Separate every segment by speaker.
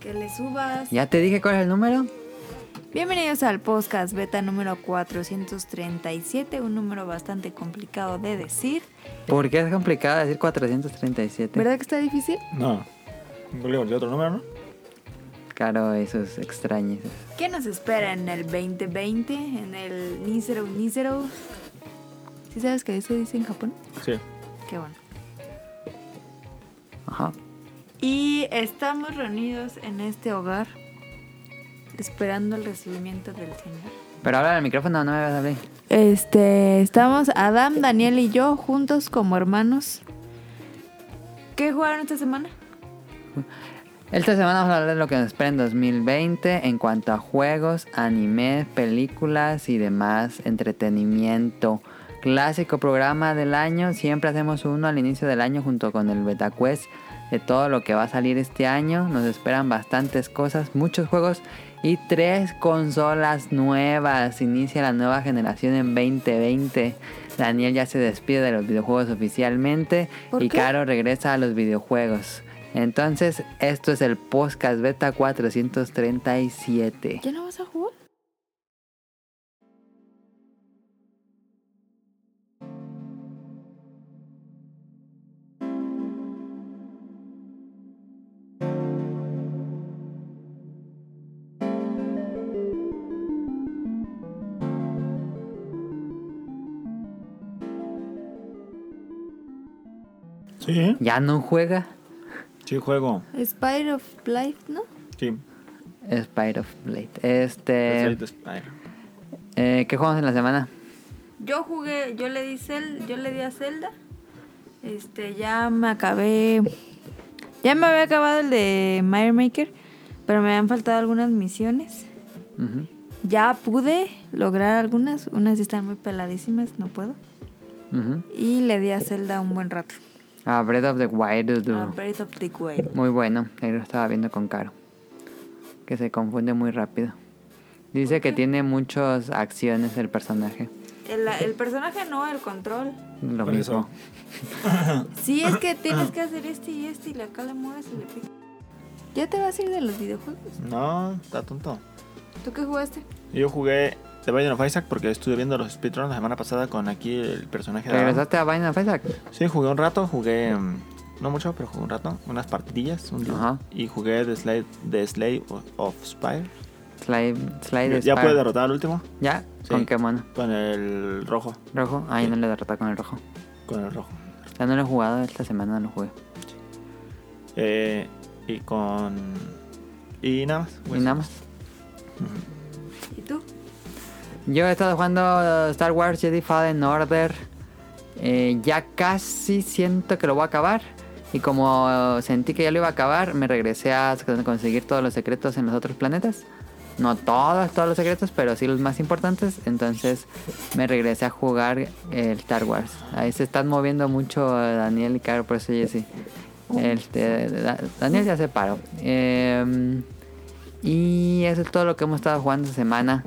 Speaker 1: que le subas.
Speaker 2: ¿Ya te dije cuál es el número?
Speaker 1: Bienvenidos al podcast beta número 437, un número bastante complicado de decir.
Speaker 2: ¿Por qué es complicado decir 437?
Speaker 1: ¿Verdad que está difícil?
Speaker 3: No. ¿Le volví otro número, no?
Speaker 2: Claro, esos extraños.
Speaker 1: ¿Qué nos espera en el 2020? En el Nisero Nisero. ¿Sí sabes qué se dice en Japón?
Speaker 3: Sí.
Speaker 1: Qué bueno.
Speaker 2: Ajá.
Speaker 1: Y estamos reunidos en este hogar esperando el recibimiento del Señor.
Speaker 2: Pero habla al micrófono, no me vas a abrir.
Speaker 1: Este, estamos Adam, Daniel y yo juntos como hermanos. ¿Qué jugaron esta semana?
Speaker 2: Esta semana vamos a hablar de lo que nos espera en 2020 en cuanto a juegos, anime, películas y demás entretenimiento. Clásico programa del año, siempre hacemos uno al inicio del año junto con el BetaQuest de todo lo que va a salir este año. Nos esperan bastantes cosas, muchos juegos y tres consolas nuevas. Inicia la nueva generación en 2020. Daniel ya se despide de los videojuegos oficialmente
Speaker 1: ¿Por
Speaker 2: y
Speaker 1: qué?
Speaker 2: Caro regresa a los videojuegos. Entonces, esto es el podcast Beta 437.
Speaker 1: ¿Ya no vas a jugar?
Speaker 3: Sí.
Speaker 2: ¿Ya no juega?
Speaker 3: Sí, juego.
Speaker 1: Spire of Life, ¿no?
Speaker 3: Sí.
Speaker 2: Spire of Blade. Este,
Speaker 3: Desolate Spire.
Speaker 2: eh, ¿Qué jugamos en la semana?
Speaker 1: Yo jugué, yo le di Cel- yo le di a Zelda. Este, ya me acabé. Ya me había acabado el de Mario Maker, pero me han faltado algunas misiones.
Speaker 2: Ujú.
Speaker 1: Ya pude lograr algunas, unas sí están muy peladísimas, no puedo.
Speaker 2: Ujú.
Speaker 1: Y le di a Zelda un buen rato.
Speaker 2: Ah, Breath of the Wild.
Speaker 1: A Ah, Breath of the Wild.
Speaker 2: Muy bueno, ahí lo estaba viendo con Caro. Que se confunde muy rápido. Dice que tiene muchas acciones el personaje.
Speaker 1: El, el personaje no, el control.
Speaker 2: Lo
Speaker 3: Por
Speaker 2: mismo.
Speaker 3: eso.
Speaker 1: Sí, es que tienes que hacer este y este y la acá le mueves y le picas. ¿Ya te vas a ir de los videojuegos?
Speaker 3: No, está tonto.
Speaker 1: ¿Tú qué jugaste?
Speaker 3: Yo jugué The Binding of Isaac porque estuve viendo los speedruns la semana pasada con aquí el personaje de Adam.
Speaker 2: ¿Regresaste a Binding of Isaac?
Speaker 3: Sí, jugué un rato, jugué. mm, No mucho, pero jugué un rato. Unas partidillas. Un día.
Speaker 2: Ajá.
Speaker 3: Y jugué The Slave, The Slave of Spire.
Speaker 2: Slide, slide
Speaker 3: ya
Speaker 2: Spire.
Speaker 3: pude derrotar al último.
Speaker 2: ¿Ya?
Speaker 3: Sí.
Speaker 2: ¿Con qué mono?
Speaker 3: Con el rojo.
Speaker 2: ¿Rojo? Ay,
Speaker 3: Sí.
Speaker 2: no le derroté con el rojo.
Speaker 3: Con el rojo.
Speaker 2: Ya no lo he jugado, esta semana no lo jugué.
Speaker 3: Eh, y con. Y nada más.
Speaker 2: Y nada más.
Speaker 1: ¿Y tú?
Speaker 2: Yo he estado jugando Star Wars Jedi Fallen Order. Eh, ya casi siento que lo voy a acabar. Y como sentí que ya lo iba a acabar, me regresé a conseguir todos los secretos en los otros planetas. No todos, todos los secretos, pero sí los más importantes. Entonces me regresé a jugar el Star Wars. Ahí se están moviendo mucho Daniel y Caro, por eso yo sí. Este, Da- Daniel ya se paró. Em, y eso es todo lo que hemos estado jugando esta semana.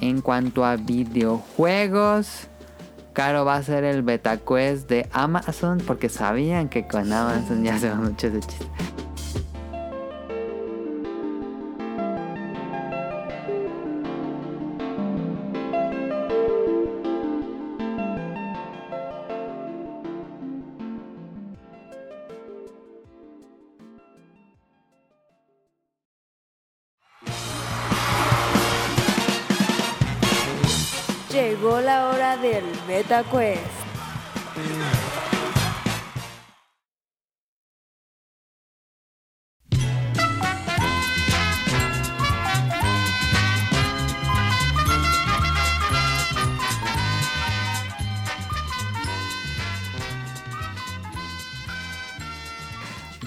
Speaker 2: En cuanto a videojuegos, Caro va a ser el beta quest de Amazon porque sabían que con Amazon ya se va mucho ese chiste.
Speaker 1: Llegó la hora del Beta Quest.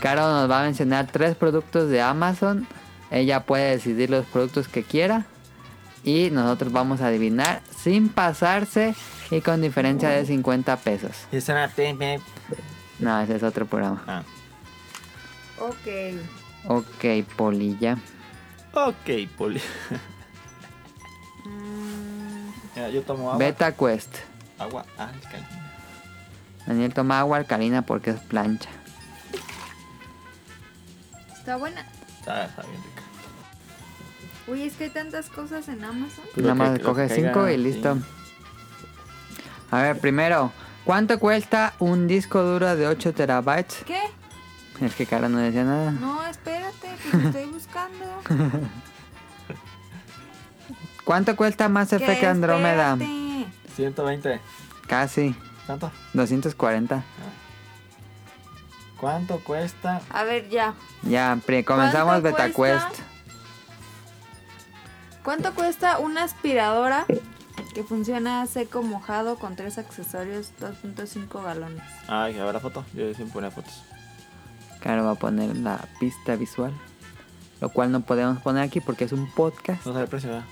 Speaker 2: Caro nos va a mencionar tres productos de Amazon. Ella puede decidir los productos que quiera. Y nosotros vamos a adivinar sin pasarse y con diferencia de 50 pesos.
Speaker 3: Y es una TP.
Speaker 2: No, ese es otro programa.
Speaker 3: Ah.
Speaker 1: Ok.
Speaker 2: Ok, Polilla.
Speaker 3: Ok, Poli.
Speaker 1: Mm,
Speaker 3: Mira, yo tomo agua.
Speaker 2: Beta Quest.
Speaker 3: Agua Ah, alcalina.
Speaker 2: Daniel toma agua alcalina porque es plancha.
Speaker 1: ¿Está buena?
Speaker 3: Está, está bien rica.
Speaker 1: Uy, es que hay tantas cosas en Amazon.
Speaker 3: Creo
Speaker 2: Nada
Speaker 3: que-
Speaker 2: más
Speaker 3: creo
Speaker 2: coge
Speaker 3: que
Speaker 2: 5
Speaker 3: caiga,
Speaker 2: y
Speaker 3: sí.
Speaker 2: listo. A ver, primero, ¿cuánto cuesta un disco duro de 8 terabytes?
Speaker 1: ¿Qué?
Speaker 2: Es que cara no decía nada.
Speaker 1: No, espérate, pues estoy buscando.
Speaker 2: ¿Cuánto cuesta Mass
Speaker 1: Que
Speaker 2: Effect Andrómeda?
Speaker 1: espérate.
Speaker 3: 120.
Speaker 2: Casi,
Speaker 3: ¿Cuánto?
Speaker 2: 240.
Speaker 3: ¿Cuánto cuesta?
Speaker 1: A ver, ya.
Speaker 2: Ya, pre- comenzamos
Speaker 1: ¿Cuánto
Speaker 2: BetaQuest.
Speaker 1: cuesta? ¿Cuánto cuesta una aspiradora que funciona a seco mojado con tres accesorios 2.5 galones?
Speaker 3: Ay, a ver la foto. Yo siempre ponía fotos.
Speaker 2: Claro, va a poner la pista visual. Lo cual no podemos poner aquí porque es un podcast.
Speaker 3: No sabe el precio, ¿verdad?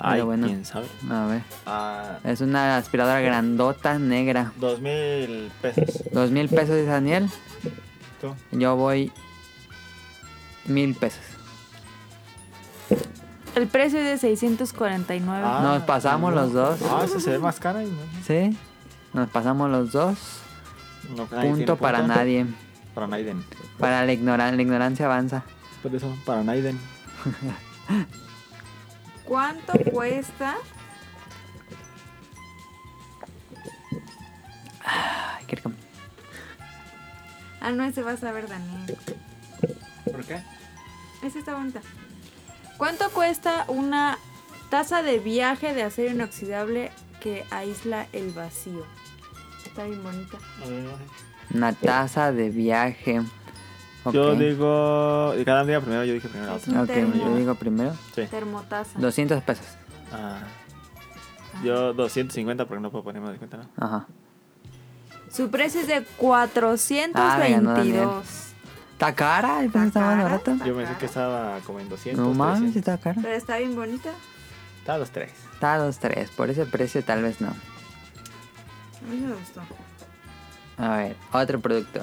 Speaker 3: Ay,
Speaker 2: bueno.
Speaker 3: quién sabe.
Speaker 2: A ver,
Speaker 3: Ah,
Speaker 2: es una aspiradora grandota, negra.
Speaker 3: dos mil pesos.
Speaker 2: Dos mil pesos dice Daniel.
Speaker 3: ¿Tú?
Speaker 2: Yo voy mil pesos.
Speaker 1: El precio es de 649.
Speaker 3: Ah,
Speaker 2: Nos pasamos los dos.
Speaker 3: Ah, eso se ve más cara. y no-
Speaker 2: ¿Sí? Nos pasamos los dos.
Speaker 3: no, nadie tiene
Speaker 2: Punto para nadie.
Speaker 3: Para Naiden.
Speaker 2: Para la, ignoran- la ignorancia avanza.
Speaker 3: Por eso, para Naiden.
Speaker 1: ¿Cuánto cuesta?
Speaker 2: Ay, qué rico.
Speaker 1: Ah, no, ese vas a ver, Daniel.
Speaker 3: ¿Por qué?
Speaker 1: Ese está bonita. ¿Cuánto cuesta una taza de viaje de acero inoxidable que aísla el vacío? Está bien bonita.
Speaker 2: Una taza de viaje. Ok.
Speaker 3: Yo digo. y Cada día primero, yo dije primero la otra.
Speaker 2: Ok,
Speaker 1: termo.
Speaker 2: yo digo primero.
Speaker 3: Sí.
Speaker 1: Termotaza.
Speaker 2: 200 pesos.
Speaker 3: Ah, yo 250 porque no puedo ponerme de cuenta, ¿no?
Speaker 2: Ajá.
Speaker 1: Su precio es de
Speaker 2: Ah, venga, no,
Speaker 1: 422.
Speaker 2: ¿Está cara? Yo pensé
Speaker 1: ¿Está
Speaker 2: que estaba más
Speaker 1: cara?
Speaker 2: barata.
Speaker 3: Yo pensé que estaba como en 200.
Speaker 2: No mames,
Speaker 3: 300.
Speaker 2: está cara.
Speaker 1: Pero está bien bonita.
Speaker 3: Está a los tres.
Speaker 2: Está a 2, 3. Por ese precio tal vez no.
Speaker 1: A mí sí me gustó.
Speaker 2: A ver, otro producto.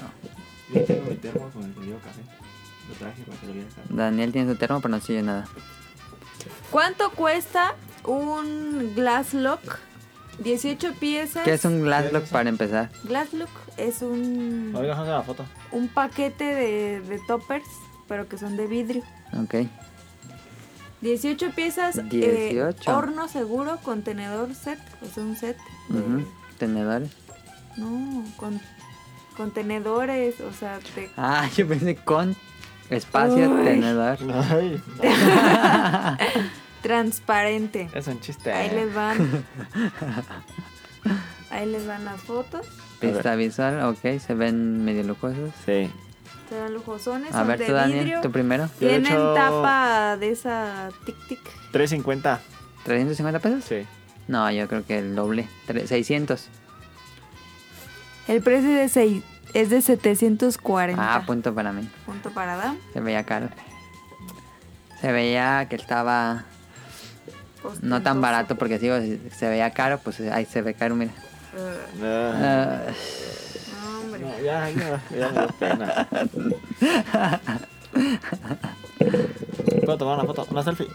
Speaker 3: Yo tengo mi termo con el que llevo café. Lo traje para que lo vieras.
Speaker 2: Daniel tiene su termo, pero no soy yo nada.
Speaker 1: ¿Cuánto cuesta un glass lock? 18 piezas.
Speaker 2: ¿Qué es un
Speaker 3: ¿Qué es
Speaker 2: Glasslock
Speaker 3: eso?
Speaker 2: para empezar?
Speaker 1: Glass lock es
Speaker 3: A ver,
Speaker 1: un,
Speaker 3: déjame la foto.
Speaker 1: un paquete de, de toppers, pero que son de vidrio.
Speaker 2: Ok.
Speaker 1: 18 piezas. eh,
Speaker 2: 18.
Speaker 1: horno seguro, contenedor set. O sea, un set.
Speaker 2: Ujú.
Speaker 3: Eh.
Speaker 2: Tenedores.
Speaker 1: No, con contenedores. O sea, te-
Speaker 2: Ah, yo pensé con espacio
Speaker 1: Uy.
Speaker 2: tenedor.
Speaker 3: Ay,
Speaker 1: transparente.
Speaker 3: es un chiste.
Speaker 1: Ahí les van. Ahí les van las fotos.
Speaker 2: Pista visual, ok, se ven medio lujosos.
Speaker 3: Sí.
Speaker 1: Se ven lujosones.
Speaker 2: A
Speaker 1: son
Speaker 2: ver,
Speaker 1: de
Speaker 2: tú Daniel,
Speaker 1: vidrio.
Speaker 2: tú primero.
Speaker 3: Yo le
Speaker 1: Tienen
Speaker 3: echo-
Speaker 1: tapa de esa tic tic.
Speaker 3: 350.
Speaker 2: ¿350 pesos?
Speaker 3: Sí.
Speaker 2: No, yo creo que el doble. Tre- 600.
Speaker 1: El precio de seis, es de 740.
Speaker 2: Ah, punto para mí.
Speaker 1: Punto para Dan.
Speaker 2: Se veía caro. Se veía que estaba no tan
Speaker 1: Ostentoso.
Speaker 2: barato porque si digo, se veía caro, pues ahí se ve caro, mira.
Speaker 1: Eh,
Speaker 3: Ah,
Speaker 2: Ah,
Speaker 1: no, hombre.
Speaker 3: no, ya, ya, ya me dio pena. ¿Puedo tomar una foto? ¿Una selfie?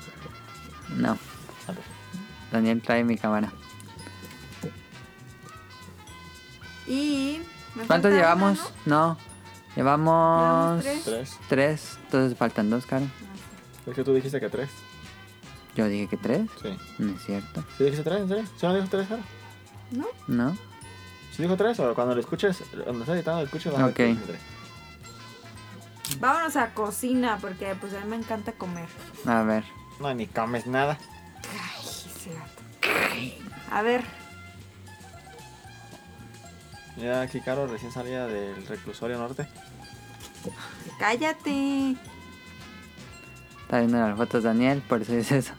Speaker 2: no,
Speaker 3: A ver.
Speaker 2: Daniel trae mi cámara.
Speaker 1: Y. me falta
Speaker 2: ¿Cuántos
Speaker 1: una,
Speaker 2: llevamos?
Speaker 1: ¿no?
Speaker 2: No.
Speaker 1: Llevamos tres.
Speaker 2: Llevamos
Speaker 3: Tres.
Speaker 2: tres, entonces faltan dos, caro.
Speaker 3: Es que tú dijiste que tres.
Speaker 2: Yo dije que tres,
Speaker 3: Sí.
Speaker 2: no es cierto.
Speaker 3: ¿Sí dijiste tres? ¿En serio? ¿Sí no dijo tres, Jara?
Speaker 1: ¿No?
Speaker 2: ¿No?
Speaker 3: ¿Sí dijo tres? O cuando lo escuches, cuando estés editando, lo escuches. vas a ver
Speaker 2: Ok.
Speaker 3: que dijo tres.
Speaker 1: Vámonos a cocina porque pues a mí me encanta comer.
Speaker 2: A ver.
Speaker 3: No, ni comes nada.
Speaker 1: Ay, ese gato. A ver,
Speaker 3: Mira, aquí Caro recién salía del reclusorio norte.
Speaker 1: cállate.
Speaker 2: Está viendo las fotos Daniel, por eso dice eso.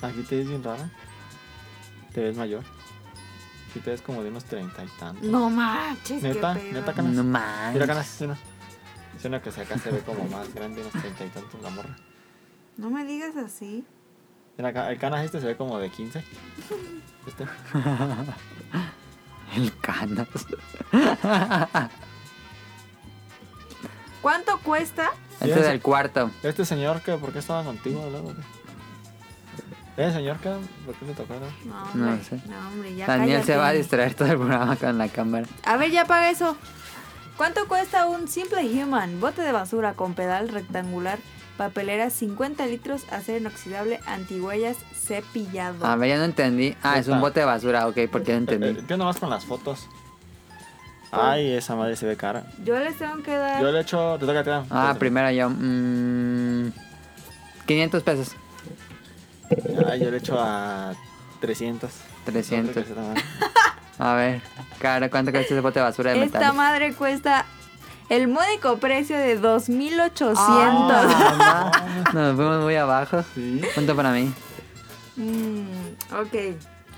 Speaker 3: Aquí te ves bien rara. Te ves mayor. Aquí te ves como de unos treinta y tantos.
Speaker 1: No manches,
Speaker 3: Neta,
Speaker 1: qué pedo.
Speaker 3: neta, Canas.
Speaker 2: No
Speaker 3: Mira,
Speaker 2: manches.
Speaker 3: Canas, sí, no. Es una que se acá se ve como más grande, unos treinta y tantos la morra.
Speaker 1: No me digas así.
Speaker 3: Mira, acá, el Canas este se ve como de 15. Este.
Speaker 2: El canas.
Speaker 1: ¿Cuánto cuesta?
Speaker 2: Este es el cuarto.
Speaker 3: Este señor que, ¿por qué estaba contigo al lado? Ese señor que, ¿por qué le tocó? no?
Speaker 1: No,
Speaker 2: No
Speaker 1: hombre, no,
Speaker 2: sé.
Speaker 1: hombre ya
Speaker 2: Daniel se va a
Speaker 1: cállate.
Speaker 2: distraer todo el programa con la cámara.
Speaker 1: A ver, ya apaga eso. ¿Cuánto cuesta un simple human? Bote de basura con pedal rectangular, papelera 50 litros, acero inoxidable, antihuellas, cepillado.
Speaker 2: A ver, ya no entendí. Ah, es un
Speaker 3: Puta.
Speaker 2: bote de basura, ok, porque no entendí. Oh.
Speaker 3: Eh, ¿Qué nomás con las fotos? Ay, esa madre se ve cara.
Speaker 1: Yo les tengo que dar.
Speaker 3: Yo le echo. Te toca, te toca.
Speaker 2: Ah,
Speaker 3: Espérate.
Speaker 2: primero yo. mm, 500 pesos.
Speaker 3: Ay, yo le echo a 300.
Speaker 2: 300.
Speaker 3: No sé qué sea tan mal.
Speaker 2: A ver, cara, ¿cuánto cuesta ese bote de basura de
Speaker 1: Esta
Speaker 2: metal?
Speaker 1: madre cuesta el módico precio de 2800.
Speaker 2: Ah. Nos fuimos muy abajo.
Speaker 3: Sí.
Speaker 2: Punto para mí.
Speaker 1: Mm, ok.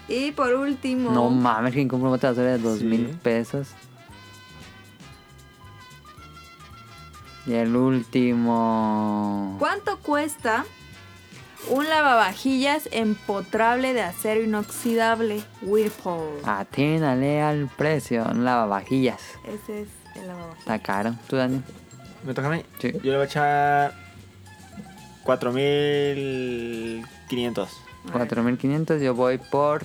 Speaker 1: Y por último.
Speaker 2: No mames, ¿quién compra un bote de basura de 2
Speaker 3: Sí.
Speaker 2: mil pesos? Y el último.
Speaker 1: ¿Cuánto cuesta un lavavajillas empotrable de acero inoxidable Whirlpool?
Speaker 2: Ah. Atínale al precio. Un lavavajillas.
Speaker 1: Ese es el lavavajillas.
Speaker 2: Está caro. ¿Tú, Dani?
Speaker 3: ¿Me toca a mí?
Speaker 2: Sí.
Speaker 3: Yo le voy a echar 4500.
Speaker 2: 4.500. Yo voy por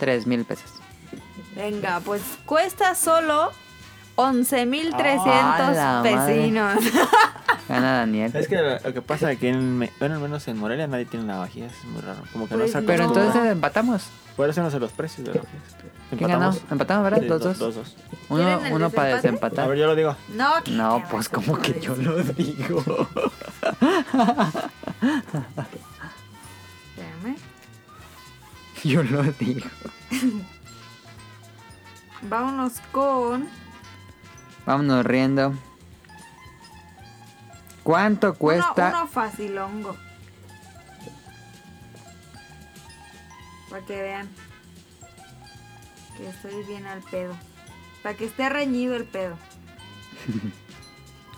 Speaker 2: 3.000 pesos.
Speaker 1: Venga, pues cuesta solo 11,300
Speaker 2: Ah, la
Speaker 1: pesinos.
Speaker 2: Gana Daniel.
Speaker 3: Es que lo, lo que pasa es que, en, Me- bueno, al menos en Morelia nadie tiene lavavajillas, es muy raro. Como que
Speaker 1: Pues
Speaker 3: no se
Speaker 2: Pero
Speaker 1: No.
Speaker 3: acostumbra.
Speaker 2: entonces empatamos.
Speaker 3: Por eso no sé los precios de lavavajillas.
Speaker 2: ¿Quién ganó? Empatamos, ¿verdad?
Speaker 3: Sí,
Speaker 2: Los dos.
Speaker 3: dos, dos, dos.
Speaker 2: Uno,
Speaker 1: ¿Quieren el
Speaker 2: uno para
Speaker 1: desempate?
Speaker 3: A
Speaker 2: desempatar.
Speaker 3: ver, yo lo digo.
Speaker 1: No, que-
Speaker 2: No, pues como que yo lo digo.
Speaker 1: Espérame.
Speaker 2: Yo lo digo.
Speaker 1: Vámonos con.
Speaker 2: Vámonos riendo. ¿Cuánto cuesta?
Speaker 1: Uno, uno facilongo. Para que vean. Que estoy bien al pedo. Para que esté reñido el pedo.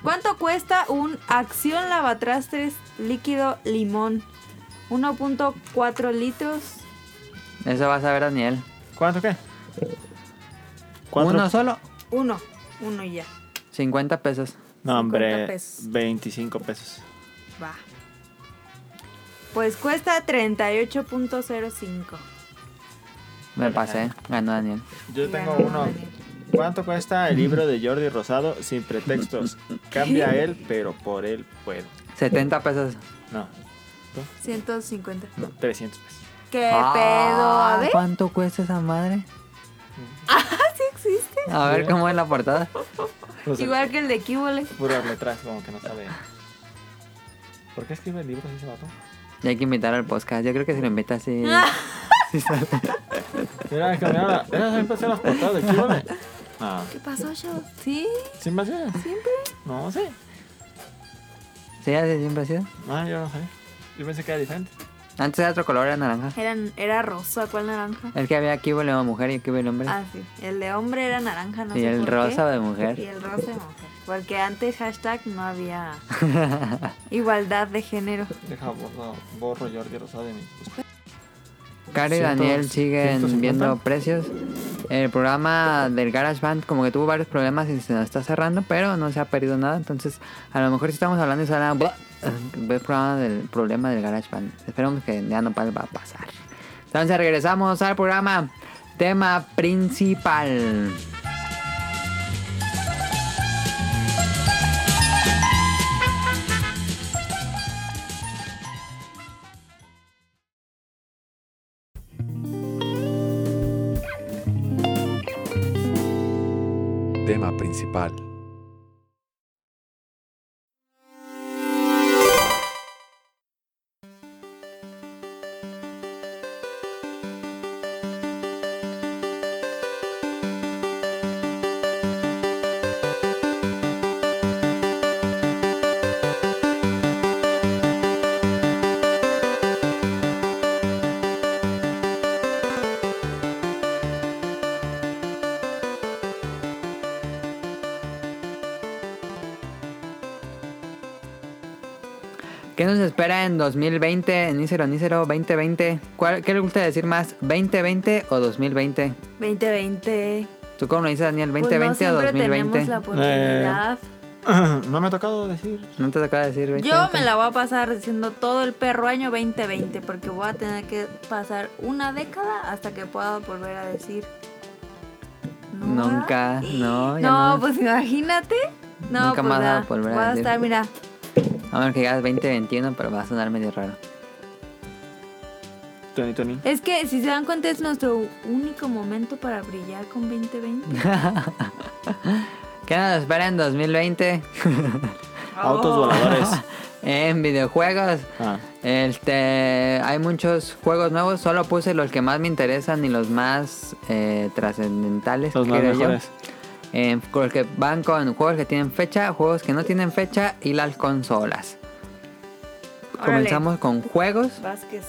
Speaker 1: ¿Cuánto cuesta un Acción Lavatrastres líquido limón? 1.4 litros.
Speaker 2: Eso vas a ver, Daniel.
Speaker 3: ¿Cuánto qué?
Speaker 2: Uno solo,
Speaker 1: Uno. Uno y ya.
Speaker 2: 50 pesos.
Speaker 3: No, hombre.
Speaker 1: 50 pesos.
Speaker 3: 25 pesos.
Speaker 1: Va. Pues cuesta 38.05.
Speaker 2: Me pasé, ganó Daniel.
Speaker 3: Yo
Speaker 1: Ya
Speaker 3: tengo
Speaker 1: no,
Speaker 3: uno.
Speaker 1: Daniel.
Speaker 3: ¿Cuánto cuesta el libro de Jordi Rosado sin pretextos? Cambia él, pero por él puedo.
Speaker 2: 70 pesos.
Speaker 3: No,
Speaker 1: 150.
Speaker 3: no, 300 pesos.
Speaker 1: ¿Qué
Speaker 2: Ah,
Speaker 1: pedo? A ver. Ah,
Speaker 2: ¿Cuánto cuesta esa madre?
Speaker 1: ¿Sí existe?
Speaker 2: A ver cómo es la portada.
Speaker 3: No sé,
Speaker 1: Igual que el de Kibole.
Speaker 3: Puras letras, como que no sabe. ¿Por qué escribe el libro así se mató?
Speaker 2: Y hay que invitar al podcast. Yo creo que si lo invitas, sí.
Speaker 1: Ah.
Speaker 2: sí sale.
Speaker 3: Mira, cambiaron la... Era siempre hacer las portadas de Kibole. No,
Speaker 1: ¿Qué pasó, Shadow? Sí,
Speaker 3: ¿siempre hacía?
Speaker 1: siempre.
Speaker 3: No, sí.
Speaker 2: Sí, así siempre ha sido.
Speaker 3: Ah, yo no sabía. Yo pensé que era diferente.
Speaker 2: Antes era otro color, era naranja.
Speaker 1: Eran, era rosa, ¿cuál naranja?
Speaker 2: El que había aquí hubo la mujer y aquí hubo el hombre.
Speaker 1: Ah, sí. El de hombre era naranja, no
Speaker 2: y
Speaker 1: sé
Speaker 2: el
Speaker 1: por
Speaker 2: rosa
Speaker 1: qué.
Speaker 2: de
Speaker 1: Y
Speaker 2: mujer.
Speaker 1: el rosa de mujer. Porque antes hashtag no había igualdad de género.
Speaker 3: Deja borro, borro Jordi Rosado de mi.
Speaker 2: Caro y
Speaker 3: Ciento-
Speaker 2: Daniel siguen
Speaker 3: 150.
Speaker 2: viendo precios. El programa del GarageBand como que tuvo varios problemas y se nos está cerrando, pero no se ha perdido nada. Entonces, a lo mejor si estamos hablando y sale el programa del problema del GarageBand. Esperemos que ya no pa- va a pasar. Entonces, regresamos al programa. Tema principal.
Speaker 4: Tema principal.
Speaker 2: ¿Qué nos espera en 2020? En Nícero, Nícero, 2020. ¿Cuál- ¿Qué le gusta decir más? ¿2020 o 2020?
Speaker 1: 2020.
Speaker 2: ¿Tú cómo lo dices, Daniel?
Speaker 1: Pues
Speaker 2: ¿2020
Speaker 1: no
Speaker 2: o
Speaker 1: siempre
Speaker 2: 2020?
Speaker 1: tenemos la oportunidad.
Speaker 3: no me ha tocado decir.
Speaker 2: No te toca decir 2020.
Speaker 1: Yo me la voy a pasar diciendo todo el perro año 2020 porque voy a tener que pasar una década hasta que pueda volver a decir no.
Speaker 2: Nunca, no, ya
Speaker 1: No,
Speaker 2: no.
Speaker 1: pues imagínate. No,
Speaker 2: Nunca
Speaker 1: pues
Speaker 2: más va a
Speaker 1: nada,
Speaker 2: volver a
Speaker 1: voy a
Speaker 2: decir.
Speaker 1: estar, mira.
Speaker 2: A menos Ah, que llegas 2021, pero va a sonar medio raro.
Speaker 3: Tony, Tony.
Speaker 1: Es que si se dan cuenta es nuestro único momento para brillar con 2020.
Speaker 2: ¿Qué nos espera en 2020?
Speaker 3: Autos
Speaker 1: Oh.
Speaker 3: voladores.
Speaker 2: en videojuegos.
Speaker 3: Ah,
Speaker 2: Este, hay muchos juegos nuevos, solo puse los que más me interesan y los más eh, trascendentales.
Speaker 3: los más
Speaker 2: creo yo.
Speaker 3: mejores.
Speaker 2: Eh, con los que van con juegos que tienen fecha, juegos que no tienen fecha y las consolas.
Speaker 1: Oh, Órale.
Speaker 2: Comenzamos con juegos.
Speaker 1: Vázquez,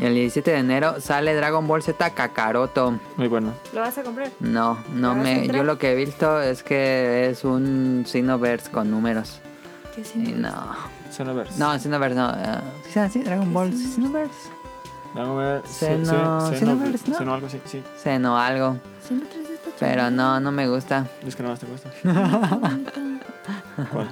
Speaker 2: El 17 de enero sale Dragon Ball Z Kakaroto.
Speaker 3: Muy bueno.
Speaker 1: ¿lo vas a comprar?
Speaker 2: No, no
Speaker 1: ¿Le vas a
Speaker 2: me.
Speaker 1: entrar?
Speaker 2: Yo lo que he visto es que es un Xenoverse con números.
Speaker 1: ¿Qué es
Speaker 2: Y no.
Speaker 3: Xenoverse.
Speaker 2: No, Xenoverse no. eh, ¿Sí se llama así? Dragon Ball Xenoverse.
Speaker 3: Xenoverse.
Speaker 2: Xeno-
Speaker 3: Xeno-
Speaker 2: Xenoverse, ¿no?
Speaker 3: Xeno algo así, sí.
Speaker 2: Xeno algo.
Speaker 1: ¿Sí no traes esta
Speaker 2: Pero no, no me gusta.
Speaker 3: Es que no más te cuesta. ¿Cuál?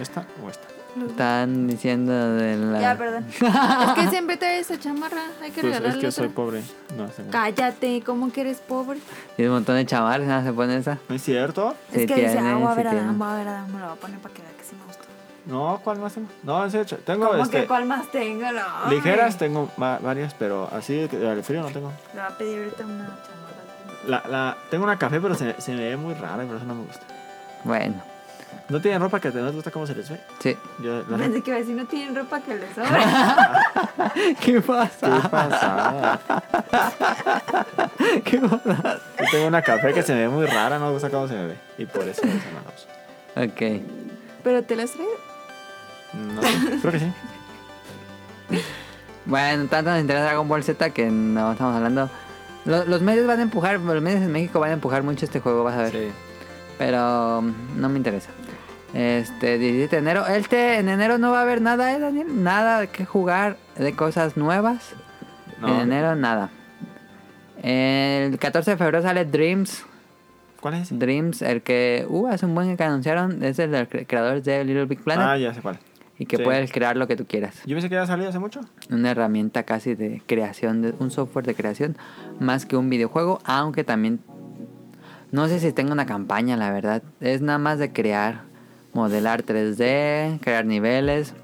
Speaker 3: ¿Esta o esta?
Speaker 2: Están diciendo de la.
Speaker 1: Ya, perdón. es que siempre traes esa chamarra, hay que
Speaker 3: Pues es
Speaker 1: regalarle
Speaker 3: que soy
Speaker 1: otra.
Speaker 3: pobre. No, esta no.
Speaker 1: Cállate, ¿cómo que eres pobre?
Speaker 2: Y un montón de chavales nada, se pone esa.
Speaker 3: ¿No es cierto?
Speaker 2: Sí
Speaker 1: es que dice, ah,
Speaker 2: tiene,
Speaker 1: voy a
Speaker 2: sí
Speaker 1: ver a
Speaker 2: tiene.
Speaker 1: Adam, voy a ver a Adam, me lo voy a poner para que vea que sí me gustó.
Speaker 3: No, ¿cuál más tengo? No, en serio, tengo
Speaker 1: ¿Cómo
Speaker 3: este,
Speaker 1: que cuál más tengo? No, hombre.
Speaker 3: ligeras, tengo va- varias, pero así que- al frío no tengo.
Speaker 1: Le voy a pedir ahorita una chamarra.
Speaker 3: La, la, tengo una café, pero se, se me ve muy rara y por eso no me gusta.
Speaker 2: Bueno,
Speaker 3: ¿No tienen ropa que te no les gusta cómo se les ve?
Speaker 2: sí.
Speaker 3: Yo, la
Speaker 1: Pensé que iba a decir, no tienen ropa que les sobra.
Speaker 2: ¿Qué pasa?
Speaker 3: ¿Qué pasa?
Speaker 2: ¿Qué pasa?
Speaker 3: Yo tengo una café que se me ve muy rara, no me gusta cómo se me ve. Y por eso no se me uso.
Speaker 2: Ok.
Speaker 1: Pero te las traigo.
Speaker 3: No sé, creo que sí.
Speaker 2: Bueno, tanto nos interesa Dragon Ball Z que no estamos hablando. Lo- Los, medios van a empujar, los medios en México van a empujar mucho este juego, vas a ver.
Speaker 3: Sí.
Speaker 2: Pero mm, no me interesa. Este, 17 de enero. Este, en enero no va a haber nada, ¿eh, Daniel? Nada que jugar de cosas nuevas. En
Speaker 3: No.
Speaker 2: enero, nada. El 14 de febrero sale Dreams.
Speaker 3: ¿Cuál es ese?
Speaker 2: Dreams, el que, uh, hace un buen que anunciaron, es el del cre- creador de Little Big Planet.
Speaker 3: Ah, ya sé cuál.
Speaker 2: y que
Speaker 3: sí.
Speaker 2: puedes crear lo que tú quieras.
Speaker 3: Yo pensé que había salido hace mucho.
Speaker 2: una herramienta casi de creación, de, un software de creación, más que un videojuego, aunque también no sé si tenga una campaña, la verdad. Es nada más de crear, modelar 3D, crear niveles.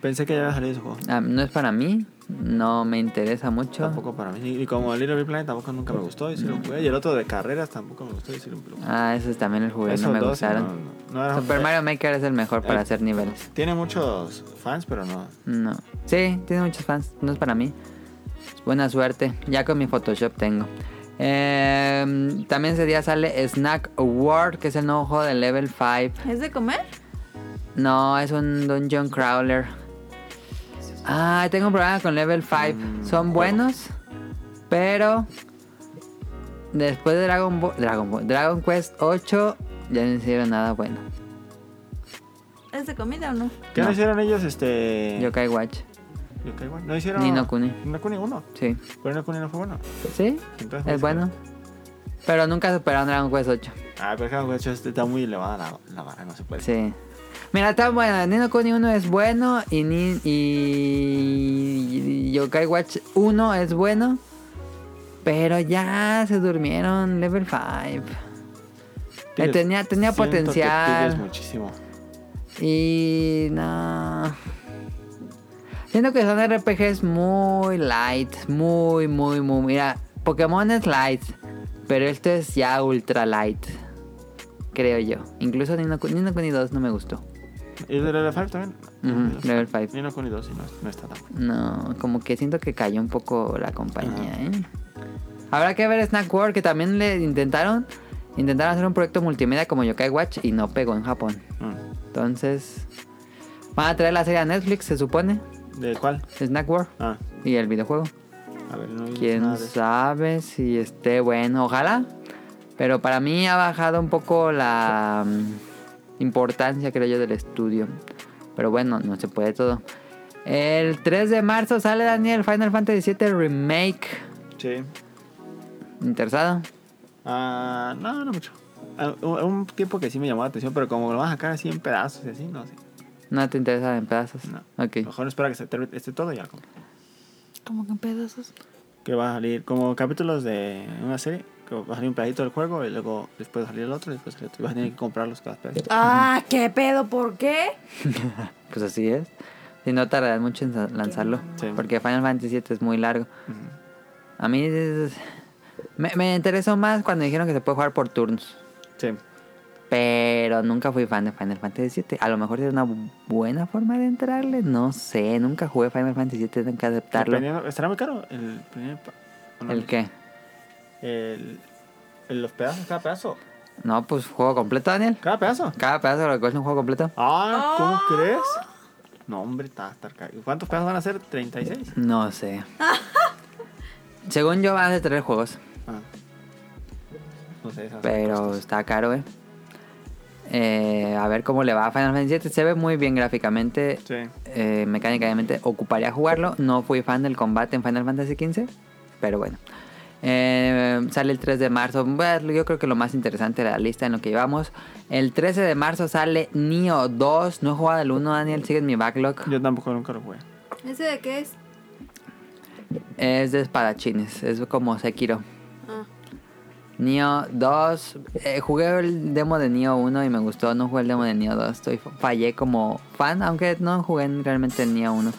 Speaker 3: Pensé que ya había salido ese juego.
Speaker 2: Ah, no es para mí, no me interesa mucho.
Speaker 3: Tampoco para mí. Y, y como Little Big Planet tampoco nunca me gustó y si lo jugué. Y el otro de carreras tampoco me gustó y si lo jugué.
Speaker 2: Ah, esos también los jugué, no
Speaker 3: Esos
Speaker 2: me
Speaker 3: dos,
Speaker 2: gustaron.
Speaker 3: no, no, no era-
Speaker 2: Super Mario Maker es el mejor para
Speaker 3: Eh.
Speaker 2: hacer niveles.
Speaker 3: Tiene muchos fans, pero no.
Speaker 2: No. Sí, tiene muchos fans. No es para mí. Buena suerte. Ya con mi Photoshop tengo. Eh, también ese día sale Snack Award, que es el nuevo juego de Level 5.
Speaker 1: ¿Es de comer?
Speaker 2: No, es un Dungeon Crawler. Ah, tengo un problema con Level 5. Son buenos, pero después de Dragon Ball, Dragon, Ball- Dragon Quest 8 ya no hicieron nada bueno.
Speaker 1: ¿Es de comida o no?
Speaker 3: ¿Qué no,
Speaker 2: No.
Speaker 3: hicieron ellos? Este.
Speaker 2: Yokai Watch.
Speaker 3: Yo caigo. No hicieron.
Speaker 2: Ni no Kuni.
Speaker 3: Ni no Kuni uno.
Speaker 2: Sí.
Speaker 3: Pero no Kuni no fue bueno.
Speaker 2: ¿Sí?
Speaker 3: Entonces, pues, ¿cómo
Speaker 2: Es
Speaker 3: se
Speaker 2: bueno. Pero nunca superaron Dragon Quest 8.
Speaker 3: Ah, pero claro, hecho, este está muy elevada la, la vara, no se puede.
Speaker 2: Sí. Mira, está bueno. Nino Kuni 1 es bueno. Y, Ni- y, y Yokai Watch 1 es bueno. Pero ya se durmieron level 5. Eh,
Speaker 3: Pibes,
Speaker 2: tenía tenía
Speaker 3: siento que pibes
Speaker 2: potencial.
Speaker 3: muchísimo.
Speaker 2: Y no. Siento que son RPGs muy light. Muy, muy, muy. Mira, Pokémon es light. Pero esto es ya ultra light. Creo yo. Incluso Nino Kuni Ni no Kuni 2 no me gustó.
Speaker 3: ¿Y el de Level 5 también?
Speaker 2: Ujú, Level 5.
Speaker 3: Ni no Kuni 2, sí, no, no está tan bueno.
Speaker 2: No, como que siento que cayó un poco la compañía, ¿eh? Habrá que ver Snack World, que también le intentaron intentaron hacer un proyecto multimedia como Yokai Watch y no pegó en Japón.
Speaker 3: Mm.
Speaker 2: Entonces, van a traer la serie a Netflix, se supone,
Speaker 3: ¿De cuál?
Speaker 2: Snack World
Speaker 3: Ah,
Speaker 2: y el videojuego.
Speaker 3: a ver, no vimos
Speaker 2: Quién
Speaker 3: nada de eso.
Speaker 2: sabe si esté bueno, ojalá. Pero para mí ha bajado un poco la mm, importancia, creo yo, del estudio. Pero bueno, no se puede todo. El 3 de marzo sale Daniel Final Fantasy VII Remake.
Speaker 3: Sí.
Speaker 2: ¿Interesado?
Speaker 3: Ah, no, no mucho. Ah, un- Un tiempo que sí me llamó la atención, pero como lo vas a sacar así en pedazos y así, no sé.
Speaker 2: ¿No te interesa en pedazos?
Speaker 3: No.
Speaker 2: Ok.
Speaker 3: Mejor espera que se termine este todo y ya. como
Speaker 1: Como que en pedazos.
Speaker 3: Que va a salir como capítulos de una serie. que va a salir un pedacito del juego y luego después va a salir el otro y después el otro. Y vas a tener que comprarlos cada pedacito.
Speaker 1: Ah, qué pedo, ¿por qué?
Speaker 2: Pues así es. Y no tardarán mucho en sa- lanzarlo.
Speaker 3: Sí.
Speaker 2: Porque Final Fantasy VII es muy largo. A mí es- me, me interesó más cuando dijeron que se puede jugar por turnos.
Speaker 3: Sí.
Speaker 2: Pero nunca fui fan de Final Fantasy VII. A lo mejor es una bu- buena forma de entrarle. No sé, nunca jugué Final Fantasy VII. Tengo que aceptarlo.
Speaker 3: Dependiendo- ¿Estará muy caro el primer pa- o no?
Speaker 2: ¿El qué?
Speaker 3: El, el- los pedazos, cada pedazo.
Speaker 2: No, pues juego completo, Daniel.
Speaker 3: ¿Cada pedazo?
Speaker 2: Cada pedazo lo que es un juego completo.
Speaker 3: Ah, ¿cómo
Speaker 1: Ah.
Speaker 3: crees? No, hombre, está está caro. ¿Y ¿Cuántos pedazos van a ser? ¿36?
Speaker 2: No sé. Según yo, van a ser tres juegos.
Speaker 3: Ah. No sé, esas
Speaker 2: Pero
Speaker 3: cosas.
Speaker 2: está caro, eh. Eh, a ver cómo le va a Final Fantasy VII. Se ve muy bien gráficamente,
Speaker 3: Sí.
Speaker 2: eh, mecánicamente. Ocuparía jugarlo. No fui fan del combate en Final Fantasy XV, pero bueno. Eh, sale el 3 de marzo. Bueno, yo creo que lo más interesante de la lista en lo que llevamos. El 13 de marzo sale Nioh 2. No he jugado el 1, Daniel. Sigue en mi backlog.
Speaker 3: Yo tampoco nunca lo jugué.
Speaker 1: ¿Ese de qué es?
Speaker 2: Es de espadachines. Es como Sekiro.
Speaker 1: Ah.
Speaker 2: Nioh 2. eh, jugué el demo de Nioh 1 y me gustó. No jugué el demo de Nioh 2. Estoy, fallé como fan, aunque no jugué realmente el Nioh 1.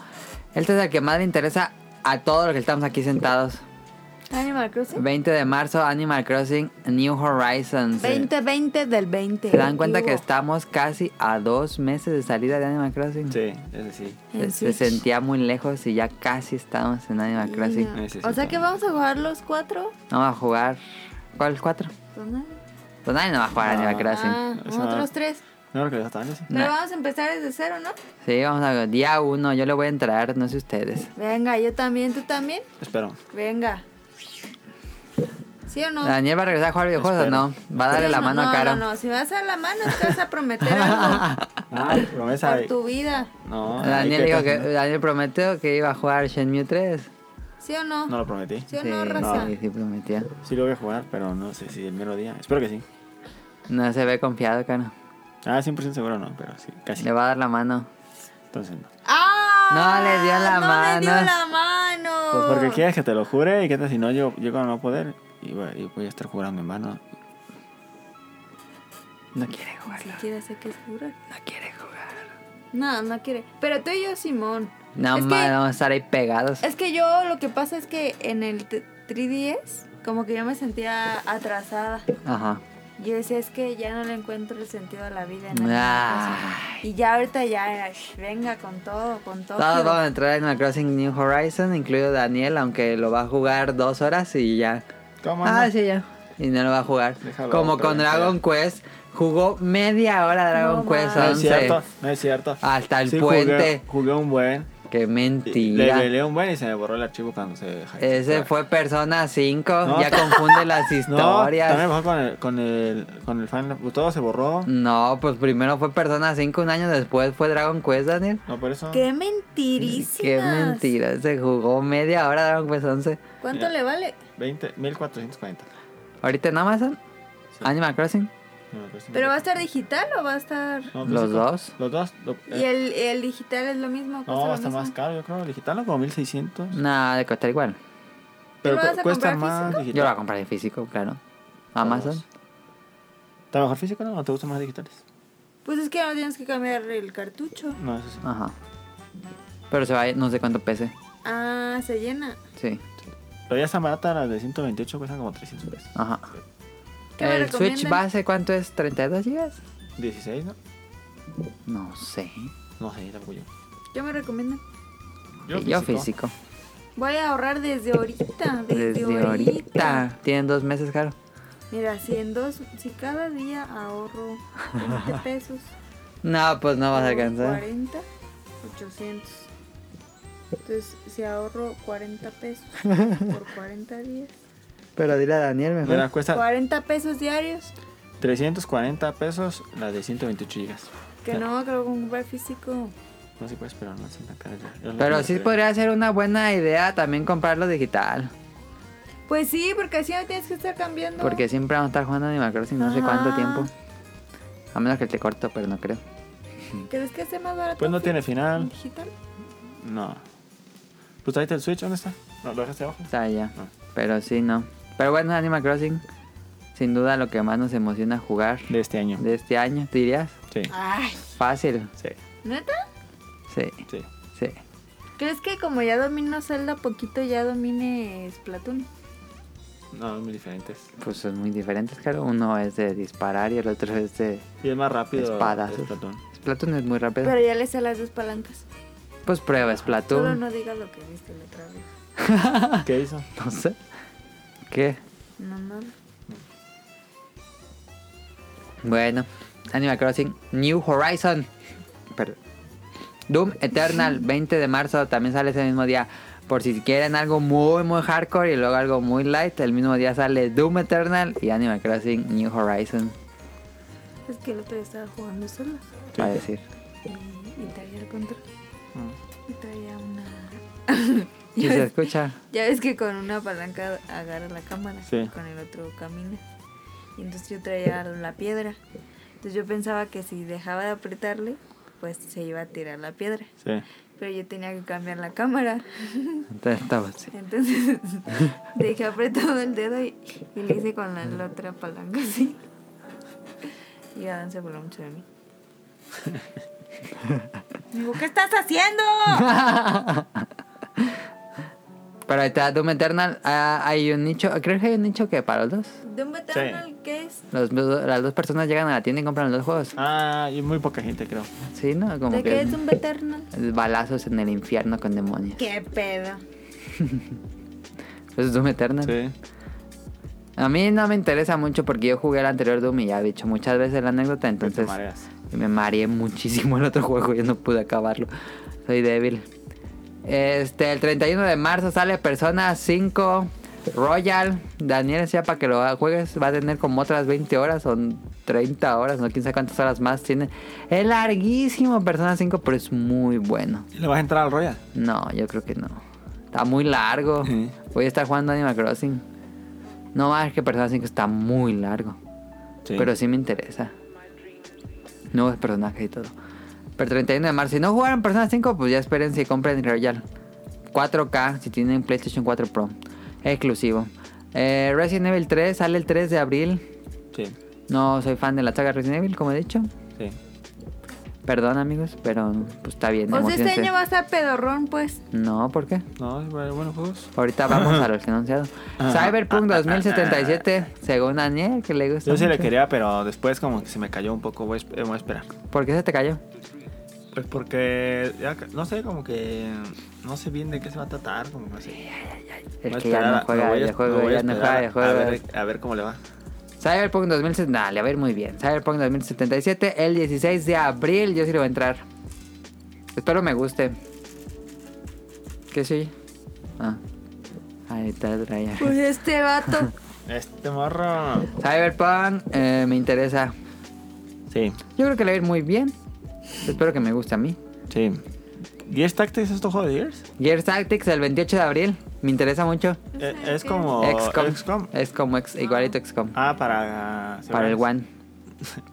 Speaker 2: Este es el que más le interesa a todos los que estamos aquí sentados.
Speaker 1: Animal Crossing.
Speaker 2: 20 de marzo, Animal Crossing New Horizons.
Speaker 1: 2020 del 20.
Speaker 2: ¿Se dan cuenta
Speaker 1: ¿Qué
Speaker 2: que
Speaker 1: hubo?
Speaker 2: estamos casi a dos meses de salida de Animal Crossing?
Speaker 3: Sí, ese sí.
Speaker 2: Se,
Speaker 1: En
Speaker 2: se
Speaker 1: Switch.
Speaker 2: sentía muy lejos y ya casi estamos en Animal Crossing.
Speaker 1: Mira.
Speaker 3: Ese sí
Speaker 1: O sea
Speaker 3: está.
Speaker 1: que vamos a jugar los cuatro.
Speaker 2: Vamos a jugar. ¿Cuál? ¿Cuatro?
Speaker 1: Pues nada.
Speaker 2: Pues nadie no va a jugar a
Speaker 3: No.
Speaker 2: Animal Crossing.
Speaker 1: Ah,
Speaker 3: Eso va.
Speaker 1: otros tres.
Speaker 3: No creo que lo estaban así.
Speaker 1: Pero
Speaker 2: Nah.
Speaker 1: vamos a empezar desde cero, ¿no?
Speaker 2: Sí, vamos a día uno, yo le voy a entrar, no sé ustedes.
Speaker 1: Venga, yo también, tú también.
Speaker 3: Espero.
Speaker 1: Venga. ¿Sí o no?
Speaker 2: ¿Daniel va a regresar a jugar videojuegos o no? Va a darle
Speaker 1: Sí,
Speaker 2: la
Speaker 1: no,
Speaker 2: mano
Speaker 1: no,
Speaker 2: a Caro.
Speaker 1: No, no, si vas a dar la mano, te vas a prometer algo
Speaker 3: Ah, promesa.
Speaker 1: por
Speaker 3: de-
Speaker 1: tu vida.
Speaker 3: No.
Speaker 2: Daniel
Speaker 3: ahí
Speaker 2: dijo
Speaker 3: estás
Speaker 2: que
Speaker 3: haciendo.
Speaker 2: Daniel prometió que iba a jugar Shenmue 3.
Speaker 1: ¿Sí o no?
Speaker 3: No lo prometí.
Speaker 1: ¿Sí o no, raza?
Speaker 2: sí, sí prometía.
Speaker 3: Sí lo voy a jugar, pero no sé si el mero día. Espero que sí.
Speaker 2: No se ve confiado, Caro.
Speaker 3: Ah, 100% seguro no, pero sí, casi.
Speaker 2: Le va a dar la mano.
Speaker 3: Entonces no.
Speaker 1: ¡Ah!
Speaker 2: No le dio la
Speaker 1: No le dio
Speaker 2: mano.
Speaker 1: la mano.
Speaker 3: Pues porque quieres que te lo jure y que si no, yo llego a no poder y voy, y voy a estar jugando en mano.
Speaker 2: No quiere jugarlo,
Speaker 1: Si quiere hacer que es pura.
Speaker 2: no quiere jugar.
Speaker 1: No, no quiere. Pero tú y yo, Simón.
Speaker 2: No
Speaker 1: Es
Speaker 2: más,
Speaker 1: que-
Speaker 2: vamos a estar ahí pegados.
Speaker 1: Es que yo lo que pasa es que en el t- 3DS, como que yo me sentía atrasada.
Speaker 2: Ajá.
Speaker 1: Yo decía, es que ya no le encuentro el sentido a la vida. En
Speaker 2: Ah.
Speaker 1: alguna cosa. y ya ahorita ya era, "Shh, venga con todo, con todo.
Speaker 2: Todos vamos a entrar a Animal Crossing New Horizon, incluido Daniel, aunque lo va a jugar dos horas y ya.
Speaker 3: ¿Cómo
Speaker 2: Ah,
Speaker 3: no?
Speaker 2: sí, ya. Y no lo va a jugar.
Speaker 3: Déjalo,
Speaker 2: Como
Speaker 3: otra
Speaker 2: con
Speaker 3: vez,
Speaker 2: Dragon Quest. Jugó media hora Dragon
Speaker 1: No
Speaker 2: Quest
Speaker 1: más.
Speaker 3: No es
Speaker 2: 11.
Speaker 3: cierto, no es cierto.
Speaker 2: Hasta el
Speaker 3: Sí, jugué-
Speaker 2: puente.
Speaker 3: Jugué, un buen.
Speaker 2: Qué
Speaker 3: y Le
Speaker 2: mentira.
Speaker 3: peleé un buen y se me borró el archivo cuando se hackeó.
Speaker 2: Ese fue Persona 5. ya
Speaker 3: No, ta-
Speaker 2: confunde las
Speaker 3: No,
Speaker 2: historias.
Speaker 3: también mejor con el, con el, con el fan. Todo se borró.
Speaker 2: No, pues primero fue Persona 5, un año después fue Dragon Quest, Daniel.
Speaker 3: No, por eso.
Speaker 1: ¡Qué mentirísimas!
Speaker 2: Qué mentira. Se jugó media hora Dragon Quest 11.
Speaker 1: ¿Cuánto
Speaker 3: Mira.
Speaker 1: le vale?
Speaker 3: 20, 1440.
Speaker 2: Ahorita en Amazon. Animal Crossing.
Speaker 3: No, pues,
Speaker 1: ¿Pero va a estar digital o va a estar...?
Speaker 3: no,
Speaker 2: Los
Speaker 3: físico.
Speaker 2: dos.
Speaker 3: Los dos. lo- eh,
Speaker 1: ¿Y el, el digital es lo mismo?
Speaker 3: no,
Speaker 1: ¿Cuesta
Speaker 3: va
Speaker 1: lo
Speaker 3: a estar
Speaker 1: mismo?
Speaker 3: más caro, yo creo. El digital ¿no? como 1600.
Speaker 2: Nada, de costar igual.
Speaker 3: Pero
Speaker 1: lo
Speaker 3: cu-
Speaker 1: vas a
Speaker 3: cuesta
Speaker 1: comprar físico?
Speaker 2: Yo lo
Speaker 3: más
Speaker 2: voy a
Speaker 3: digital.
Speaker 2: comprar en físico, claro. Amazon.
Speaker 3: ¿Está mejor físico no? ¿O te gustan más digitales?
Speaker 1: Pues es que ya no tienes que cambiar el cartucho.
Speaker 3: No, eso sí.
Speaker 2: Ajá. Pero se va, a- no sé cuánto pese.
Speaker 1: Ah, se llena.
Speaker 2: Sí.
Speaker 3: Pero ya está barata, las de 128 cuestan como 300 pesos.
Speaker 2: Ajá.
Speaker 1: ¿Qué me
Speaker 2: ¿El Switch
Speaker 1: recomiendan?
Speaker 2: base cuánto es? ¿32 gigas?
Speaker 3: 16, ¿no?
Speaker 2: No sé.
Speaker 3: No sé, tampoco yo.
Speaker 1: Yo me recomiendo.
Speaker 2: Yo físico.
Speaker 1: Voy a ahorrar desde ahorita. Desde,
Speaker 2: Desde
Speaker 1: Este, ahorita.
Speaker 2: ahorita. Tienen dos meses, Caro.
Speaker 1: Mira, si en dos, si cada día ahorro 20 pesos.
Speaker 2: No, pues no vas a
Speaker 1: por
Speaker 2: alcanzar.
Speaker 1: 40, 800. Entonces, si ahorro 40 pesos por 40 días.
Speaker 2: Pero dile a Daniel
Speaker 3: Mira, cuesta
Speaker 1: 40 pesos diarios.
Speaker 3: 340 pesos las de 128 gigas.
Speaker 1: Que no, creo que un comprar físico.
Speaker 3: No sé pues, pero no es tan cara. Yo- yo lo
Speaker 2: Pero
Speaker 3: que
Speaker 2: sí
Speaker 3: sé.
Speaker 2: podría ser una buena idea también comprarlo digital.
Speaker 1: Pues sí, porque así no tienes que estar cambiando.
Speaker 2: Porque siempre vamos a estar jugando Animal Crossing no sé cuánto
Speaker 1: Ajá.
Speaker 2: tiempo. A menos que te corto, pero no creo.
Speaker 1: ¿Crees que esté más barato?
Speaker 3: Pues no
Speaker 1: fi-
Speaker 3: tiene final.
Speaker 1: ¿Digital?
Speaker 3: No. Pues ahí está el Switch, ¿dónde está? No, lo dejaste abajo.
Speaker 2: Está allá.
Speaker 3: Ah.
Speaker 2: Pero sí, no. Pero bueno, Animal Crossing. sin duda lo que más nos emociona jugar
Speaker 3: De este año.
Speaker 2: de este año, ¿te dirías?
Speaker 3: Sí,
Speaker 1: Ay,
Speaker 2: Fácil,
Speaker 3: sí,
Speaker 1: ¿neta?
Speaker 2: sí,
Speaker 3: sí.
Speaker 2: sí.
Speaker 1: ¿Crees que como ya domino Zelda poquito, ya domine Splatoon?
Speaker 3: No, muy diferentes.
Speaker 2: Pues son muy diferentes, claro. Uno es de disparar y el otro es de...
Speaker 3: Y es más rápido.
Speaker 2: Espadas.
Speaker 3: el Splatoon.
Speaker 2: Splatoon es muy rápido.
Speaker 1: Pero ya le sé las dos palancas.
Speaker 2: Pues prueba
Speaker 1: Solo
Speaker 2: Splatoon.
Speaker 1: no digas lo que viste la otra vez.
Speaker 3: ¿Qué hizo?
Speaker 2: No sé. ¿Qué?
Speaker 1: No, no.
Speaker 2: Bueno, Animal Crossing New Horizon. Perdón. Doom Eternal, 20 de marzo, también sale ese mismo día. Por si quieren algo muy, muy hardcore y luego algo muy light, el mismo día sale Doom Eternal y Animal Crossing New Horizon,
Speaker 1: Es que el otro día estaba jugando sola.
Speaker 2: para decir.
Speaker 1: Y, y traía el control.
Speaker 3: Mm.
Speaker 1: Y traía una.
Speaker 2: ¿Y
Speaker 1: ya,
Speaker 2: se
Speaker 1: ves,
Speaker 2: escucha?
Speaker 1: ya ves que con una palanca agarra la cámara.
Speaker 3: Sí.
Speaker 1: Y con el otro camina. Y entonces yo traía la piedra. Entonces yo pensaba que si dejaba de apretarle, pues se iba a tirar la piedra.
Speaker 3: Sí.
Speaker 1: Pero yo tenía que cambiar la cámara.
Speaker 2: Entonces estaba así.
Speaker 1: Entonces dejé apretado el dedo y, y le hice con la, la otra palanca así. Y Adán se burló mucho de mí. Me dijo, ¿qué estás haciendo?
Speaker 2: Pero ahí está Doom Eternal, ah, hay un nicho, creo que hay un nicho que para los dos.
Speaker 1: ¿De un Eternal qué es?
Speaker 2: Los, las dos personas llegan a la tienda y compran los dos juegos.
Speaker 3: Ah, y muy poca gente, creo.
Speaker 2: Sí, ¿no? Como
Speaker 1: ¿De
Speaker 2: que
Speaker 1: qué es un Eternal?
Speaker 2: balazos en el infierno con demonios.
Speaker 1: ¿Qué pedo?
Speaker 2: Eso es Doom Eternal.
Speaker 3: Sí.
Speaker 2: A mí no me interesa mucho porque yo jugué el anterior Doom y ya he dicho muchas veces la anécdota,
Speaker 3: Entonces.
Speaker 2: entonces
Speaker 3: mareas.
Speaker 2: me mareé muchísimo el otro juego, yo no pude acabarlo. Soy débil. Este, el 31 de marzo sale Persona 5 Royal. Daniel, sea para que lo juegues, va a tener como otras 20 horas o 30 horas, no quién sabe cuántas horas más tiene. Es larguísimo Persona 5, pero es muy bueno.
Speaker 3: ¿Y le vas a entrar al Royal?
Speaker 2: No, yo creo que no. Está muy largo.
Speaker 3: Sí.
Speaker 2: Voy a estar jugando Animal Crossing. No más que Persona 5 está muy largo.
Speaker 3: Sí.
Speaker 2: Pero sí me interesa. Nuevos personajes y todo. Pero 31 de marzo. Si no jugaron Persona 5, pues ya esperen si compren el Royal. 4K si tienen PlayStation 4 Pro. Exclusivo. Eh, Resident Evil 3 sale el 3 de abril.
Speaker 3: Sí.
Speaker 2: No soy fan de la saga Resident Evil, como he dicho.
Speaker 3: Sí.
Speaker 2: Perdón, amigos, pero pues está bien.
Speaker 1: O sea, este
Speaker 2: emocionense.
Speaker 1: año va a estar pedorrón, pues.
Speaker 2: No, ¿por qué?
Speaker 3: No, es bueno, buenos juegos.
Speaker 2: Ahorita vamos a los anunciados. Cyberpunk 2077, según Daniel, que le gusta.
Speaker 3: Yo sí le
Speaker 2: mucho.
Speaker 3: quería, pero después como que se me cayó un poco. Voy, a esp- eh, voy a esperar.
Speaker 2: ¿Por qué se te cayó?
Speaker 3: Pues porque, ya ca- no sé, como que no sé bien de qué se va a tratar. Como que así.
Speaker 2: El
Speaker 3: Voy a
Speaker 2: que ya
Speaker 3: esperar
Speaker 2: no
Speaker 3: a-
Speaker 2: juega
Speaker 3: me voy a- me
Speaker 2: videojuegos,
Speaker 3: voy a
Speaker 2: ya no
Speaker 3: esperar
Speaker 2: juega
Speaker 3: a,
Speaker 2: videojuegos.
Speaker 3: ver, a ver cómo le va.
Speaker 2: Cyberpunk 2077, nah, le va a ir muy bien. Cyberpunk 2077, el 16 de abril, yo sí le voy a entrar. Espero me guste. ¿Qué sí? Ah. Ahí está el trailer.
Speaker 1: Pues este vato.
Speaker 3: Este morro.
Speaker 2: Cyberpunk eh, me interesa.
Speaker 3: Sí,
Speaker 2: Yo creo que le va a ir muy bien. Espero que me guste a mí.
Speaker 3: sí. ¿Y es Tactics es tu juego de Gears?
Speaker 2: Gears Tactics el 28 de abril. Me interesa mucho.
Speaker 3: Eh, es como
Speaker 2: XCOM. Es como ex- igualito XCOM.
Speaker 3: Ah, para
Speaker 2: para el One.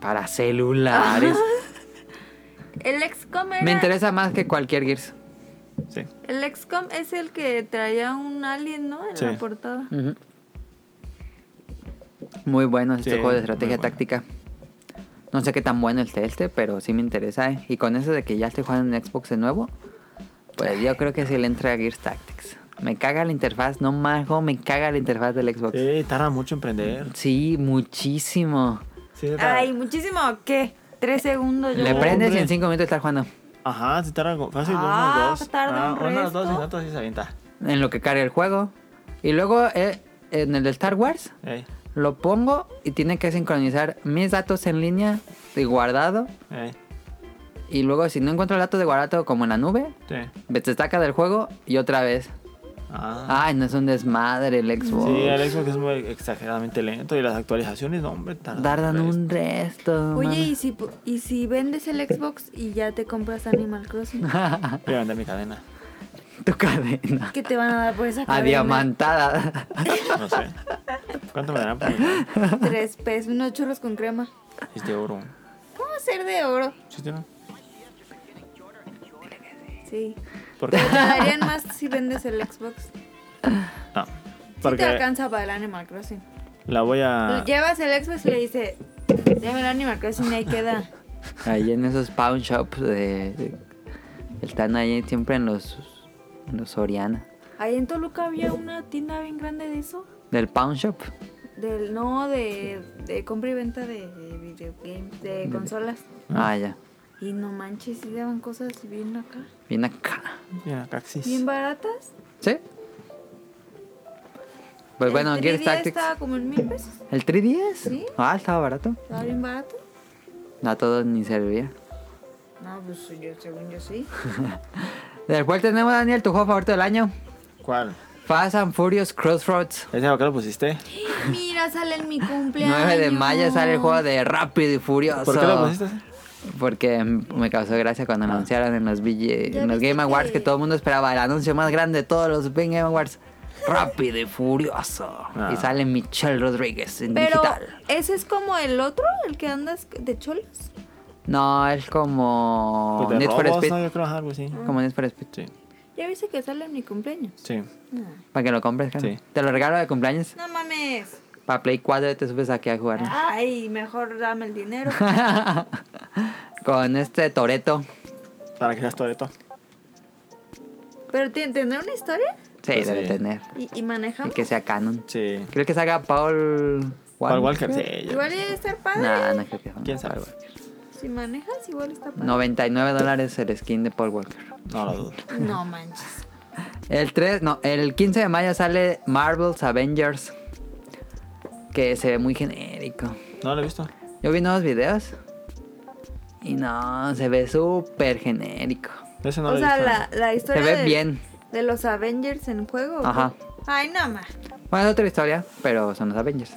Speaker 2: Para celulares.
Speaker 1: El XCOM
Speaker 2: Me
Speaker 1: era.
Speaker 2: interesa más que cualquier Gears.
Speaker 3: Sí.
Speaker 1: El XCOM es el que traía un alien, ¿no? En
Speaker 3: Sí.
Speaker 1: la portada.
Speaker 2: Ujú. Muy bueno este
Speaker 3: Sí,
Speaker 2: juego de
Speaker 3: muy
Speaker 2: estrategia
Speaker 3: bueno.
Speaker 2: táctica. No sé qué tan bueno esté este, pero sí me interesa. ¿eh? Y con eso de que ya estoy jugando en Xbox de nuevo, pues yo creo que sí le entra a Gears Tactics. Me caga la interfaz, no más, juego, me caga la interfaz del Xbox. Sí,
Speaker 3: Sí, tarda mucho en prender.
Speaker 2: muchísimo.
Speaker 3: Sí, tarda-
Speaker 1: Ay, muchísimo, ¿qué? Tres segundos. yo
Speaker 2: Le
Speaker 1: creo.
Speaker 2: prendes y
Speaker 3: hombre.
Speaker 2: en 5 minutos estás jugando.
Speaker 3: Ajá, sí tarda como fácil
Speaker 1: Ah,
Speaker 3: unos dos.
Speaker 1: tarda
Speaker 3: ah,
Speaker 1: un
Speaker 3: unos dos
Speaker 1: resto.
Speaker 3: minutos y se avienta.
Speaker 2: En lo que carga el juego. Y luego eh, en el de Star Wars,
Speaker 3: Ey,
Speaker 2: lo pongo y tiene que sincronizar mis datos en línea y guardado
Speaker 3: ey,
Speaker 2: Y luego si no encuentro el dato de guardado como en la nube,
Speaker 3: sí.
Speaker 2: me te saca del juego y otra vez.
Speaker 3: Ah.
Speaker 2: Ay, no es un desmadre el Xbox.
Speaker 3: Sí, el Xbox es muy exageradamente lento y las actualizaciones, no, hombre, tardan.
Speaker 2: Tardan
Speaker 3: resto.
Speaker 2: un resto.
Speaker 1: Oye,
Speaker 2: mami.
Speaker 1: ¿y si, pu- ¿y si vendes el Xbox y ya te compras Animal Crossing?
Speaker 3: Voy a vender mi cadena.
Speaker 2: tu cadena.
Speaker 1: ¿Qué te van a dar por esa cadena?
Speaker 2: Adiamantada.
Speaker 3: No sé. ¿Cuánto me darán por mi cadena?
Speaker 1: Tres pesos, unos churros con crema.
Speaker 3: Es de oro.
Speaker 1: ¿Cómo ser de oro?
Speaker 3: ¿Sí, tío?
Speaker 1: Sí.
Speaker 3: ¿Por qué?
Speaker 1: Te darían más si vendes el Xbox.
Speaker 3: No.
Speaker 1: Sí te
Speaker 3: Porque
Speaker 1: alcanza para el Animal Crossing.
Speaker 3: La voy
Speaker 2: Ah.
Speaker 3: a.
Speaker 1: Llevas el Xbox y le dice, déjame el Animal Crossing y ahí queda.
Speaker 2: Ahí en esos pawn shops de, de- están ahí siempre en los en los Soriana.
Speaker 1: Ahí en Toluca había una tienda bien grande de eso.
Speaker 2: Del pawn shop.
Speaker 1: Del, no, de, de compra y venta de, de videogames, de consolas.
Speaker 2: Ah, ya.
Speaker 1: Y no manches, sí daban cosas bien acá.
Speaker 2: Bien acá.
Speaker 3: Mira, Caxis.
Speaker 1: Bien baratas.
Speaker 2: ¿Sí? Pues
Speaker 1: El
Speaker 2: bueno,
Speaker 1: 3D
Speaker 2: Gears Tactics.
Speaker 1: estaba como en mil pesos.
Speaker 2: ¿El 3DS?
Speaker 1: Sí.
Speaker 2: Ah, estaba barato.
Speaker 1: Estaba bien barato.
Speaker 2: No a todos ni servía.
Speaker 1: No, pues yo, según yo sí.
Speaker 2: Después tenemos, Daniel, tu juego favorito del año.
Speaker 3: ¿Cuál?
Speaker 2: Fast and Furious Crossroads.
Speaker 3: ¿Ese acá lo pusiste?
Speaker 1: Mira, sale en mi cumpleaños.
Speaker 2: 9 de mayo sale el juego de Rápido y Furioso.
Speaker 3: ¿Por qué lo pusiste?
Speaker 2: Porque me causó gracia cuando anunciaron en los, BG
Speaker 1: ¿Ya
Speaker 2: en los
Speaker 1: viste
Speaker 2: Game Awards que...
Speaker 1: que
Speaker 2: todo el mundo esperaba el anuncio más grande de todos los Game Awards. Rápido y Furioso.
Speaker 3: Ah.
Speaker 2: Y sale Michelle Rodríguez en
Speaker 1: Pero,
Speaker 2: digital.
Speaker 1: ¿ese es como el otro? ¿El que andas de cholos?
Speaker 2: No, es como
Speaker 3: Pues de
Speaker 2: oh, Need for
Speaker 3: robos,
Speaker 2: Speed.
Speaker 3: ¿no? Yo creo ajá, algo así.
Speaker 2: Como Need for Speed.
Speaker 3: Sí,
Speaker 1: Ya viste que sale en mi cumpleaños.
Speaker 3: sí.
Speaker 1: No,
Speaker 2: Para que lo compres, Carmen.
Speaker 3: Sí.
Speaker 2: Te lo regalo de cumpleaños.
Speaker 1: No mames.
Speaker 2: Para Play 4 te subes aquí a
Speaker 1: Ah.
Speaker 2: jugar. ¿no?
Speaker 1: Ay, mejor dame el dinero.
Speaker 2: Con este Toreto.
Speaker 3: Para que seas Toreto.
Speaker 1: ¿Pero ti- tendrá una historia?
Speaker 2: Sí,
Speaker 3: Pues
Speaker 2: debe
Speaker 3: sí.
Speaker 2: tener.
Speaker 1: ¿Y, y
Speaker 2: Y
Speaker 1: manejamos?
Speaker 2: que sea canon.
Speaker 3: Sí.
Speaker 2: ¿Creo que salga Paul
Speaker 3: Paul Walker, sí. ya.
Speaker 1: Igual debe estar padre.
Speaker 2: Nah, no creo que salga
Speaker 3: ¿Quién sabe?
Speaker 2: Paul Walker.
Speaker 1: Si manejas, igual está padre.
Speaker 2: 99 dólares el skin de Paul Walker.
Speaker 3: No lo dudo.
Speaker 1: No manches.
Speaker 2: El 3, no, el 15 de mayo sale Marvel's Avengers. Que se ve muy genérico.
Speaker 3: No lo he visto.
Speaker 2: Yo vi nuevos videos. Y no, se ve súper genérico.
Speaker 3: Ese no
Speaker 1: o
Speaker 3: lo he
Speaker 1: sea,
Speaker 3: visto.
Speaker 1: la, la historia
Speaker 2: ve
Speaker 1: de,
Speaker 2: bien.
Speaker 1: de los Avengers en juego. ¿o
Speaker 2: Ajá.
Speaker 1: qué? Ay, no más.
Speaker 2: Bueno, es otra historia, pero son los Avengers.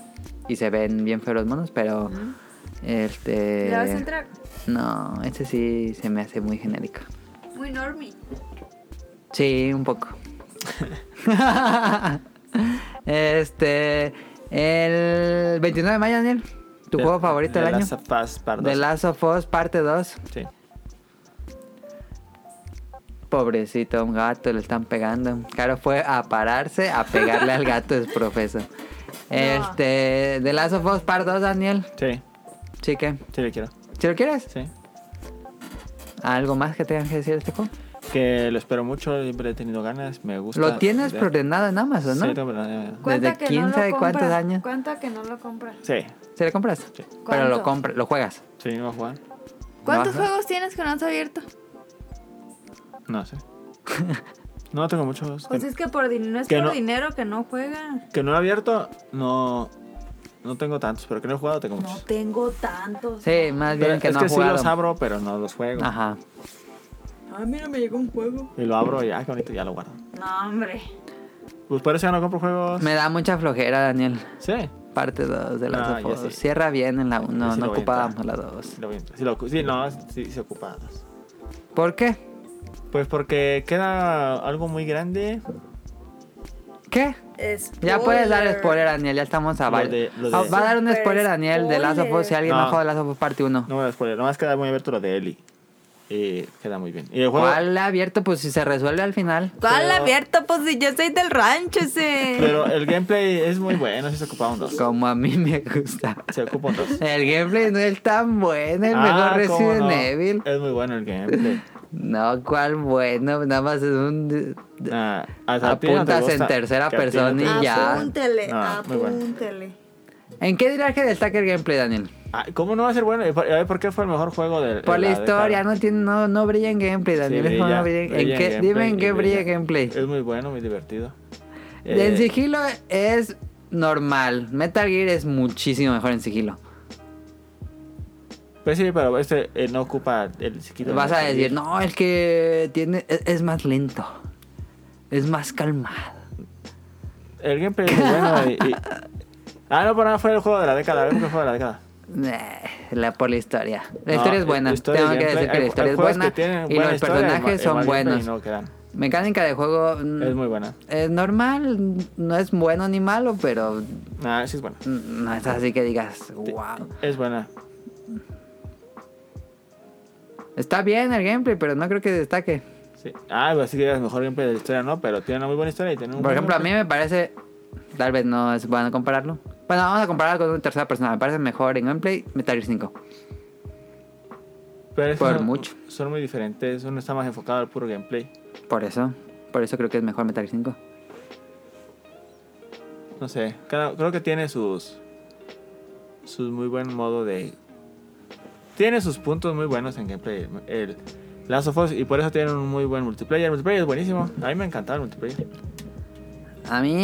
Speaker 2: Y se ven bien feos los monos, pero. Este.
Speaker 1: ¿Le vas a entrar?
Speaker 2: No, este sí se me hace muy genérico.
Speaker 1: Muy normie.
Speaker 2: Sí, un poco. este. El 29 de mayo, Daniel. ¿Tu
Speaker 3: De-
Speaker 2: juego favorito del
Speaker 3: de
Speaker 2: año?
Speaker 3: Last of Us Part
Speaker 2: The
Speaker 3: 2.
Speaker 2: Last of Us, parte 2.
Speaker 3: Sí.
Speaker 2: Pobrecito, un gato, le están pegando. Claro, fue a pararse, a pegarle al gato, es profeso. Este. The Last of Us, parte 2, Daniel.
Speaker 3: Sí.
Speaker 2: Sí, ¿qué?
Speaker 3: Sí, le quiero.
Speaker 2: Si lo quieres.
Speaker 3: Sí.
Speaker 2: ¿Algo más que tengan que decir de este juego?
Speaker 3: Que lo espero mucho, siempre he tenido ganas, me gusta.
Speaker 2: Lo tienes
Speaker 3: De-
Speaker 2: preordenado en Amazon,
Speaker 3: Sí,
Speaker 2: ¿no?
Speaker 3: tengo ordenado.
Speaker 1: Cuenta
Speaker 2: Desde
Speaker 1: que no
Speaker 2: quién
Speaker 1: lo
Speaker 2: sabe cuántos
Speaker 1: compra,
Speaker 2: años.
Speaker 1: Cuenta que no lo compras.
Speaker 3: Sí,
Speaker 2: ¿Se lo compras?
Speaker 3: Sí.
Speaker 2: Pero
Speaker 1: ¿Cuánto?
Speaker 2: lo compras, lo juegas.
Speaker 3: sí, iba a jugar.
Speaker 1: ¿Cuántos
Speaker 2: Ajá.
Speaker 1: juegos tienes que no has abierto?
Speaker 3: No sé. No tengo muchos.
Speaker 1: Pues
Speaker 3: que,
Speaker 1: es que por dinero no es
Speaker 3: que
Speaker 1: por
Speaker 3: no-
Speaker 1: dinero que no juega.
Speaker 3: que no he abierto, no. No tengo tantos, pero que no he jugado, tengo
Speaker 1: No
Speaker 3: muchos.
Speaker 1: tengo tantos.
Speaker 2: Sí, más
Speaker 3: Pero
Speaker 2: bien que
Speaker 3: es
Speaker 2: no
Speaker 3: que
Speaker 2: ha
Speaker 3: sí
Speaker 2: jugado.
Speaker 3: los abro, pero no los juego.
Speaker 2: Ajá.
Speaker 1: Ah, mira, me llegó un juego.
Speaker 3: Y lo abro y ah, qué bonito, ya lo guardo.
Speaker 1: No, hombre.
Speaker 3: Pues por eso ya no compro juegos.
Speaker 2: Me da mucha flojera, Daniel.
Speaker 3: Sí,
Speaker 2: Parte 2 de
Speaker 3: Ah,
Speaker 2: la
Speaker 3: ya sé.
Speaker 2: Cierra bien en la 1,
Speaker 3: Sí
Speaker 2: no
Speaker 3: lo voy a
Speaker 2: ocupábamos la
Speaker 3: entrar.
Speaker 2: 2.
Speaker 3: sí lo voy a entrar. Sí, lo- sí, no, sí, sí ocupadas.
Speaker 2: ¿Por qué?
Speaker 3: Pues porque queda algo muy grande.
Speaker 2: ¿Qué? Ya puedes dar spoiler, Daniel. Ya estamos a
Speaker 3: Lo
Speaker 2: baile.
Speaker 3: de- lo de-
Speaker 2: Ah, Va a dar un
Speaker 1: Super
Speaker 2: spoiler, Daniel, de Last of Us. Si
Speaker 1: spoiler.
Speaker 2: alguien no
Speaker 3: No.
Speaker 2: ha jugado Last of Us Parte 1.
Speaker 3: No me lo spoiler, nomás queda muy abierto lo de Eli. Y queda muy bien. Y el juego.
Speaker 2: ¿Cuál abierto? Pues si se resuelve al final.
Speaker 1: ¿Cuál
Speaker 3: Pero-
Speaker 1: abierto? Pues si yo soy del rancho ese.
Speaker 3: Pero el gameplay es muy bueno, sí se ocupa un 2.
Speaker 2: Como a mí me gusta.
Speaker 3: Se ocupa un 2.
Speaker 2: El gameplay no es tan bueno, el mejor
Speaker 3: Ah, cómo
Speaker 2: Resident
Speaker 3: no.
Speaker 2: Evil.
Speaker 3: Es muy bueno el gameplay.
Speaker 2: No, cuál bueno, nada más es un...
Speaker 3: Ah, hasta a ti no te
Speaker 2: Apuntas en
Speaker 3: gusta,
Speaker 2: tercera
Speaker 3: que a ti
Speaker 2: persona
Speaker 3: no te
Speaker 2: y
Speaker 3: gusta.
Speaker 2: ya.
Speaker 1: Apúntele,
Speaker 3: Ah, muy bueno.
Speaker 1: apúntele.
Speaker 2: ¿En qué dirás que destaca el gameplay, Daniel?
Speaker 3: Ah, ¿Cómo no va a ser bueno? ¿Y ¿Por, eh, por qué fue el mejor juego del
Speaker 2: Por la,
Speaker 3: de
Speaker 2: historia,
Speaker 3: década?
Speaker 2: no tiene, no, no brilla en gameplay, Daniel. es como
Speaker 3: brilla,
Speaker 2: no brilla en-
Speaker 3: brilla
Speaker 2: ¿en qué-
Speaker 3: gameplay
Speaker 2: dime en
Speaker 3: y
Speaker 2: qué brilla el gameplay.
Speaker 3: Es muy bueno, muy divertido.
Speaker 2: En
Speaker 3: Eh,
Speaker 2: sigilo es normal. Metal Gear es muchísimo mejor en sigilo.
Speaker 3: Pues sí, pero este eh, no ocupa el siquito.
Speaker 2: Vas a decir, no, es que tiene, e, es, es más lento. Es más calmado.
Speaker 3: El gameplay es muy bueno. y- y- Ah, no, por nada fue el juego de la década. A ver, ¿por qué fue de la década?
Speaker 2: Eh, La, por la historia. La
Speaker 3: No,
Speaker 2: historia es buena.
Speaker 3: la historia y
Speaker 2: Tengo que
Speaker 3: gameplay-
Speaker 2: decir que la
Speaker 3: hay-
Speaker 2: historia
Speaker 3: hay
Speaker 2: es
Speaker 3: juegos
Speaker 2: buena.
Speaker 3: que tienen
Speaker 2: Y
Speaker 3: buena
Speaker 2: los
Speaker 3: historia y
Speaker 2: personajes
Speaker 3: mal- y
Speaker 2: son
Speaker 3: mal gameplay y
Speaker 2: buenos.
Speaker 3: no quedan.
Speaker 2: Mecánica de juego. mm,
Speaker 3: Es muy buena.
Speaker 2: Es normal, no es bueno ni malo, pero mm,
Speaker 3: Ah, sí es buena.
Speaker 2: no es así que digas, wow.
Speaker 3: Es buena.
Speaker 2: Está bien el gameplay, pero no creo que destaque.
Speaker 3: Sí. Ah, pues sí que es mejor gameplay de la historia, no, pero tiene una muy buena historia y tiene un
Speaker 2: Por
Speaker 3: buen
Speaker 2: ejemplo, a mí
Speaker 3: gameplay.
Speaker 2: me parece, tal vez no es bueno compararlo, Bueno, vamos a comparar con una tercera persona. Me parece mejor en gameplay Metal Gear 5.
Speaker 3: Pero es que
Speaker 2: Por
Speaker 3: son-
Speaker 2: mucho.
Speaker 3: Son muy diferentes. Uno está más enfocado al puro gameplay.
Speaker 2: Por eso. Por eso creo que es mejor Metal Gear 5.
Speaker 3: No sé. cada- creo que tiene sus. Sus muy buen modo de. Tiene sus puntos muy buenos en gameplay. El Last of Us. Y por eso tiene un muy buen multiplayer. El multiplayer es buenísimo. A mí me encantaba el multiplayer.
Speaker 2: A mí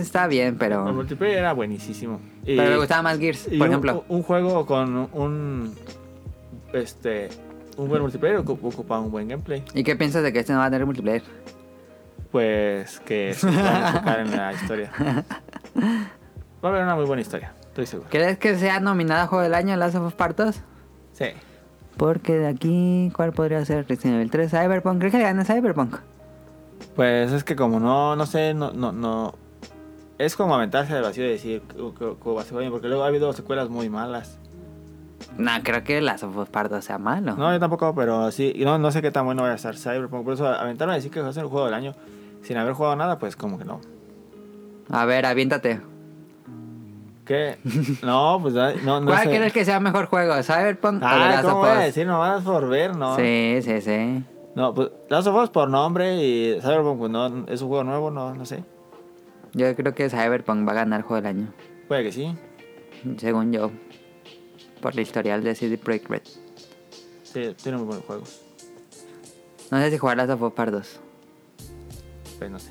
Speaker 2: está bien,
Speaker 3: El
Speaker 2: pero.
Speaker 3: multiplayer era buenísimo. Y-
Speaker 2: Pero me gustaba más Gears,
Speaker 3: y
Speaker 2: por
Speaker 3: un-
Speaker 2: ejemplo.
Speaker 3: Un, juego con un. Este. Un buen multiplayer ocu- ocupa un buen gameplay.
Speaker 2: ¿Y qué piensas de que este no va a tener multiplayer?
Speaker 3: Pues que se pueden enfocar en la historia. Va a haber una muy buena historia, estoy seguro.
Speaker 2: ¿Crees que sea nominada a Juego del Año en Last of Us Part 2?
Speaker 3: Sí.
Speaker 2: Porque de aquí, ¿cuál podría ser? Resident Evil 3, Cyberpunk. ¿Crees que le gane Cyberpunk?
Speaker 3: Pues es que como no, no sé, no, no, no. Es como aventarse al vacío y decir cu- cu- cu- va a ser bueno, porque luego ha habido secuelas muy malas.
Speaker 2: No, creo que Last of Us Part 2 sea malo.
Speaker 3: No, yo tampoco, pero sí, y no, no sé qué tan bueno va a estar Cyberpunk. Por eso aventarme a decir que va a ser el juego del año sin haber jugado nada, pues como que no.
Speaker 2: A ver, aviéntate.
Speaker 3: ¿Qué? No, pues no, no
Speaker 2: ¿Cuál
Speaker 3: sé.
Speaker 2: crees que sea mejor juego? ¿Cyberpunk o The
Speaker 3: Ah,
Speaker 2: Last
Speaker 3: ¿cómo
Speaker 2: of
Speaker 3: voy a
Speaker 2: Us?
Speaker 3: decir? Nomás por ver, ¿no?
Speaker 2: Sí, sí, sí.
Speaker 3: No, pues Last of Us por nombre y Cyberpunk pues no, es un juego nuevo, no, no sé.
Speaker 2: Yo creo que Cyberpunk va a ganar juego del año.
Speaker 3: Puede que sí.
Speaker 2: Según yo. Por el historial de CD Projekt Red.
Speaker 3: Sí, tiene muy buenos juegos.
Speaker 2: No sé si jugar Last of Us Part 2.
Speaker 3: Pues no sé.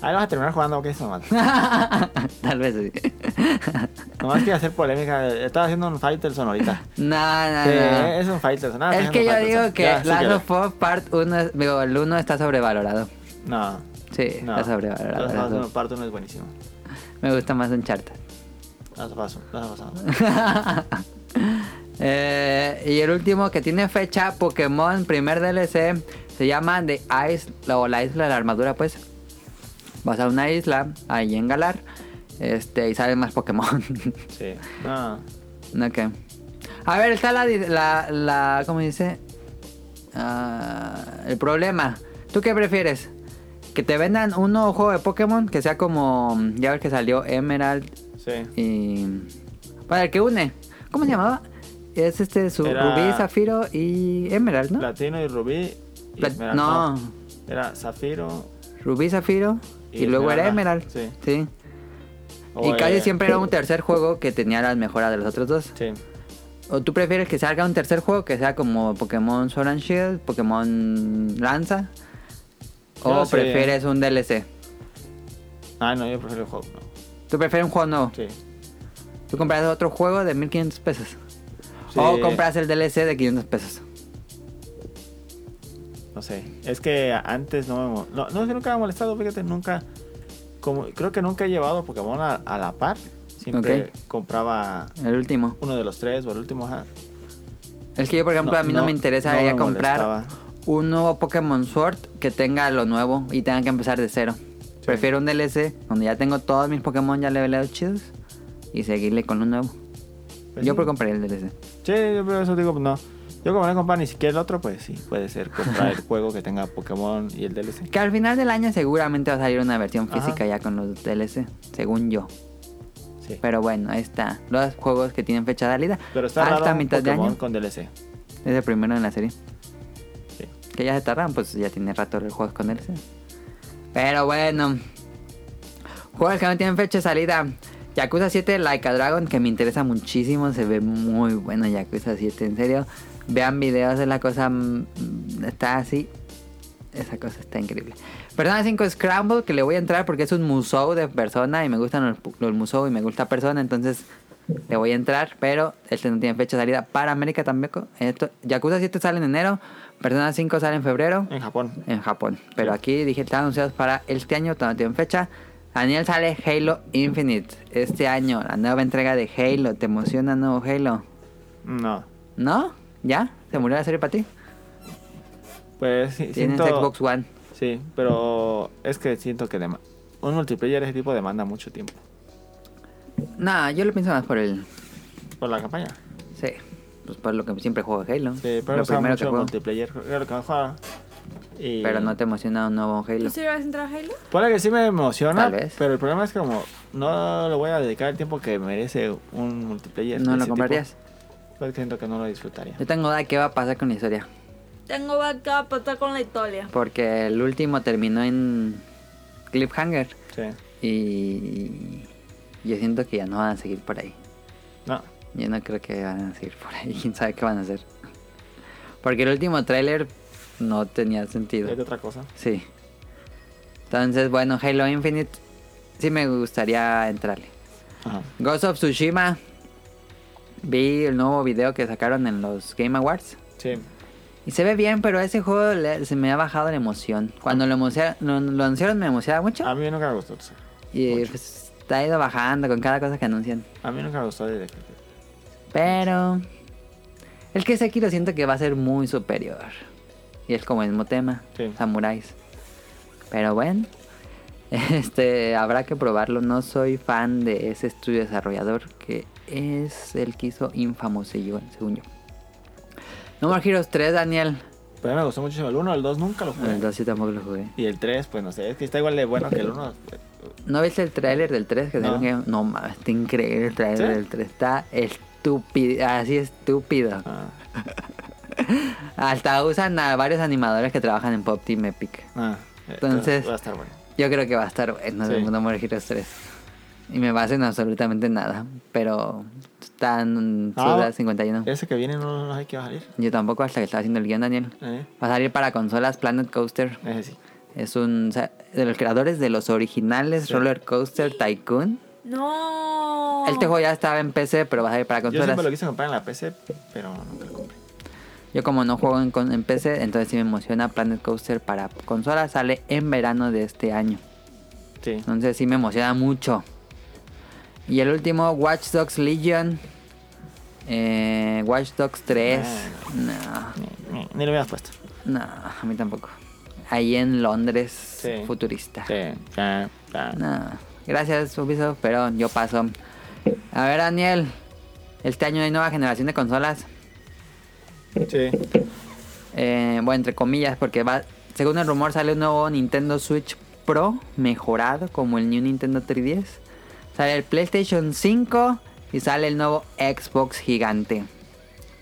Speaker 3: Ahí vas a terminar jugando, ¿qué es nomás?
Speaker 2: Tal vez sí.
Speaker 3: nomás que hacer polémica. Estaba haciendo un Fighterson ahorita.
Speaker 2: No, Ah, no,
Speaker 3: Sí,
Speaker 2: no.
Speaker 3: es un Fighterson. nada,
Speaker 2: Es
Speaker 3: está
Speaker 2: que yo
Speaker 3: haciendo
Speaker 2: digo
Speaker 3: Fighterson.
Speaker 2: que
Speaker 3: Ya, sí
Speaker 2: Last
Speaker 3: quedó.
Speaker 2: of Us Part 1, digo, el 1 está sobrevalorado.
Speaker 3: No.
Speaker 2: Sí,
Speaker 3: No.
Speaker 2: está sobrevalorado.
Speaker 3: Last of Us
Speaker 2: Last
Speaker 3: no,
Speaker 2: of-
Speaker 3: Part uno es buenísimo.
Speaker 2: Me gusta más Uncharted.
Speaker 3: Last of Us, Last of Us.
Speaker 2: Eh, y el último que tiene fecha, Pokémon primer DLC, se llama The Isla o la isla de la armadura, pues. Vas a una isla ahí en Galar, este, y salen más Pokémon.
Speaker 3: Sí. No.
Speaker 2: ok. A ver, está la, di- la, la ¿cómo dice? Ah, el problema. ¿Tú qué prefieres? Que te vendan un nuevo juego de Pokémon que sea como, mm, ya ves que salió Emerald
Speaker 3: Sí.
Speaker 2: y. Para el que une. ¿Cómo se llamaba? Es este su
Speaker 3: Era-
Speaker 2: rubí, zafiro y emerald, ¿no?
Speaker 3: Platino y Rubí. y
Speaker 2: Plat-
Speaker 3: Esmeralda.
Speaker 2: no,
Speaker 3: Era Zafiro.
Speaker 2: rubí, zafiro y,
Speaker 3: Y
Speaker 2: luego era emerald.
Speaker 3: Esmeralda,
Speaker 2: Sí.
Speaker 3: o,
Speaker 2: y casi
Speaker 3: eh,
Speaker 2: siempre era un tercer juego que tenía las mejoras de los otros dos.
Speaker 3: Sí.
Speaker 2: ¿O tú prefieres que salga un tercer juego que sea como Pokémon Sword and Shield, Pokémon Lanza? ¿O
Speaker 3: Yo sí.
Speaker 2: prefieres un DLC?
Speaker 3: Ah, no, yo prefiero el juego. No.
Speaker 2: ¿Tú prefieres un juego nuevo?
Speaker 3: Sí.
Speaker 2: ¿Tú compras otro juego de 1500 pesos?
Speaker 3: Sí.
Speaker 2: ¿O compras el DLC de 500 pesos?
Speaker 3: No sé. Es que antes no me. mo- No, no es que nunca me ha molestado, fíjate, nunca. Como, creo que nunca he llevado Pokémon a, a la par. Siempre
Speaker 2: Ok.
Speaker 3: compraba
Speaker 2: El último.
Speaker 3: uno de los tres o el último. ajá.
Speaker 2: Es que yo, por ejemplo, a mí no, me interesa
Speaker 3: no
Speaker 2: ir a
Speaker 3: me
Speaker 2: comprar
Speaker 3: molestaba.
Speaker 2: un nuevo Pokémon Sword que tenga lo nuevo y tenga que empezar de cero. Prefiero un DLC donde ya tengo todos mis Pokémon ya levelados chidos y seguirle con un nuevo.
Speaker 3: Pues
Speaker 2: yo
Speaker 3: sí.
Speaker 2: por compraría el DLC.
Speaker 3: Sí, yo por eso digo, no. Yo como no he comprado ni siquiera el otro, pues sí, puede ser comprar el juego que tenga Pokémon y el DLC.
Speaker 2: Que al final del año seguramente va a salir una versión
Speaker 3: Ajá.
Speaker 2: física ya con los DLC, según yo.
Speaker 3: Sí.
Speaker 2: Pero bueno, ahí está. Los juegos que tienen fecha de salida
Speaker 3: Pero está
Speaker 2: hasta
Speaker 3: raro un
Speaker 2: mitad de
Speaker 3: Pokémon
Speaker 2: año.
Speaker 3: con DLC.
Speaker 2: Es el primero en la serie.
Speaker 3: Sí.
Speaker 2: Que ya se tardan, pues ya tiene rato los juegos con él. sí. Pero bueno. Juegos que no tienen fecha de salida. Yakuza 7 Like a Dragon, que me interesa muchísimo. Se ve muy bueno Yakuza 7, en serio. Vean videos, es la cosa... mm, Está así. Esa cosa está increíble. Persona 5 Scramble, que le voy a entrar porque es un musou de persona y me gustan los, pu- los musou y me gusta persona, entonces le voy a entrar, pero este no tiene fecha de salida para América tampoco. Esto, Yakuza 7 sale en enero, Persona 5 sale en febrero
Speaker 3: En Japón.
Speaker 2: en Japón, pero aquí dije están anunciados para este año, todavía no tienen fecha. Daniel sale Halo Infinite este año, la nueva entrega de Halo. ¿Te emociona nuevo Halo?
Speaker 3: No.
Speaker 2: ¿No? ¿Ya? ¿Se murió la serie para ti?
Speaker 3: Pues sí,
Speaker 2: Tienes
Speaker 3: siento...
Speaker 2: Xbox One.
Speaker 3: Sí, pero es que siento que dema- un multiplayer de ese tipo demanda mucho tiempo.
Speaker 2: No, yo lo pienso más por el
Speaker 3: Por la campaña.
Speaker 2: Sí, pues por lo que siempre juego Halo.
Speaker 3: Sí, pero
Speaker 2: lo
Speaker 3: usaba
Speaker 2: primero que
Speaker 3: mucho
Speaker 2: juego.
Speaker 3: multiplayer. Era lo que más jugaba. Y Y-
Speaker 2: Pero no te emociona un nuevo
Speaker 1: ¿Tú
Speaker 2: Halo.
Speaker 1: sí vas a entrar a Halo?
Speaker 3: Ponle que sí me emociona,
Speaker 2: Tal vez.
Speaker 3: pero el problema es que como no le voy a dedicar el tiempo que merece un multiplayer.
Speaker 2: ¿No
Speaker 3: de
Speaker 2: lo
Speaker 3: ese
Speaker 2: comprarías?
Speaker 3: tipo, pues siento que no lo disfrutaría.
Speaker 2: Yo tengo duda de qué va a pasar con la historia.
Speaker 1: Tengo vaca para estar con la Italia.
Speaker 2: Porque el último terminó en Cliffhanger.
Speaker 3: Sí.
Speaker 2: Y yo siento que ya no van a seguir por ahí.
Speaker 3: No.
Speaker 2: Yo no creo que van a seguir por ahí. ¿Quién sabe qué van a hacer? Porque el último tráiler no tenía sentido.
Speaker 3: Es de otra cosa.
Speaker 2: Sí. Entonces, bueno, Halo Infinite sí me gustaría entrarle.
Speaker 3: Ajá.
Speaker 2: Ghost of Tsushima. Vi el nuevo video que sacaron en los Game Awards.
Speaker 3: Sí.
Speaker 2: Y se ve bien, pero ese juego le- se me ha bajado la emoción. Cuando lo, emocia- lo- lo anunciaron me emocionaba mucho.
Speaker 3: A mí nunca me gustó. o sea,
Speaker 2: y pues, ha ido bajando con cada cosa que anuncian.
Speaker 3: A mí nunca me gustó de
Speaker 2: Pero... El que es aquí lo siento que va a ser muy superior. Y es como el mismo tema.
Speaker 3: Sí.
Speaker 2: Samuráis. Pero bueno. Este, habrá que probarlo. No soy fan de ese estudio desarrollador que es el que hizo Infamous, según según yo. No More Heroes 3, Daniel.
Speaker 3: Pero me gustó muchísimo el 1, el 2 nunca lo jugué.
Speaker 2: El 2 yo tampoco lo jugué.
Speaker 3: Y el 3, pues no sé, es que está igual de bueno que el 1.
Speaker 2: ¿No viste el tráiler del 3? Que
Speaker 3: No.
Speaker 2: salió en Game- No mames, está increíble el tráiler
Speaker 3: ¿Sí?
Speaker 2: del 3. Está estúpido, así estúpido.
Speaker 3: Ah,
Speaker 2: Hasta usan a varios animadores que trabajan en Pop Team Epic.
Speaker 3: ah,
Speaker 2: Entonces-
Speaker 3: Va a estar bueno.
Speaker 2: Yo creo que va a estar bueno
Speaker 3: Sí.
Speaker 2: el mundo More Heroes 3. Y me basen en absolutamente nada. Pero están
Speaker 3: Ah,
Speaker 2: Suda 51.
Speaker 3: Ese que viene no, no sé qué va a salir.
Speaker 2: Yo tampoco hasta que estaba haciendo el guión, Daniel.
Speaker 3: ¿Eh?
Speaker 2: Va a salir para consolas Planet Coaster.
Speaker 3: Ese sí.
Speaker 2: Es un o sea, de los creadores de los originales
Speaker 3: Sí.
Speaker 2: Roller Coaster Tycoon.
Speaker 1: No.
Speaker 2: Este juego ya estaba en PC, pero va a salir para
Speaker 3: Yo
Speaker 2: consolas.
Speaker 3: siempre lo quise comprar en la PC, pero nunca lo compré.
Speaker 2: Yo como no juego en, con- en PC, entonces sí me emociona Planet Coaster para consolas. Sale en verano de este año.
Speaker 3: Sí.
Speaker 2: Entonces sí me emociona mucho. Y el último, Watch Dogs Legion. Eh, Watch Dogs 3. No,
Speaker 3: Ni, ni- ni lo hubieras puesto.
Speaker 2: no, a mí tampoco. Ahí en Londres,
Speaker 3: Sí.
Speaker 2: futurista.
Speaker 3: Sí. Ah, ah.
Speaker 2: No, gracias Ubisoft, pero yo paso. A ver, Daniel. Este año hay nueva generación de consolas.
Speaker 3: Sí.
Speaker 2: Eh, bueno, entre comillas, porque va, según el rumor sale un nuevo Nintendo Switch Pro mejorado, como el New Nintendo 3DS. Sale el PlayStation 5 y sale el nuevo Xbox gigante,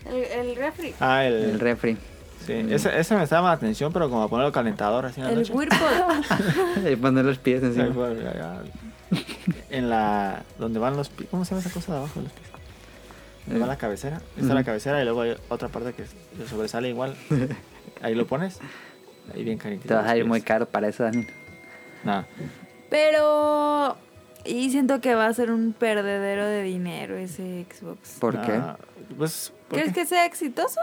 Speaker 1: El, el refri.
Speaker 3: Ah, el.
Speaker 2: el refri.
Speaker 3: sí. Ese, ese me estaba la atención, pero como poner el calentador así en la
Speaker 1: El
Speaker 3: noche.
Speaker 1: Whirlpool.
Speaker 2: Y poner los pies
Speaker 3: Sí,
Speaker 2: encima.
Speaker 3: fue- ah, En la. donde van los pies. ¿Cómo se llama esa cosa de abajo de los pies? Donde va la cabecera. Esa es la
Speaker 2: Ujú.
Speaker 3: cabecera y luego hay otra parte que sobresale igual. Ahí lo pones. Ahí bien calientito.
Speaker 2: Te va a
Speaker 3: los
Speaker 2: salir
Speaker 3: pies.
Speaker 2: muy caro para eso, Daniel.
Speaker 3: No.
Speaker 1: Pero. Y siento que va a ser un perdedero de dinero ese Xbox.
Speaker 2: ¿Por
Speaker 3: No,
Speaker 2: qué?
Speaker 3: Pues. ¿por
Speaker 1: ¿Crees
Speaker 3: qué?
Speaker 1: que sea exitoso?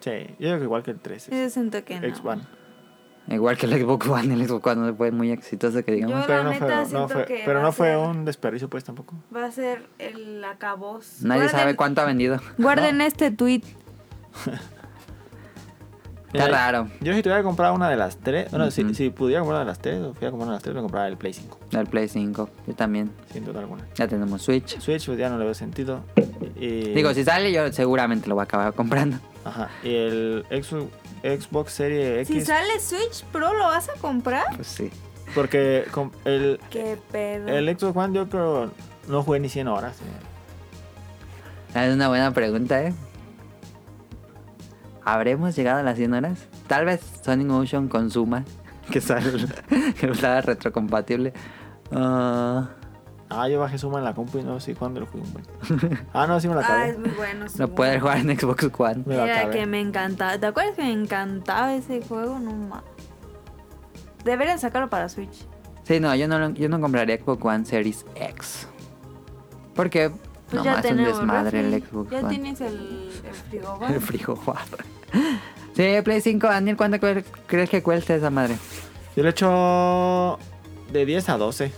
Speaker 3: Sí, yo creo que igual que el 3.
Speaker 1: Yo siento que no.
Speaker 3: Xbox One.
Speaker 2: Igual que el Xbox One, el Xbox One no fue muy exitoso que digamos.
Speaker 1: Yo-
Speaker 3: Pero
Speaker 1: la
Speaker 3: no
Speaker 1: neta
Speaker 3: fue, no
Speaker 1: siento
Speaker 3: fue,
Speaker 1: que
Speaker 3: pero
Speaker 1: va
Speaker 3: no
Speaker 1: a
Speaker 3: fue
Speaker 1: ser-
Speaker 3: un desperdicio, pues tampoco.
Speaker 1: Va a ser el acabos.
Speaker 2: Nadie sabe
Speaker 1: Guarden-
Speaker 2: cuánto ha vendido.
Speaker 1: Guarden este tweet.
Speaker 2: Está
Speaker 3: Mira,
Speaker 2: raro.
Speaker 3: Yo si tuviera comprado una de las tres, bueno,
Speaker 2: Ujú.
Speaker 3: si, si pudiera comprar una de las tres, o fuera a comprar una de las tres, me compraba el Play 5,
Speaker 2: El Play 5, yo también.
Speaker 3: sin duda alguna.
Speaker 2: Ya tenemos Switch.
Speaker 3: Switch pues ya no le veo sentido. Y,
Speaker 2: Digo, si sale yo seguramente lo voy a acabar comprando.
Speaker 3: Ajá, y el Xbox, Xbox Series X,
Speaker 1: Si sale Switch Pro, ¿lo vas a comprar?
Speaker 2: Pues sí.
Speaker 3: porque com- el,
Speaker 1: Qué pedo.
Speaker 3: el Xbox One yo creo no jugué ni 100 horas. eh.
Speaker 2: Ah, Es una buena pregunta, ¿eh? ¿Habremos llegado a las 100 horas? Tal vez Sonic Motion consuma. Que sale. que estaba retrocompatible. Ah,
Speaker 3: Ah, yo bajé suma en la compu y no sé cuándo lo jugué un buen. Ah, no, sí me la
Speaker 1: Ah, es
Speaker 3: acabé.
Speaker 1: muy bueno. sí,
Speaker 2: no
Speaker 1: bueno.
Speaker 2: puedes jugar en Xbox One.
Speaker 3: Me la
Speaker 1: Era
Speaker 3: acabé.
Speaker 1: que me encantaba. ¿Te acuerdas que me encantaba ese juego? No ma. Deberían sacarlo para Switch. Pues
Speaker 2: Sí, no, yo no, lo- yo no compraría Xbox One Series X. Porque
Speaker 1: Pues
Speaker 2: no nomás es un desmadre
Speaker 1: refri.
Speaker 2: el Xbox
Speaker 1: Ya
Speaker 2: One.
Speaker 1: tienes el, el frigobar.
Speaker 2: El frío Sí, Play 5, Daniel, ¿cuánto cre- crees que cueste esa madre?
Speaker 3: Yo le echo de 10 a 12.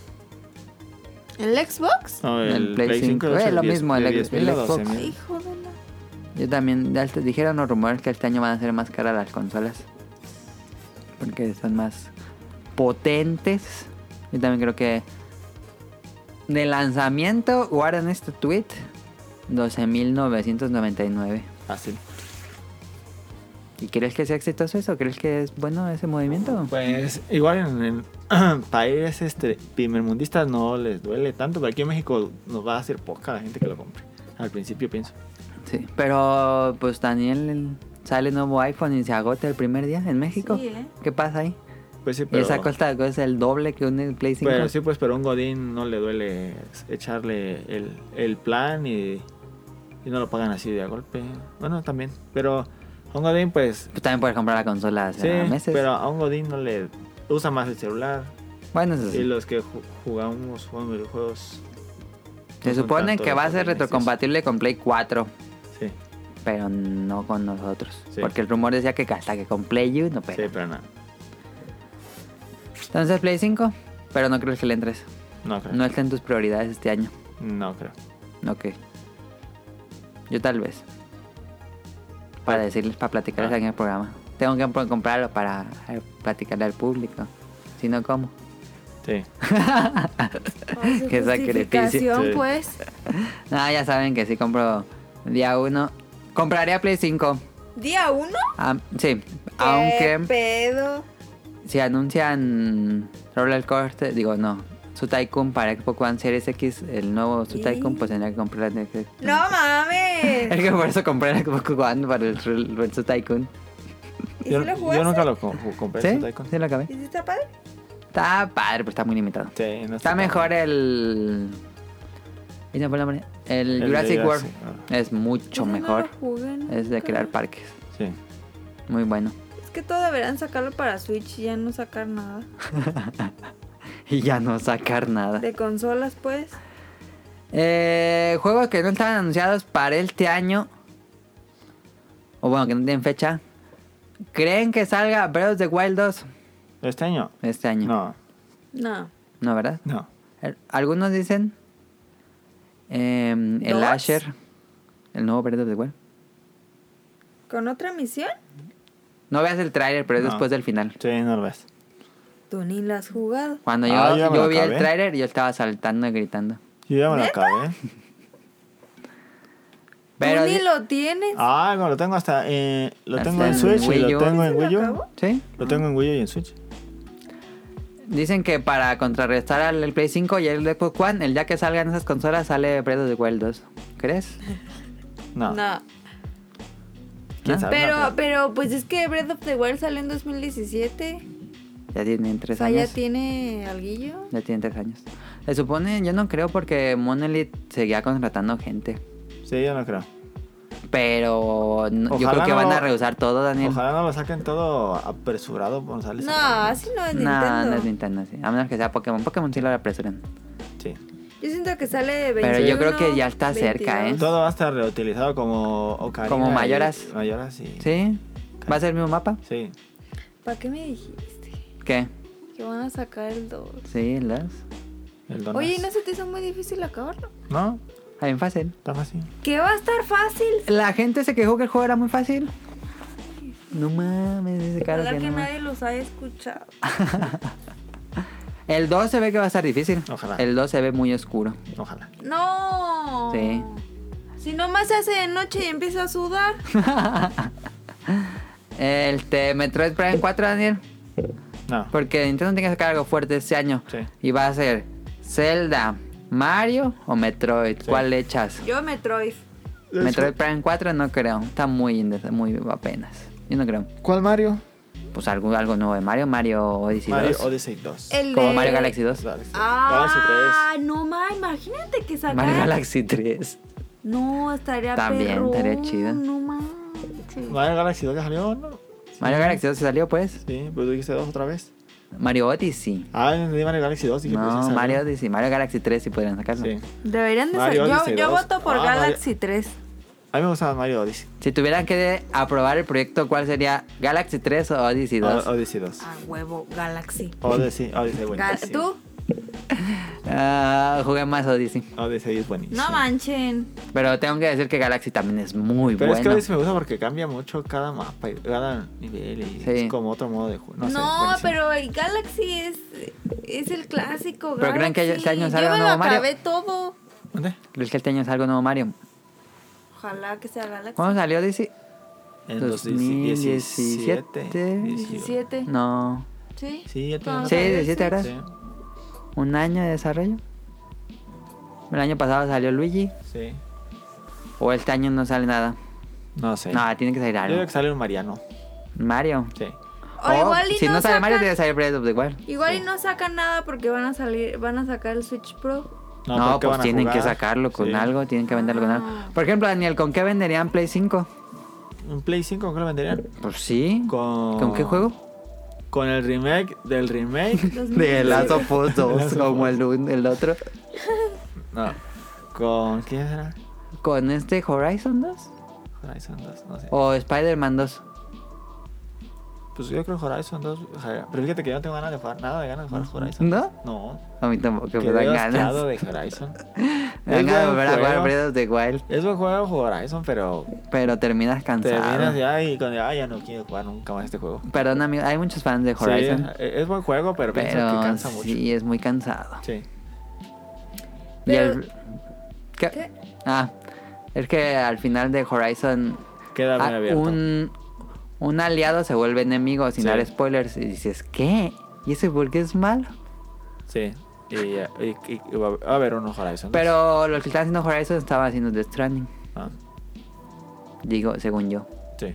Speaker 1: ¿El Xbox?
Speaker 3: No,
Speaker 2: El
Speaker 3: el,
Speaker 2: Play
Speaker 3: Play, 5,
Speaker 2: cinco,
Speaker 3: de
Speaker 2: eh, lo
Speaker 3: 10,
Speaker 2: mismo, el
Speaker 3: de
Speaker 2: X-
Speaker 3: 10,000
Speaker 2: el
Speaker 3: a 12,000.
Speaker 1: Hijo de la.
Speaker 2: Yo también, ya te dijeron los rumores que este año van a ser más caras las consolas. Porque son más potentes. Yo también creo que de lanzamiento, guardan este
Speaker 3: Ah,
Speaker 2: tweet, 12.999.
Speaker 3: Fácil.
Speaker 2: ¿Y crees que sea exitoso eso? ¿Crees que es bueno ese movimiento?
Speaker 3: Pues igual en, en países este, primermundistas no les duele tanto, pero aquí en México nos va a hacer poca la gente que lo compre. Al principio pienso.
Speaker 2: Sí. Pero pues Daniel sale nuevo iPhone y se agota el primer día en México.
Speaker 1: Sí, ¿eh?
Speaker 2: ¿Qué pasa ahí?
Speaker 3: Pues sí,
Speaker 2: Y
Speaker 3: pero,
Speaker 2: esa costa es el doble que un Play 5.
Speaker 3: pero sí, pues pero a un Godín no le duele echarle el, el plan y, y no lo pagan así de a golpe. Bueno, también. Pero a un Godín pues
Speaker 2: Pues también puedes comprar la consola hace
Speaker 3: sí,
Speaker 2: Pues, meses.
Speaker 3: pero a un Godín no le usa más el celular.
Speaker 2: Bueno, eso sí.
Speaker 3: Y los que ju- jugamos, jugamos videojuegos.
Speaker 2: Se
Speaker 3: no son
Speaker 2: supone
Speaker 3: tanto
Speaker 2: que
Speaker 3: de
Speaker 2: va a ser
Speaker 3: Godines,
Speaker 2: retrocompatible con Play 4,
Speaker 3: Sí,
Speaker 2: pero no con nosotros.
Speaker 3: Sí.
Speaker 2: Porque el rumor decía que hasta que con Play U no
Speaker 3: sí,
Speaker 2: pega.
Speaker 3: pero nada.
Speaker 2: Entonces Play 5, pero no crees que le entres.
Speaker 3: No creo.
Speaker 2: No está en tus prioridades este año.
Speaker 3: No creo.
Speaker 2: Ok. Yo tal vez. Para decirles, para platicarles
Speaker 3: Ah.
Speaker 2: aquí en el programa. Tengo que pro- comprarlo para eh, platicarle al público. Si no, ¿cómo?
Speaker 3: Sí.
Speaker 1: Por su
Speaker 2: Qué sacrificio.
Speaker 1: justificación,
Speaker 3: Sí.
Speaker 1: pues.
Speaker 2: Ah, ya saben que sí compro día uno. Compraría Play 5.
Speaker 1: ¿Día uno?
Speaker 2: Ah, sí,
Speaker 1: ¿Qué
Speaker 2: aunque
Speaker 1: pedo?
Speaker 2: si anuncian Roller Coaster, digo no, su Tycoon para Xbox One Series X, el nuevo su
Speaker 1: Y-
Speaker 2: Tycoon, pues tendría que comprar el de-
Speaker 1: ¡No mames!
Speaker 2: Es que por eso compré el Xbox One para el, Roll- para el su Tycoon.
Speaker 1: ¿Y
Speaker 3: Yo,
Speaker 1: si lo
Speaker 3: yo
Speaker 1: jugaste?
Speaker 3: nunca lo co- ju- compré.
Speaker 2: ¿Sí?
Speaker 3: ese Tycoon.
Speaker 2: ¿Sí lo acabé?
Speaker 1: ¿Y si está padre?
Speaker 2: Está padre, pero está muy limitado.
Speaker 3: Sí, este no
Speaker 2: Está
Speaker 3: tan-
Speaker 2: mejor el... ¿y se me fue el nombre? El,
Speaker 3: El
Speaker 2: Jurassic
Speaker 3: de
Speaker 2: World.
Speaker 3: Jurassic, ah.
Speaker 2: Es mucho
Speaker 1: Ese Pues no
Speaker 2: mejor.
Speaker 1: lo jugué nunca.
Speaker 2: Es de crear parques.
Speaker 3: Sí.
Speaker 2: Muy bueno.
Speaker 1: Es que todo deberán sacarlo para Switch y ya no sacar nada.
Speaker 2: Y ya no sacar nada.
Speaker 1: De consolas, pues.
Speaker 2: Eh, juegos que no estaban anunciados para este año. O bueno, que no tienen fecha. ¿Creen que salga Breath of the Wild 2
Speaker 3: ¿Este año?
Speaker 2: este año?
Speaker 3: No,
Speaker 1: No.
Speaker 2: No, ¿verdad?
Speaker 3: no.
Speaker 2: El- Algunos dicen eh, el
Speaker 1: ¿Dos?
Speaker 2: Asher, el nuevo Breath of the Wild.
Speaker 1: ¿Con otra misión?
Speaker 2: No veas el tráiler, pero es
Speaker 3: No.
Speaker 2: después del final.
Speaker 3: Sí, no lo ves.
Speaker 1: Tú ni la has jugado.
Speaker 2: Cuando yo,
Speaker 3: Ah, ya me
Speaker 2: yo
Speaker 3: lo
Speaker 2: vi el
Speaker 3: acabé.
Speaker 2: tráiler, yo estaba saltando y gritando.
Speaker 3: Yo ya me lo acabé.
Speaker 2: Pero
Speaker 1: Tú ni
Speaker 2: di-
Speaker 1: lo tienes.
Speaker 3: Ah, no, lo tengo hasta. eh, lo
Speaker 2: Hasta
Speaker 3: tengo en
Speaker 2: en
Speaker 3: Switch y
Speaker 2: Wii U.
Speaker 3: lo tengo en
Speaker 1: ¿Se lo
Speaker 3: Wii U.
Speaker 1: acabó?
Speaker 2: ¿Sí?
Speaker 3: Lo tengo en Wii U y en Switch.
Speaker 2: Dicen que para contrarrestar al el Play 5 y el Xbox One, el día que salgan esas consolas sale Breath of the Wild 2. ¿Crees?
Speaker 3: No.
Speaker 1: No.
Speaker 3: ¿Quién
Speaker 2: ¿No?
Speaker 3: sabe?
Speaker 1: Pero,
Speaker 3: No,
Speaker 1: pero, pues es que Breath of the Wild salió en 2017.
Speaker 2: Ya tienen
Speaker 1: O
Speaker 2: tres
Speaker 1: sea, ya
Speaker 2: años.
Speaker 1: tiene alguillo.
Speaker 2: Ya tienen tres años. Se supone, yo no creo porque Monolith seguía contratando gente.
Speaker 3: Sí, yo no creo.
Speaker 2: Pero no- yo
Speaker 3: Ojalá
Speaker 2: creo que
Speaker 3: no
Speaker 2: van a
Speaker 3: lo-
Speaker 2: rehusar todo, Daniel.
Speaker 3: Ojalá no lo saquen todo apresurado, González.
Speaker 1: No, así no es
Speaker 2: No,
Speaker 1: Nintendo.
Speaker 2: no es Nintendo, sí. A menos que sea Pokémon. Pokémon sí lo apresuran.
Speaker 3: Sí.
Speaker 1: Yo siento que sale de 21,
Speaker 2: Pero yo creo que ya está cerca, ¿eh?
Speaker 3: Todo va a estar reutilizado como Ocarina
Speaker 2: Como
Speaker 3: y-
Speaker 2: Mayoras.
Speaker 3: Mayoras, sí.
Speaker 2: ¿Sí? ¿Va a ser el mismo mapa?
Speaker 3: Sí.
Speaker 1: ¿Para qué me dijiste?
Speaker 2: ¿Qué?
Speaker 1: Que van a sacar el 2.
Speaker 2: Sí, las.
Speaker 3: El Donas.
Speaker 1: Oye, ¿y ¿no se te hizo muy difícil acabarlo?
Speaker 3: No,
Speaker 2: Está Ah, bien fácil.
Speaker 3: está fácil.
Speaker 1: Que va a estar fácil.
Speaker 2: La gente se quejó que el juego era muy fácil. No mames, ese cara
Speaker 1: Ojalá
Speaker 2: que
Speaker 1: que
Speaker 2: no mames.
Speaker 1: nadie los haya escuchado.
Speaker 2: El 2 se ve que va a estar difícil.
Speaker 3: Ojalá.
Speaker 2: El 2 se ve muy oscuro.
Speaker 3: Ojalá.
Speaker 1: No.
Speaker 2: Sí.
Speaker 1: Si nomás se hace de noche y empieza a sudar.
Speaker 2: El te Metroid Prime 4, Daniel.
Speaker 3: No.
Speaker 2: Porque Nintendo tiene que sacar algo fuerte este año.
Speaker 3: Sí.
Speaker 2: Y va a ser Zelda, Mario o Metroid. ¿Cuál le echas?
Speaker 1: Yo Metroid.
Speaker 2: Metroid Prime 4 no creo. Está muy, indes- muy apenas. Yo no creo.
Speaker 3: ¿Cuál Mario?
Speaker 2: Pues algo, algo nuevo de Mario. Mario Odyssey
Speaker 3: Mario
Speaker 2: 2.
Speaker 3: Odyssey 2.
Speaker 1: El
Speaker 2: Como
Speaker 1: de-
Speaker 2: Mario Galaxy 2.
Speaker 3: Galaxy,
Speaker 1: Ah, no ma, imagínate que sacar.
Speaker 2: Mario Galaxy 3.
Speaker 1: No, estaría
Speaker 2: También,
Speaker 1: perrón,
Speaker 2: estaría chido.
Speaker 1: No ma. sí.
Speaker 3: 3. Mario Galaxy 2 que salió, ¿no?
Speaker 2: Mario Galaxy 2 se salió pues.
Speaker 3: Sí, pero tú dijiste 2 otra vez.
Speaker 2: Mario Odyssey.
Speaker 3: Ah, yo entendí Mario Galaxy 2. Dije, pues,
Speaker 2: No,
Speaker 3: sí salió.
Speaker 2: Mario Odyssey. Mario Galaxy 3 si podrían sacarlo.
Speaker 3: Sí.
Speaker 1: Deberían de
Speaker 3: Mario
Speaker 1: ser. Yo,
Speaker 3: Odyssey
Speaker 1: yo
Speaker 3: 2.
Speaker 1: voto por
Speaker 3: Ah, Mario-
Speaker 1: Galaxy 3.
Speaker 3: A mí me gustaba Mario Odyssey.
Speaker 2: Si tuvieran que aprobar el proyecto, ¿cuál sería? ¿Galaxy 3 o Odyssey 2?
Speaker 3: O- Odyssey 2.
Speaker 1: A huevo, Galaxy.
Speaker 3: Odyssey, Odyssey
Speaker 1: Ah. Ga-
Speaker 3: buenísimo.
Speaker 1: ¿Tú?
Speaker 2: Ah, jugué más Odyssey.
Speaker 3: Odyssey es buenísimo.
Speaker 1: No manchen.
Speaker 2: Pero tengo que decir que Galaxy también es muy
Speaker 3: Pero es que
Speaker 2: bueno.
Speaker 3: Odyssey me gusta porque cambia mucho cada mapa y cada nivel y
Speaker 2: Sí.
Speaker 3: es como otro modo de juego. No,
Speaker 1: No,
Speaker 3: sé, buenísimo.
Speaker 1: pero el Galaxy es, es el clásico.
Speaker 2: ¿Pero creen que
Speaker 1: Galaxy.
Speaker 2: este año salga
Speaker 1: Yo me
Speaker 2: nuevo
Speaker 1: lo
Speaker 2: Mario?
Speaker 1: acabé todo.
Speaker 3: ¿Dónde?
Speaker 2: ¿Crees que este año es algo nuevo Mario?
Speaker 1: Ojalá que sea Galaxy.
Speaker 2: ¿Cuándo salió Odyssey?
Speaker 3: En
Speaker 2: 2017,
Speaker 3: 2017.
Speaker 1: 17.
Speaker 2: No.
Speaker 1: ¿Sí?
Speaker 3: Sí, ya tenemos-
Speaker 2: Sí,
Speaker 1: tal vez
Speaker 2: 17 horas.
Speaker 3: Sí,
Speaker 2: Un año de desarrollo. El año pasado salió Luigi.
Speaker 3: sí.
Speaker 2: O este año no sale nada.
Speaker 3: No sé.
Speaker 2: No, tiene que salir
Speaker 3: Yo creo
Speaker 2: algo.
Speaker 3: que sale un Mariano.
Speaker 2: Mario. Oh,
Speaker 3: Sí.
Speaker 1: O igual y
Speaker 2: si no,
Speaker 1: no
Speaker 2: sale Mario,
Speaker 1: sacan-
Speaker 2: tiene que salir Breath of the Wild.
Speaker 1: Igual y no sacan nada porque van a salir, van a sacar el Switch Pro.
Speaker 2: No,
Speaker 3: ¿por qué
Speaker 2: pues
Speaker 3: van a
Speaker 2: tienen
Speaker 3: jugar?
Speaker 2: que sacarlo con
Speaker 3: Sí.
Speaker 2: algo, tienen que venderlo con
Speaker 1: Ah.
Speaker 2: algo. Por ejemplo, Daniel, ¿con qué venderían Play 5?
Speaker 3: ¿Un Play 5 con qué lo venderían?
Speaker 2: Pues sí. ¿Con,
Speaker 3: Con...
Speaker 2: qué juego?
Speaker 3: Con el remake del remake.
Speaker 1: Dos mil-
Speaker 2: De Last of Us 2,
Speaker 3: Us
Speaker 2: como el, un- el otro.
Speaker 3: no. ¿Con quién será?
Speaker 2: ¿Con este Horizon 2?
Speaker 3: Horizon 2, no sé.
Speaker 2: ¿O Spider-Man 2?
Speaker 3: Pues yo creo Horizon 2. o sea, pero fíjate que yo no tengo ganas de jugar, nada de ganas de jugar Horizon.
Speaker 2: ¿No?
Speaker 3: No.
Speaker 2: A mí tampoco, que me
Speaker 3: Quedé
Speaker 2: dan ganas.
Speaker 3: asqueado de Horizon.
Speaker 2: Me dan ganas de
Speaker 3: buen
Speaker 2: volver a jugar
Speaker 3: juego.
Speaker 2: Breath of the Wild,
Speaker 3: Es buen juego Horizon, pero
Speaker 2: pero terminas cansado.
Speaker 3: terminas ya y cuando ah, ya no quiero jugar nunca más este juego.
Speaker 2: Perdón, amigo, hay muchos fans de
Speaker 3: Sí, e,
Speaker 2: Horizon,
Speaker 3: es es buen juego, pero, pienso
Speaker 2: pero
Speaker 3: que cansa mucho.
Speaker 2: sí, es muy cansado.
Speaker 3: Sí.
Speaker 2: Y
Speaker 1: Pero-
Speaker 2: el- ¿Qué?
Speaker 1: ¿Qué?
Speaker 2: Ah, es que al final de Horizon
Speaker 3: Queda bien
Speaker 2: ah,
Speaker 3: abierto.
Speaker 2: un, un aliado se vuelve enemigo sin
Speaker 3: Sí.
Speaker 2: dar spoilers y dices, ¿qué? ¿Y ese por qué es malo?
Speaker 3: Sí. Y, ya- y- y- y va va a haber uno Horizon.
Speaker 2: Pero lo que están haciendo Horizon estaba haciendo The Stranding,
Speaker 3: Ah,
Speaker 2: digo, según yo.
Speaker 3: sí.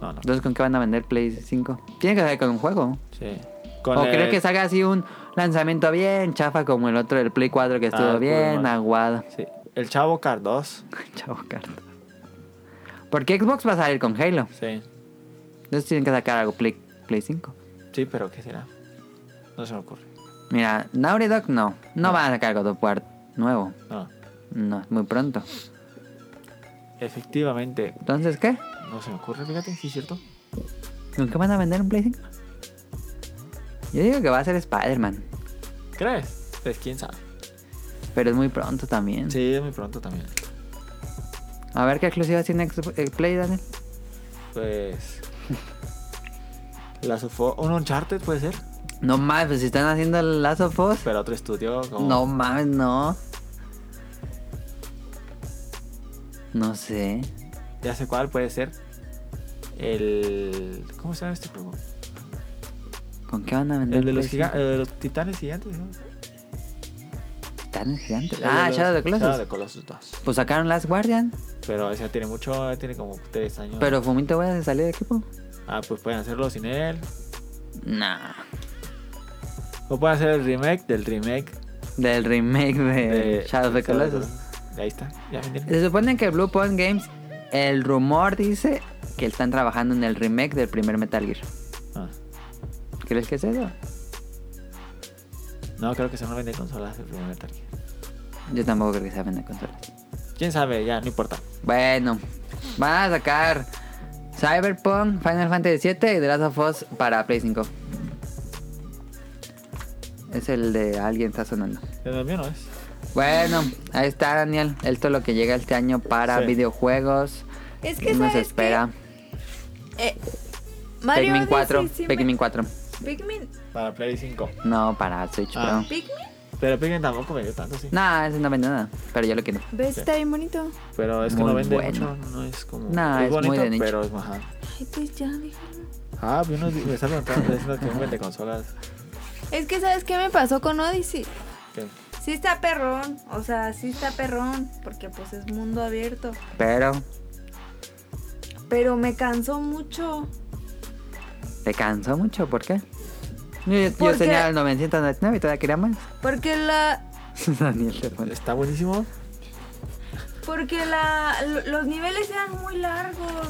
Speaker 3: No, no.
Speaker 2: Entonces, ¿con qué van a vender Play 5? Tiene que ser con un juego.
Speaker 3: Sí. Con
Speaker 2: o
Speaker 3: el-
Speaker 2: creo que salga así un lanzamiento bien chafa como el otro del Play 4 que estuvo
Speaker 3: Ah,
Speaker 2: bien
Speaker 3: Pullman.
Speaker 2: aguado.
Speaker 3: sí. El Chavo Car 2.
Speaker 2: Chavo carta. Porque Xbox va a salir con Halo.
Speaker 3: Sí.
Speaker 2: Entonces tienen que sacar algo Play, Play 5.
Speaker 3: Sí, pero ¿qué será? No se me ocurre.
Speaker 2: Mira, Naughty Dog no. No, van a sacar God of War nuevo.
Speaker 3: No.
Speaker 2: No, es muy pronto.
Speaker 3: Efectivamente,
Speaker 2: Entonces, ¿qué?
Speaker 3: no se me ocurre. Fíjate, sí es cierto.
Speaker 2: ¿Con qué van a vender un Play 5? Yo digo que va a ser Spider-Man.
Speaker 3: ¿Crees? Pues quién sabe.
Speaker 2: Pero es muy pronto también.
Speaker 3: Sí, muy pronto también.
Speaker 2: A ver qué exclusivas tiene Xbox- eh, Play, Daniel.
Speaker 3: Pues. La sufó. Un Uncharted puede ser.
Speaker 2: No mames, pues si están haciendo el Last of Us.
Speaker 3: Pero otro estudio como.
Speaker 2: No mames, no. No sé.
Speaker 3: Ya sé cuál puede ser. El. ¿Cómo se llama este juego?
Speaker 2: ¿Con qué van a vender?
Speaker 3: El de los,
Speaker 2: Play
Speaker 3: giga- el de los titanes gigantes. ¿no?
Speaker 2: cinco? Titanes gigantes.
Speaker 3: El de
Speaker 2: Ah,
Speaker 3: los-
Speaker 2: Shadow of the Colossus.
Speaker 3: Shadow of the Colossus 2.
Speaker 2: Pues sacaron Last Guardian.
Speaker 3: Pero ese ya tiene mucho, ya tiene como 3 años.
Speaker 2: Pero Fumito voy a salir de equipo.
Speaker 3: Ah, pues pueden hacerlo sin él.
Speaker 2: Nah.
Speaker 3: O pueden hacer el remake del remake
Speaker 2: Del remake de,
Speaker 3: de
Speaker 2: Eh, Shadow of the Colossus.
Speaker 3: Ahí está, ya me entiendes.
Speaker 2: Se supone que Blue Point Games, el rumor dice que están trabajando en el remake del primer Metal Gear.
Speaker 3: Ah.
Speaker 2: ¿Crees que es eso?
Speaker 3: No, creo que se no vende consolas el primer Metal Gear.
Speaker 2: Yo tampoco creo que sea vender consolas.
Speaker 3: Quién sabe, ya, no importa.
Speaker 2: Bueno, van a sacar Cyberpunk, Final Fantasy VII y The Last of Us para Play 5. Es el de alguien está sonando.
Speaker 3: El mío no es.
Speaker 2: Bueno, ahí está Daniel. Esto es lo que llega este año para
Speaker 3: Sí.
Speaker 2: videojuegos.
Speaker 1: Es que
Speaker 2: nos
Speaker 1: ¿sabes
Speaker 2: espera
Speaker 1: qué? Eh, Mario
Speaker 2: Pikmin
Speaker 1: Odyssey
Speaker 2: 4,
Speaker 1: sí me-
Speaker 2: Pikmin 4.
Speaker 1: Pikmin.
Speaker 3: Para Play 5.
Speaker 2: No, para Switch
Speaker 3: Ah.
Speaker 2: Pro.
Speaker 1: Pikmin.
Speaker 3: Pero Pikmin tampoco vendió tanto, sí.
Speaker 2: No, ese no vende nada, pero yo lo quiero.
Speaker 1: ¿Ves? Está bien bonito.
Speaker 3: Pero es que
Speaker 2: Muy
Speaker 3: no vende
Speaker 2: bueno.
Speaker 3: mucho, no es como.
Speaker 2: No, es muy de nicho.
Speaker 3: pero es más.
Speaker 1: Ay, pues ya, déjalo.
Speaker 3: Ah, vi uno me está preguntando está diciendo que no vende consolas.
Speaker 1: Es que ¿sabes qué me pasó con Odyssey?
Speaker 3: ¿Qué?
Speaker 1: Sí está perrón, o sea, sí está perrón, porque pues es mundo abierto.
Speaker 2: Pero
Speaker 1: Pero me cansó mucho.
Speaker 2: te cansó mucho, ¿por qué? Yo, yo
Speaker 1: Porque-
Speaker 2: tenía el 999 y todavía quería más.
Speaker 1: Porque la.
Speaker 2: Daniel te pone.
Speaker 3: Está buenísimo.
Speaker 1: Porque la. lo- Los niveles eran muy largos.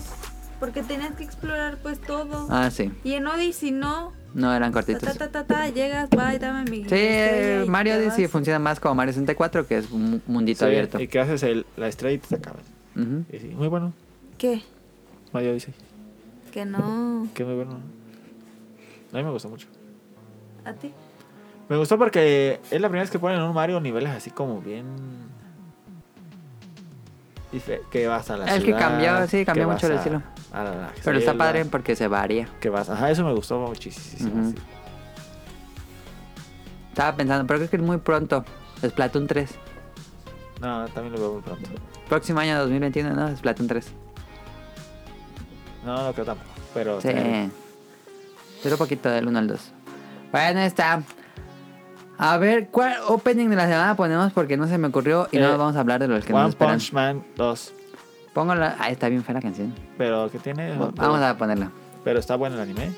Speaker 1: Porque tenías que explorar pues todo.
Speaker 2: Ah, sí.
Speaker 1: Y en Odyssey no.
Speaker 2: No eran
Speaker 1: Ta,
Speaker 2: cortitos.
Speaker 1: ta, ta, ta, ta, llegas, va y dame mi.
Speaker 2: Sí, eh,
Speaker 1: estrella y
Speaker 2: Mario
Speaker 1: te
Speaker 2: Odyssey
Speaker 1: vas.
Speaker 2: funciona más como Mario 64, que es un mundito
Speaker 3: Sí,
Speaker 2: abierto.
Speaker 3: Y que haces el, la estrella y te acabas.
Speaker 2: Ujú.
Speaker 3: Y sí, muy bueno.
Speaker 1: ¿Qué?
Speaker 3: Mario dice
Speaker 1: Que no.
Speaker 3: que muy bueno. A mí me gustó mucho.
Speaker 1: ¿A ti?
Speaker 3: Me gustó porque es la primera vez que ponen en un Mario niveles así como bien. y fe- Que vas a la
Speaker 2: Es que
Speaker 3: ciudad,
Speaker 2: cambió, sí, cambió
Speaker 3: vas
Speaker 2: mucho el
Speaker 3: a-
Speaker 2: estilo.
Speaker 3: a la- la
Speaker 2: Pero está
Speaker 3: selva,
Speaker 2: padre porque se varía.
Speaker 3: Que vas. Ajá, eso me gustó muchísimo.
Speaker 2: Ujú.
Speaker 3: sí.
Speaker 2: Estaba pensando, pero creo que es muy pronto. Splatoon 3.
Speaker 3: No, también lo veo muy pronto.
Speaker 2: Próximo año 2021, ¿no? Splatoon 3.
Speaker 3: No, no creo tampoco. Pero.
Speaker 2: Sí.
Speaker 3: está bien.
Speaker 2: Pero poquito del 1 al 2. Bueno, ahí está. A ver, ¿cuál opening de la semana ponemos? Porque no se me ocurrió y
Speaker 3: Eh,
Speaker 2: no vamos a hablar de los que nos
Speaker 3: One
Speaker 2: esperan.
Speaker 3: Punch Man 2.
Speaker 2: Pongo la... Ah, está bien fea la canción.
Speaker 3: Pero que tiene.
Speaker 2: Vamos a ponerla.
Speaker 3: Pero está bueno el anime.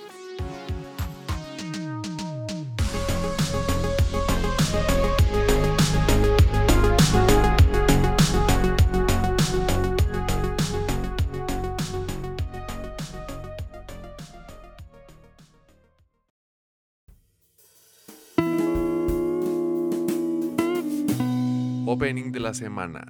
Speaker 4: Opening de la semana.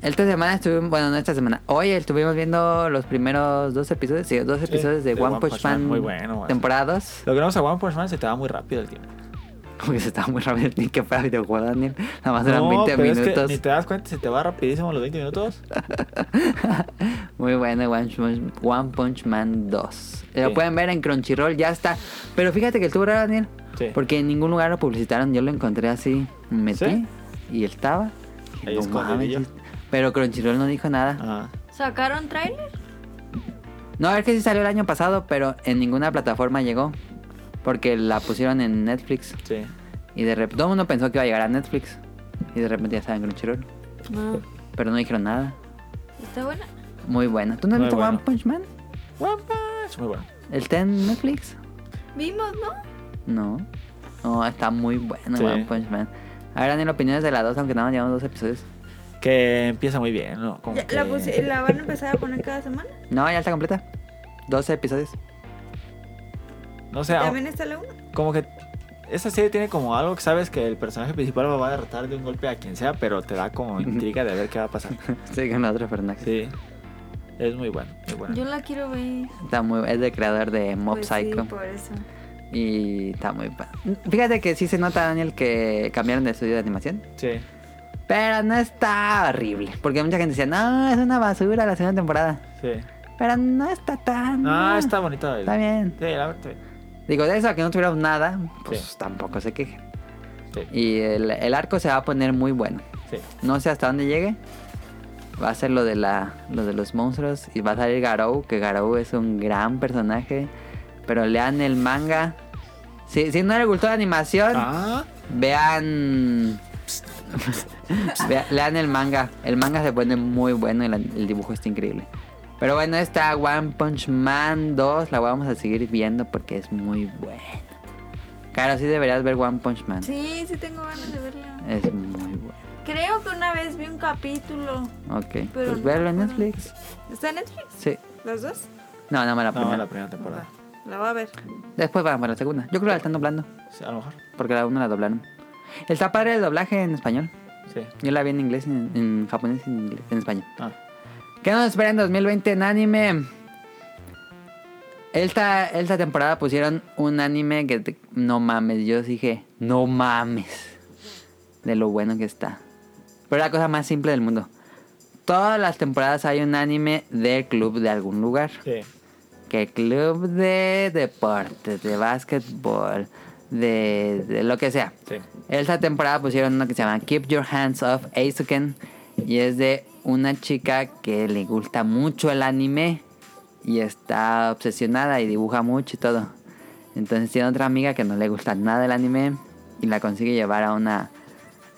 Speaker 2: Esta semana estuvimos, bueno, no esta semana, hoy estuvimos viendo los primeros dos episodios, sí, dos episodios de, One Punch Man,
Speaker 3: muy bueno, güey.
Speaker 2: temporadas.
Speaker 3: Logramos a One Punch Man, se te va muy rápido el tiempo.
Speaker 2: Como que se estaba muy rápido ni que fuera videojuego, Daniel. Nada más eran 20
Speaker 3: pero
Speaker 2: minutos.
Speaker 3: Es que ni te das cuenta, se te va rapidísimo los 20 minutos.
Speaker 2: Muy bueno, One Punch, One Punch Man 2. Lo
Speaker 3: Sí.
Speaker 2: pueden ver en Crunchyroll, ya está. Pero fíjate que estuvo raro, Daniel.
Speaker 3: Sí.
Speaker 2: Porque en ningún lugar lo publicitaron. Yo lo encontré así, me metí
Speaker 3: ¿Sí?
Speaker 2: y estaba. Dije,
Speaker 3: Ahí
Speaker 2: "No
Speaker 3: escondidillo". Ah.
Speaker 2: mames". Pero Crunchyroll no dijo nada.
Speaker 3: Ajá.
Speaker 1: ¿Sacaron tráiler?
Speaker 2: No, es que sí salió el año pasado, pero en ninguna plataforma llegó. Porque la pusieron en Netflix.
Speaker 3: Sí.
Speaker 2: Y de repente todo el mundo pensó que iba a llegar a Netflix. Y de repente ya estaba en Crunchyroll.
Speaker 1: No.
Speaker 2: Pero no dijeron nada.
Speaker 1: ¿Está buena?
Speaker 2: Muy bueno. ¿Tú no has
Speaker 3: Muy
Speaker 2: visto
Speaker 3: bueno.
Speaker 2: One Punch Man?
Speaker 3: One Punch, Ah, muy bueno.
Speaker 2: ¿Está en Netflix?
Speaker 1: Vimos, ¿no?
Speaker 2: No. No, está muy bueno
Speaker 3: Sí.
Speaker 2: One Punch Man. A ver, Daniel, opiniones de la dos, aunque nada más llevamos dos episodios.
Speaker 3: Que empieza muy bien, ¿no? Como
Speaker 1: Ya,
Speaker 3: que-
Speaker 1: la, puse- ¿La van a empezar a poner cada semana?
Speaker 2: No, ya está completa. 12 episodios.
Speaker 3: No sé,
Speaker 2: Ah.
Speaker 3: ah,
Speaker 1: ¿También está la 1?
Speaker 3: como que esa serie tiene como algo que sabes que el personaje principal va a derrotar de un golpe a quien sea, pero te da como intriga de ver qué va a pasar.
Speaker 2: Estoy con otro personaje.
Speaker 3: Sí. Es muy bueno, muy bueno.
Speaker 1: Yo la quiero ver.
Speaker 2: Está muy, es del creador de Mob
Speaker 1: Pues
Speaker 2: Psycho.
Speaker 1: Sí, por eso.
Speaker 2: Y está muy pa- Fíjate que sí se nota, Daniel, que cambiaron de estudio de animación.
Speaker 3: Sí.
Speaker 2: Pero no está horrible. Porque mucha gente decía, no, es una basura la segunda temporada.
Speaker 3: Sí.
Speaker 2: Pero no está tan.
Speaker 3: Ah, está bonito. el-
Speaker 2: Está bien.
Speaker 3: Sí, la verdad, sí.
Speaker 2: Digo, de eso a que no tuviéramos nada, pues
Speaker 3: Sí.
Speaker 2: tampoco se queje.
Speaker 3: Sí,
Speaker 2: Y el, el arco se va a poner muy bueno.
Speaker 3: sí.
Speaker 2: No sé hasta dónde llegue. Va a ser lo de, la, lo de los monstruos. Y va a salir Garou, que Garou es un gran personaje. Pero lean el manga. Si, si no les gustó la animación,
Speaker 3: Ah,
Speaker 2: Vean. Vea- lean el manga. El manga se pone muy bueno y la- el dibujo está increíble. Pero bueno, esta One Punch Man 2 la vamos a seguir viendo porque es muy buena. Claro, sí deberías ver One Punch Man.
Speaker 1: Sí, sí tengo ganas de verla.
Speaker 2: Es muy bueno.
Speaker 1: Creo que una vez vi un capítulo.
Speaker 2: Ok.
Speaker 1: Pero
Speaker 2: pues
Speaker 1: no
Speaker 2: verlo en
Speaker 1: me acuerdo.
Speaker 2: Netflix.
Speaker 1: ¿Está en Netflix?
Speaker 2: Sí.
Speaker 1: ¿Los dos?
Speaker 2: No, no me la
Speaker 3: no,
Speaker 2: primera.
Speaker 3: la primera temporada.
Speaker 1: La voy a ver.
Speaker 2: Después vamos a la segunda. Yo creo que la están doblando
Speaker 3: Sí, a lo mejor.
Speaker 2: porque la una la doblaron. Está padre el doblaje en español.
Speaker 3: Sí.
Speaker 2: Yo la vi en inglés, en, en japonés y en, inglés, en español.
Speaker 3: Ah.
Speaker 2: ¿Qué nos espera en 2020 en anime? Esta, esta temporada pusieron un anime que te- no mames. Yo dije, no mames. De lo bueno que está. Pero es la cosa más simple del mundo. Todas las temporadas hay un anime del club de algún lugar.
Speaker 3: Sí.
Speaker 2: Que club de deporte, de básquetbol, de, de lo que sea.
Speaker 3: Sí.
Speaker 2: Esta temporada pusieron uno que se llama Keep Your Hands Off Aizuken. Y es de una chica que le gusta mucho el anime. Y está obsesionada y dibuja mucho y todo. Entonces tiene otra amiga que no le gusta nada el anime. Y la consigue llevar a una,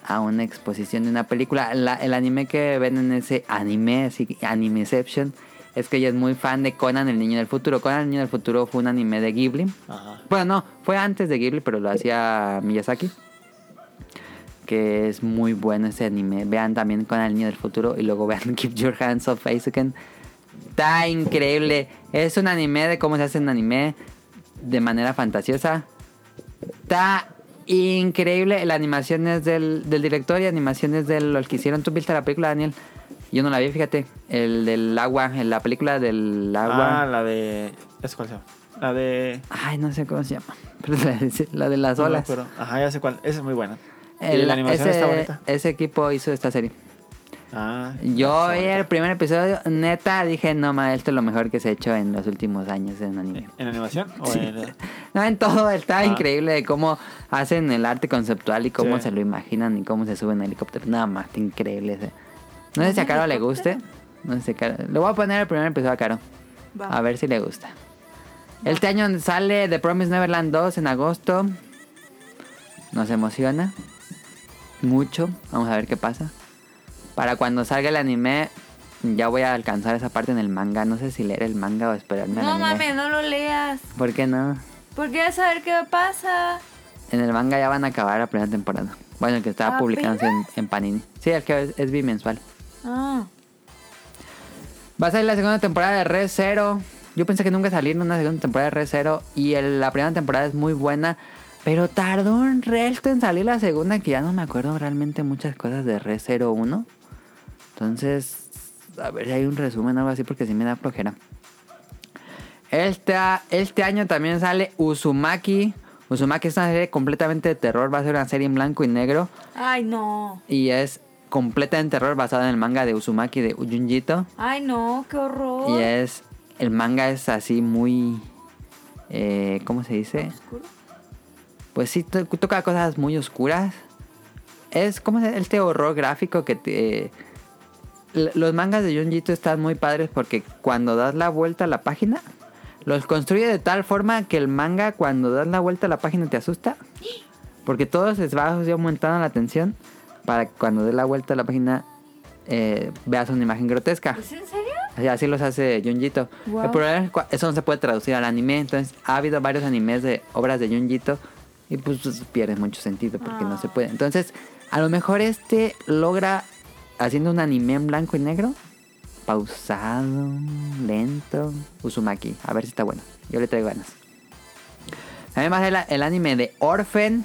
Speaker 2: a una exposición de una película. La- el anime que ven en ese anime, así que Animeception. Es que ella es muy fan de Conan el Niño del Futuro. Conan el Niño del Futuro fue un anime de Ghibli.
Speaker 3: Ajá.
Speaker 2: Bueno, no, fue antes de Ghibli, pero lo hacía Miyazaki. Que es muy bueno ese anime. Vean también con el niño del futuro y luego vean Keep Your Hands Off Aizuken. Está increíble. Es un anime de cómo se hace un anime de manera fantasiosa. Está increíble. La animación es del, del director y animaciones de los que hicieron. ¿Tú viste la película, Daniel? Yo no la vi, fíjate. El del agua, en la película del agua.
Speaker 3: Ah, la de. ¿Esa cuál se llama? La de.
Speaker 2: Ay, no sé cómo se llama. Pero la, de- la de las
Speaker 3: no me
Speaker 2: olas.
Speaker 3: acuerdo. Ajá, ya sé cuál. Esa es muy buena. y
Speaker 2: El-
Speaker 3: la animación
Speaker 2: ese,
Speaker 3: está bonita.
Speaker 2: ese equipo hizo esta serie.
Speaker 3: Ah.
Speaker 2: Yo
Speaker 3: está
Speaker 2: vi
Speaker 3: bonita.
Speaker 2: el primer episodio, neta, dije, no, ma, esto es lo mejor que se ha hecho en los últimos años en anime.
Speaker 3: ¿En animación? ¿O en-
Speaker 2: No, en todo, está
Speaker 3: Ah.
Speaker 2: increíble de cómo hacen el arte conceptual y cómo
Speaker 3: Sí.
Speaker 2: se lo imaginan y cómo se suben al helicóptero. Nada más, está increíble. ese. No sé si a Caro le guste. No sé si a Caro- Le voy a poner el primer episodio a Caro.
Speaker 1: Va.
Speaker 2: A ver si le gusta. Este año sale The Promise Neverland 2 en agosto. Nos emociona. Mucho. Vamos a ver qué pasa. Para cuando salga el anime, ya voy a alcanzar esa parte en el manga. No sé si leer el manga o esperarme al
Speaker 1: No
Speaker 2: anime.
Speaker 1: mames, no lo leas.
Speaker 2: ¿Por qué no?
Speaker 1: Porque vas a ver qué pasa.
Speaker 2: En el manga ya van a acabar la primera temporada. Bueno, el que estaba publicándose en, en Panini. Sí, el que es, es bimensual.
Speaker 1: Ah,
Speaker 2: Va a salir la segunda temporada de Red Zero. Yo pensé que nunca saliría una segunda temporada de Red Zero. Y el- la primera temporada es muy buena. Pero tardó un resto en salir la segunda. Que ya no me acuerdo realmente muchas cosas de Red Zero 1. Entonces, a ver si hay un resumen o algo así. Porque sí me da flojera. Este, este año también sale Uzumaki. Uzumaki es una serie completamente de terror. Va a ser una serie en blanco y negro.
Speaker 1: ay no.
Speaker 2: Y es completa en terror basada en el manga de Uzumaki de Junjito.
Speaker 1: Ay no, qué horror.
Speaker 2: Y es. El manga es así muy. eh, ¿Cómo se dice?
Speaker 1: Oscuro.
Speaker 2: Pues sí, to- toca cosas muy oscuras. Es como este horror gráfico que te. L- Los mangas de Junjito están muy padres porque cuando das la vuelta a la página, los construye de tal forma que el manga, cuando das la vuelta a la página, te asusta. Porque todo se va así aumentando la tensión para que cuando des la vuelta a la página eh, veas una imagen grotesca.
Speaker 1: ¿Es en serio?
Speaker 2: Así, así los hace Junjito.
Speaker 1: Wow.
Speaker 2: El problema es que eso no se puede traducir al anime. Entonces ha habido varios animes de obras de Junjito. Y pues, pues, pierde mucho sentido porque no se puede. Entonces, a lo mejor este logra haciendo un anime en blanco y negro. Pausado, lento. Uzumaki. A ver si está bueno. Yo le traigo ganas. También va a ser la- el anime de Orphan.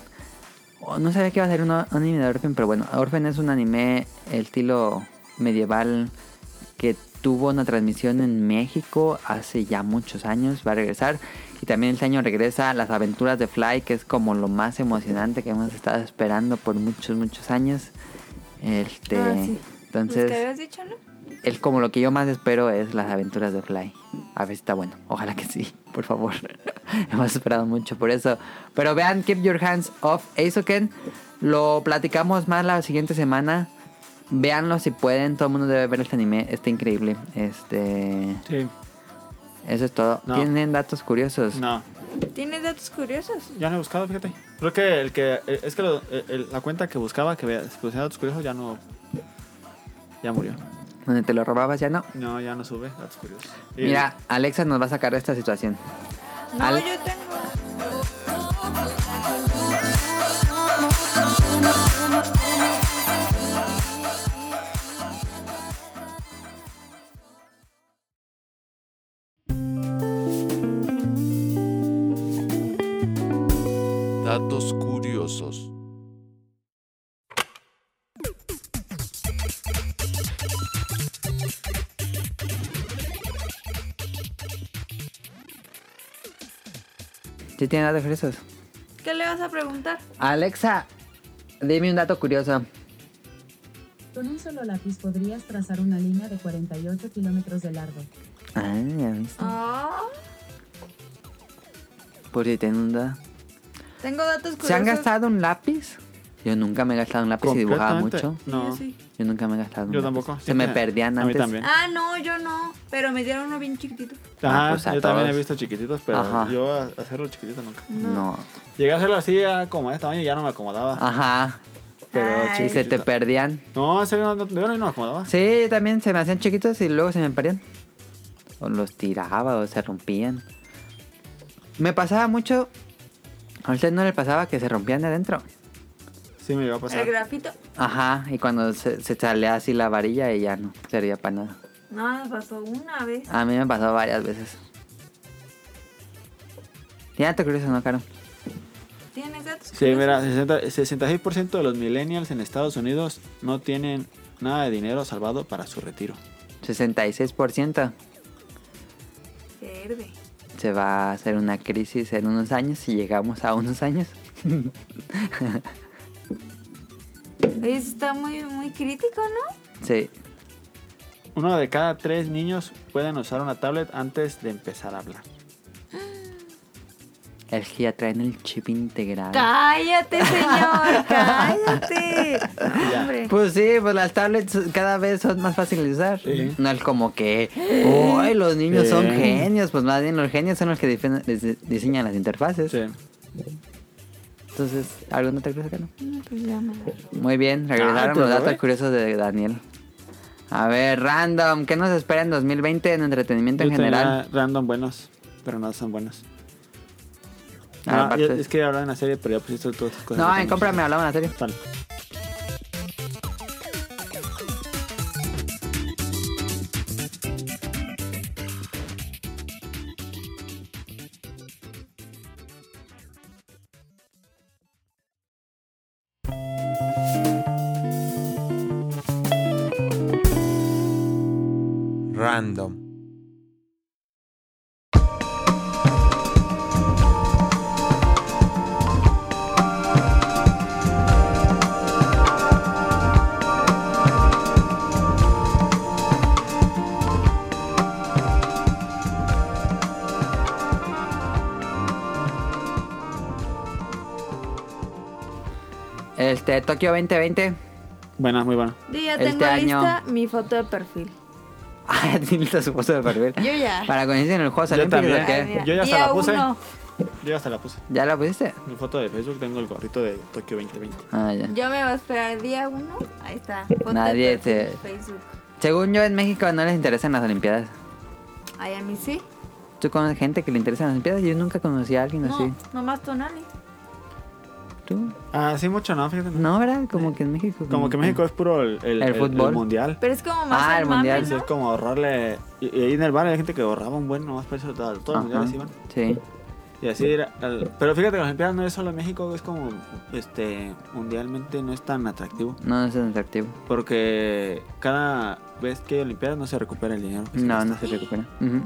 Speaker 2: Oh, no sabía que iba a ser un o- un anime de Orphan, pero bueno, Orphan es un anime estilo medieval que tuvo una transmisión en México hace ya muchos años, va a regresar. Y también este año regresa Las aventuras de Fly, que es como lo más emocionante que hemos estado esperando por muchos, muchos años. Este,
Speaker 1: Ah, sí.
Speaker 2: Entonces,
Speaker 1: ¿Los que habías dicho, no?
Speaker 2: es como lo que yo más espero es las aventuras de Fly. A ver si está bueno. Ojalá que sí, por favor. Hemos esperado mucho por eso. Pero vean, Keep Your Hands Off Aizoken. Lo platicamos más la siguiente semana. Véanlo si pueden. Todo el mundo debe ver este anime. Está increíble. Este.
Speaker 3: Sí.
Speaker 2: Eso es todo.
Speaker 3: No.
Speaker 2: Tienen datos curiosos.
Speaker 3: No.
Speaker 1: ¿Tienes datos curiosos?
Speaker 3: Ya no he buscado, fíjate. Creo que el que. eh, Es que lo- eh, el- la cuenta que buscaba, que veas, pusiera datos curiosos, ya no. Ya murió.
Speaker 2: Donde te lo robabas ya no.
Speaker 3: No, ya no sube datos curiosos. Y-
Speaker 2: Mira, Alexa nos va a sacar de esta situación.
Speaker 1: No,
Speaker 2: Al-
Speaker 1: yo tengo.
Speaker 4: Datos curiosos.
Speaker 2: Sí tiene datos curiosos.
Speaker 1: ¿Qué le vas a preguntar?
Speaker 2: Alexa, dime un dato curioso.
Speaker 4: Con un solo lápiz podrías trazar una línea de 48 kilómetros de largo.
Speaker 2: Ah, ya viste.
Speaker 1: Ah,
Speaker 2: Por si tiene un dato.
Speaker 1: tengo datos curiosos.
Speaker 2: ¿Se han gastado un lápiz? Yo nunca me he gastado un lápiz y dibujaba mucho.
Speaker 3: Completamente.
Speaker 1: Sí, yo
Speaker 3: No.
Speaker 1: sí.
Speaker 2: Yo nunca me he gastado un
Speaker 3: Yo
Speaker 2: lápiz.
Speaker 3: tampoco.
Speaker 2: Se me
Speaker 3: Siempre-
Speaker 2: perdían
Speaker 3: a mí
Speaker 2: antes.
Speaker 3: también.
Speaker 1: Ah, no, yo no. Pero me dieron uno bien chiquitito.
Speaker 3: Ajá,
Speaker 2: pues a
Speaker 3: yo también he
Speaker 2: todos.
Speaker 3: visto chiquititos, pero
Speaker 2: Ajá.
Speaker 3: yo a- hacerlo chiquitito nunca.
Speaker 2: No.
Speaker 3: Llegué a hacerlo así a como de este tamaño y ya no me acomodaba.
Speaker 2: Ah. Ajá.
Speaker 3: Pero
Speaker 1: Ay.
Speaker 2: Y se te
Speaker 3: chiquitito.
Speaker 2: perdían.
Speaker 3: No, en serio, no, no, yo no me acomodaba.
Speaker 2: Sí, también se me hacían chiquitos y luego se me perdían. O los tiraba o se rompían. Me pasaba mucho. A usted no le pasaba que se rompían de adentro.
Speaker 3: Sí me llegó a pasar.
Speaker 1: El grafito.
Speaker 2: Ajá, y cuando se, se salía así la varilla y ya no servía para nada.
Speaker 1: No, me pasó una vez.
Speaker 2: A mí me pasó varias veces. Ya te curioso, ¿no, Caro?
Speaker 1: ¿Tienes datos?
Speaker 3: Sí,
Speaker 1: curiosos?
Speaker 3: mira, 60 66% de los millennials en Estados Unidos no tienen nada de dinero salvado para su retiro.
Speaker 2: 66%
Speaker 1: Verde.
Speaker 2: se va a hacer una crisis en unos años si llegamos a unos años.
Speaker 1: Oye, eso está muy, muy crítico, ¿no?
Speaker 2: Sí,
Speaker 3: Uno de cada tres niños pueden usar una tablet antes de empezar a hablar.
Speaker 2: es que ya traen el chip integrado.
Speaker 1: Cállate, señor. cállate. No,
Speaker 3: Ya.
Speaker 1: hombre.
Speaker 2: Pues sí, pues las tablets cada vez son más fáciles de usar.
Speaker 3: Sí.
Speaker 2: No es como que, ¡ay, los niños son
Speaker 3: Sí.
Speaker 2: genios! Pues más bien los genios son los que difen- dise- diseñan las interfaces.
Speaker 3: Sí.
Speaker 2: Entonces, ¿algo no te crees que no?
Speaker 1: No, pues ya me la-
Speaker 2: Muy bien, regresaron
Speaker 3: Ah, ¿te
Speaker 2: los
Speaker 3: lo
Speaker 2: datos
Speaker 3: ve?
Speaker 2: curiosos de Daniel. A ver, random, ¿qué nos espera en 2020 en entretenimiento en
Speaker 3: Yo tenía
Speaker 2: general?
Speaker 3: Random buenos, pero no son buenos.
Speaker 2: Ah,
Speaker 3: No,
Speaker 2: aparte-
Speaker 3: yo- es que hablaba de una serie, pero ya pusiste todas tus cosas.
Speaker 2: No,
Speaker 3: Yo
Speaker 2: en
Speaker 3: tengo-
Speaker 2: cómprame, hablamos en serio.
Speaker 3: Vale.
Speaker 5: Random.
Speaker 2: Este, Tokio 2020.
Speaker 3: Bueno, muy bueno.
Speaker 1: Yo ya
Speaker 2: Este
Speaker 1: tengo
Speaker 2: año.
Speaker 1: lista mi foto de perfil.
Speaker 2: Ah, tiene lista su foto de perfil.
Speaker 1: Yo ya.
Speaker 2: Para coincidir en el juego
Speaker 3: Yo también.
Speaker 1: Ay, mira,
Speaker 3: Yo ya hasta
Speaker 1: día
Speaker 3: la puse.
Speaker 1: uno.
Speaker 3: Yo hasta la puse.
Speaker 2: ¿Ya la pusiste?
Speaker 3: Mi foto de Facebook tengo el gorrito de Tokio 2020.
Speaker 2: Ah, ya.
Speaker 1: Yo me voy a esperar día uno. Ahí está. Foto de
Speaker 2: Nadie
Speaker 1: perfil,
Speaker 2: te-
Speaker 1: Facebook.
Speaker 2: Según yo, en México no les interesan las Olimpiadas.
Speaker 1: Ay, a mí sí.
Speaker 2: Tú conoces gente que le interesan las Olimpiadas. Yo nunca conocí a alguien
Speaker 1: No,
Speaker 2: así.
Speaker 1: nomás Tonali.
Speaker 2: ¿Tú?
Speaker 3: Ah, sí, mucho no, fíjate.
Speaker 2: No, ¿verdad? Como que en México.
Speaker 3: Como que México es puro el, el,
Speaker 2: El fútbol.
Speaker 3: mundial.
Speaker 1: Pero es como más
Speaker 2: Ah,
Speaker 1: al
Speaker 2: el
Speaker 1: mame,
Speaker 2: mundial,
Speaker 1: ¿no?
Speaker 3: Sí, es como ahorrarle. Y, y ahí en el bar hay gente que ahorraba un buen nomás para eso. Todo, todos los
Speaker 2: Ajá.
Speaker 3: mundiales iban.
Speaker 2: Sí.
Speaker 3: Y así era. al- pero fíjate que las Olimpiadas no es solo en México, es como. Este. Mundialmente no es tan atractivo.
Speaker 2: No, no es atractivo.
Speaker 3: Porque cada vez que hay Olimpiadas no se recupera el dinero. que se
Speaker 2: No,
Speaker 3: gasta.
Speaker 2: no se recupera. Ujú.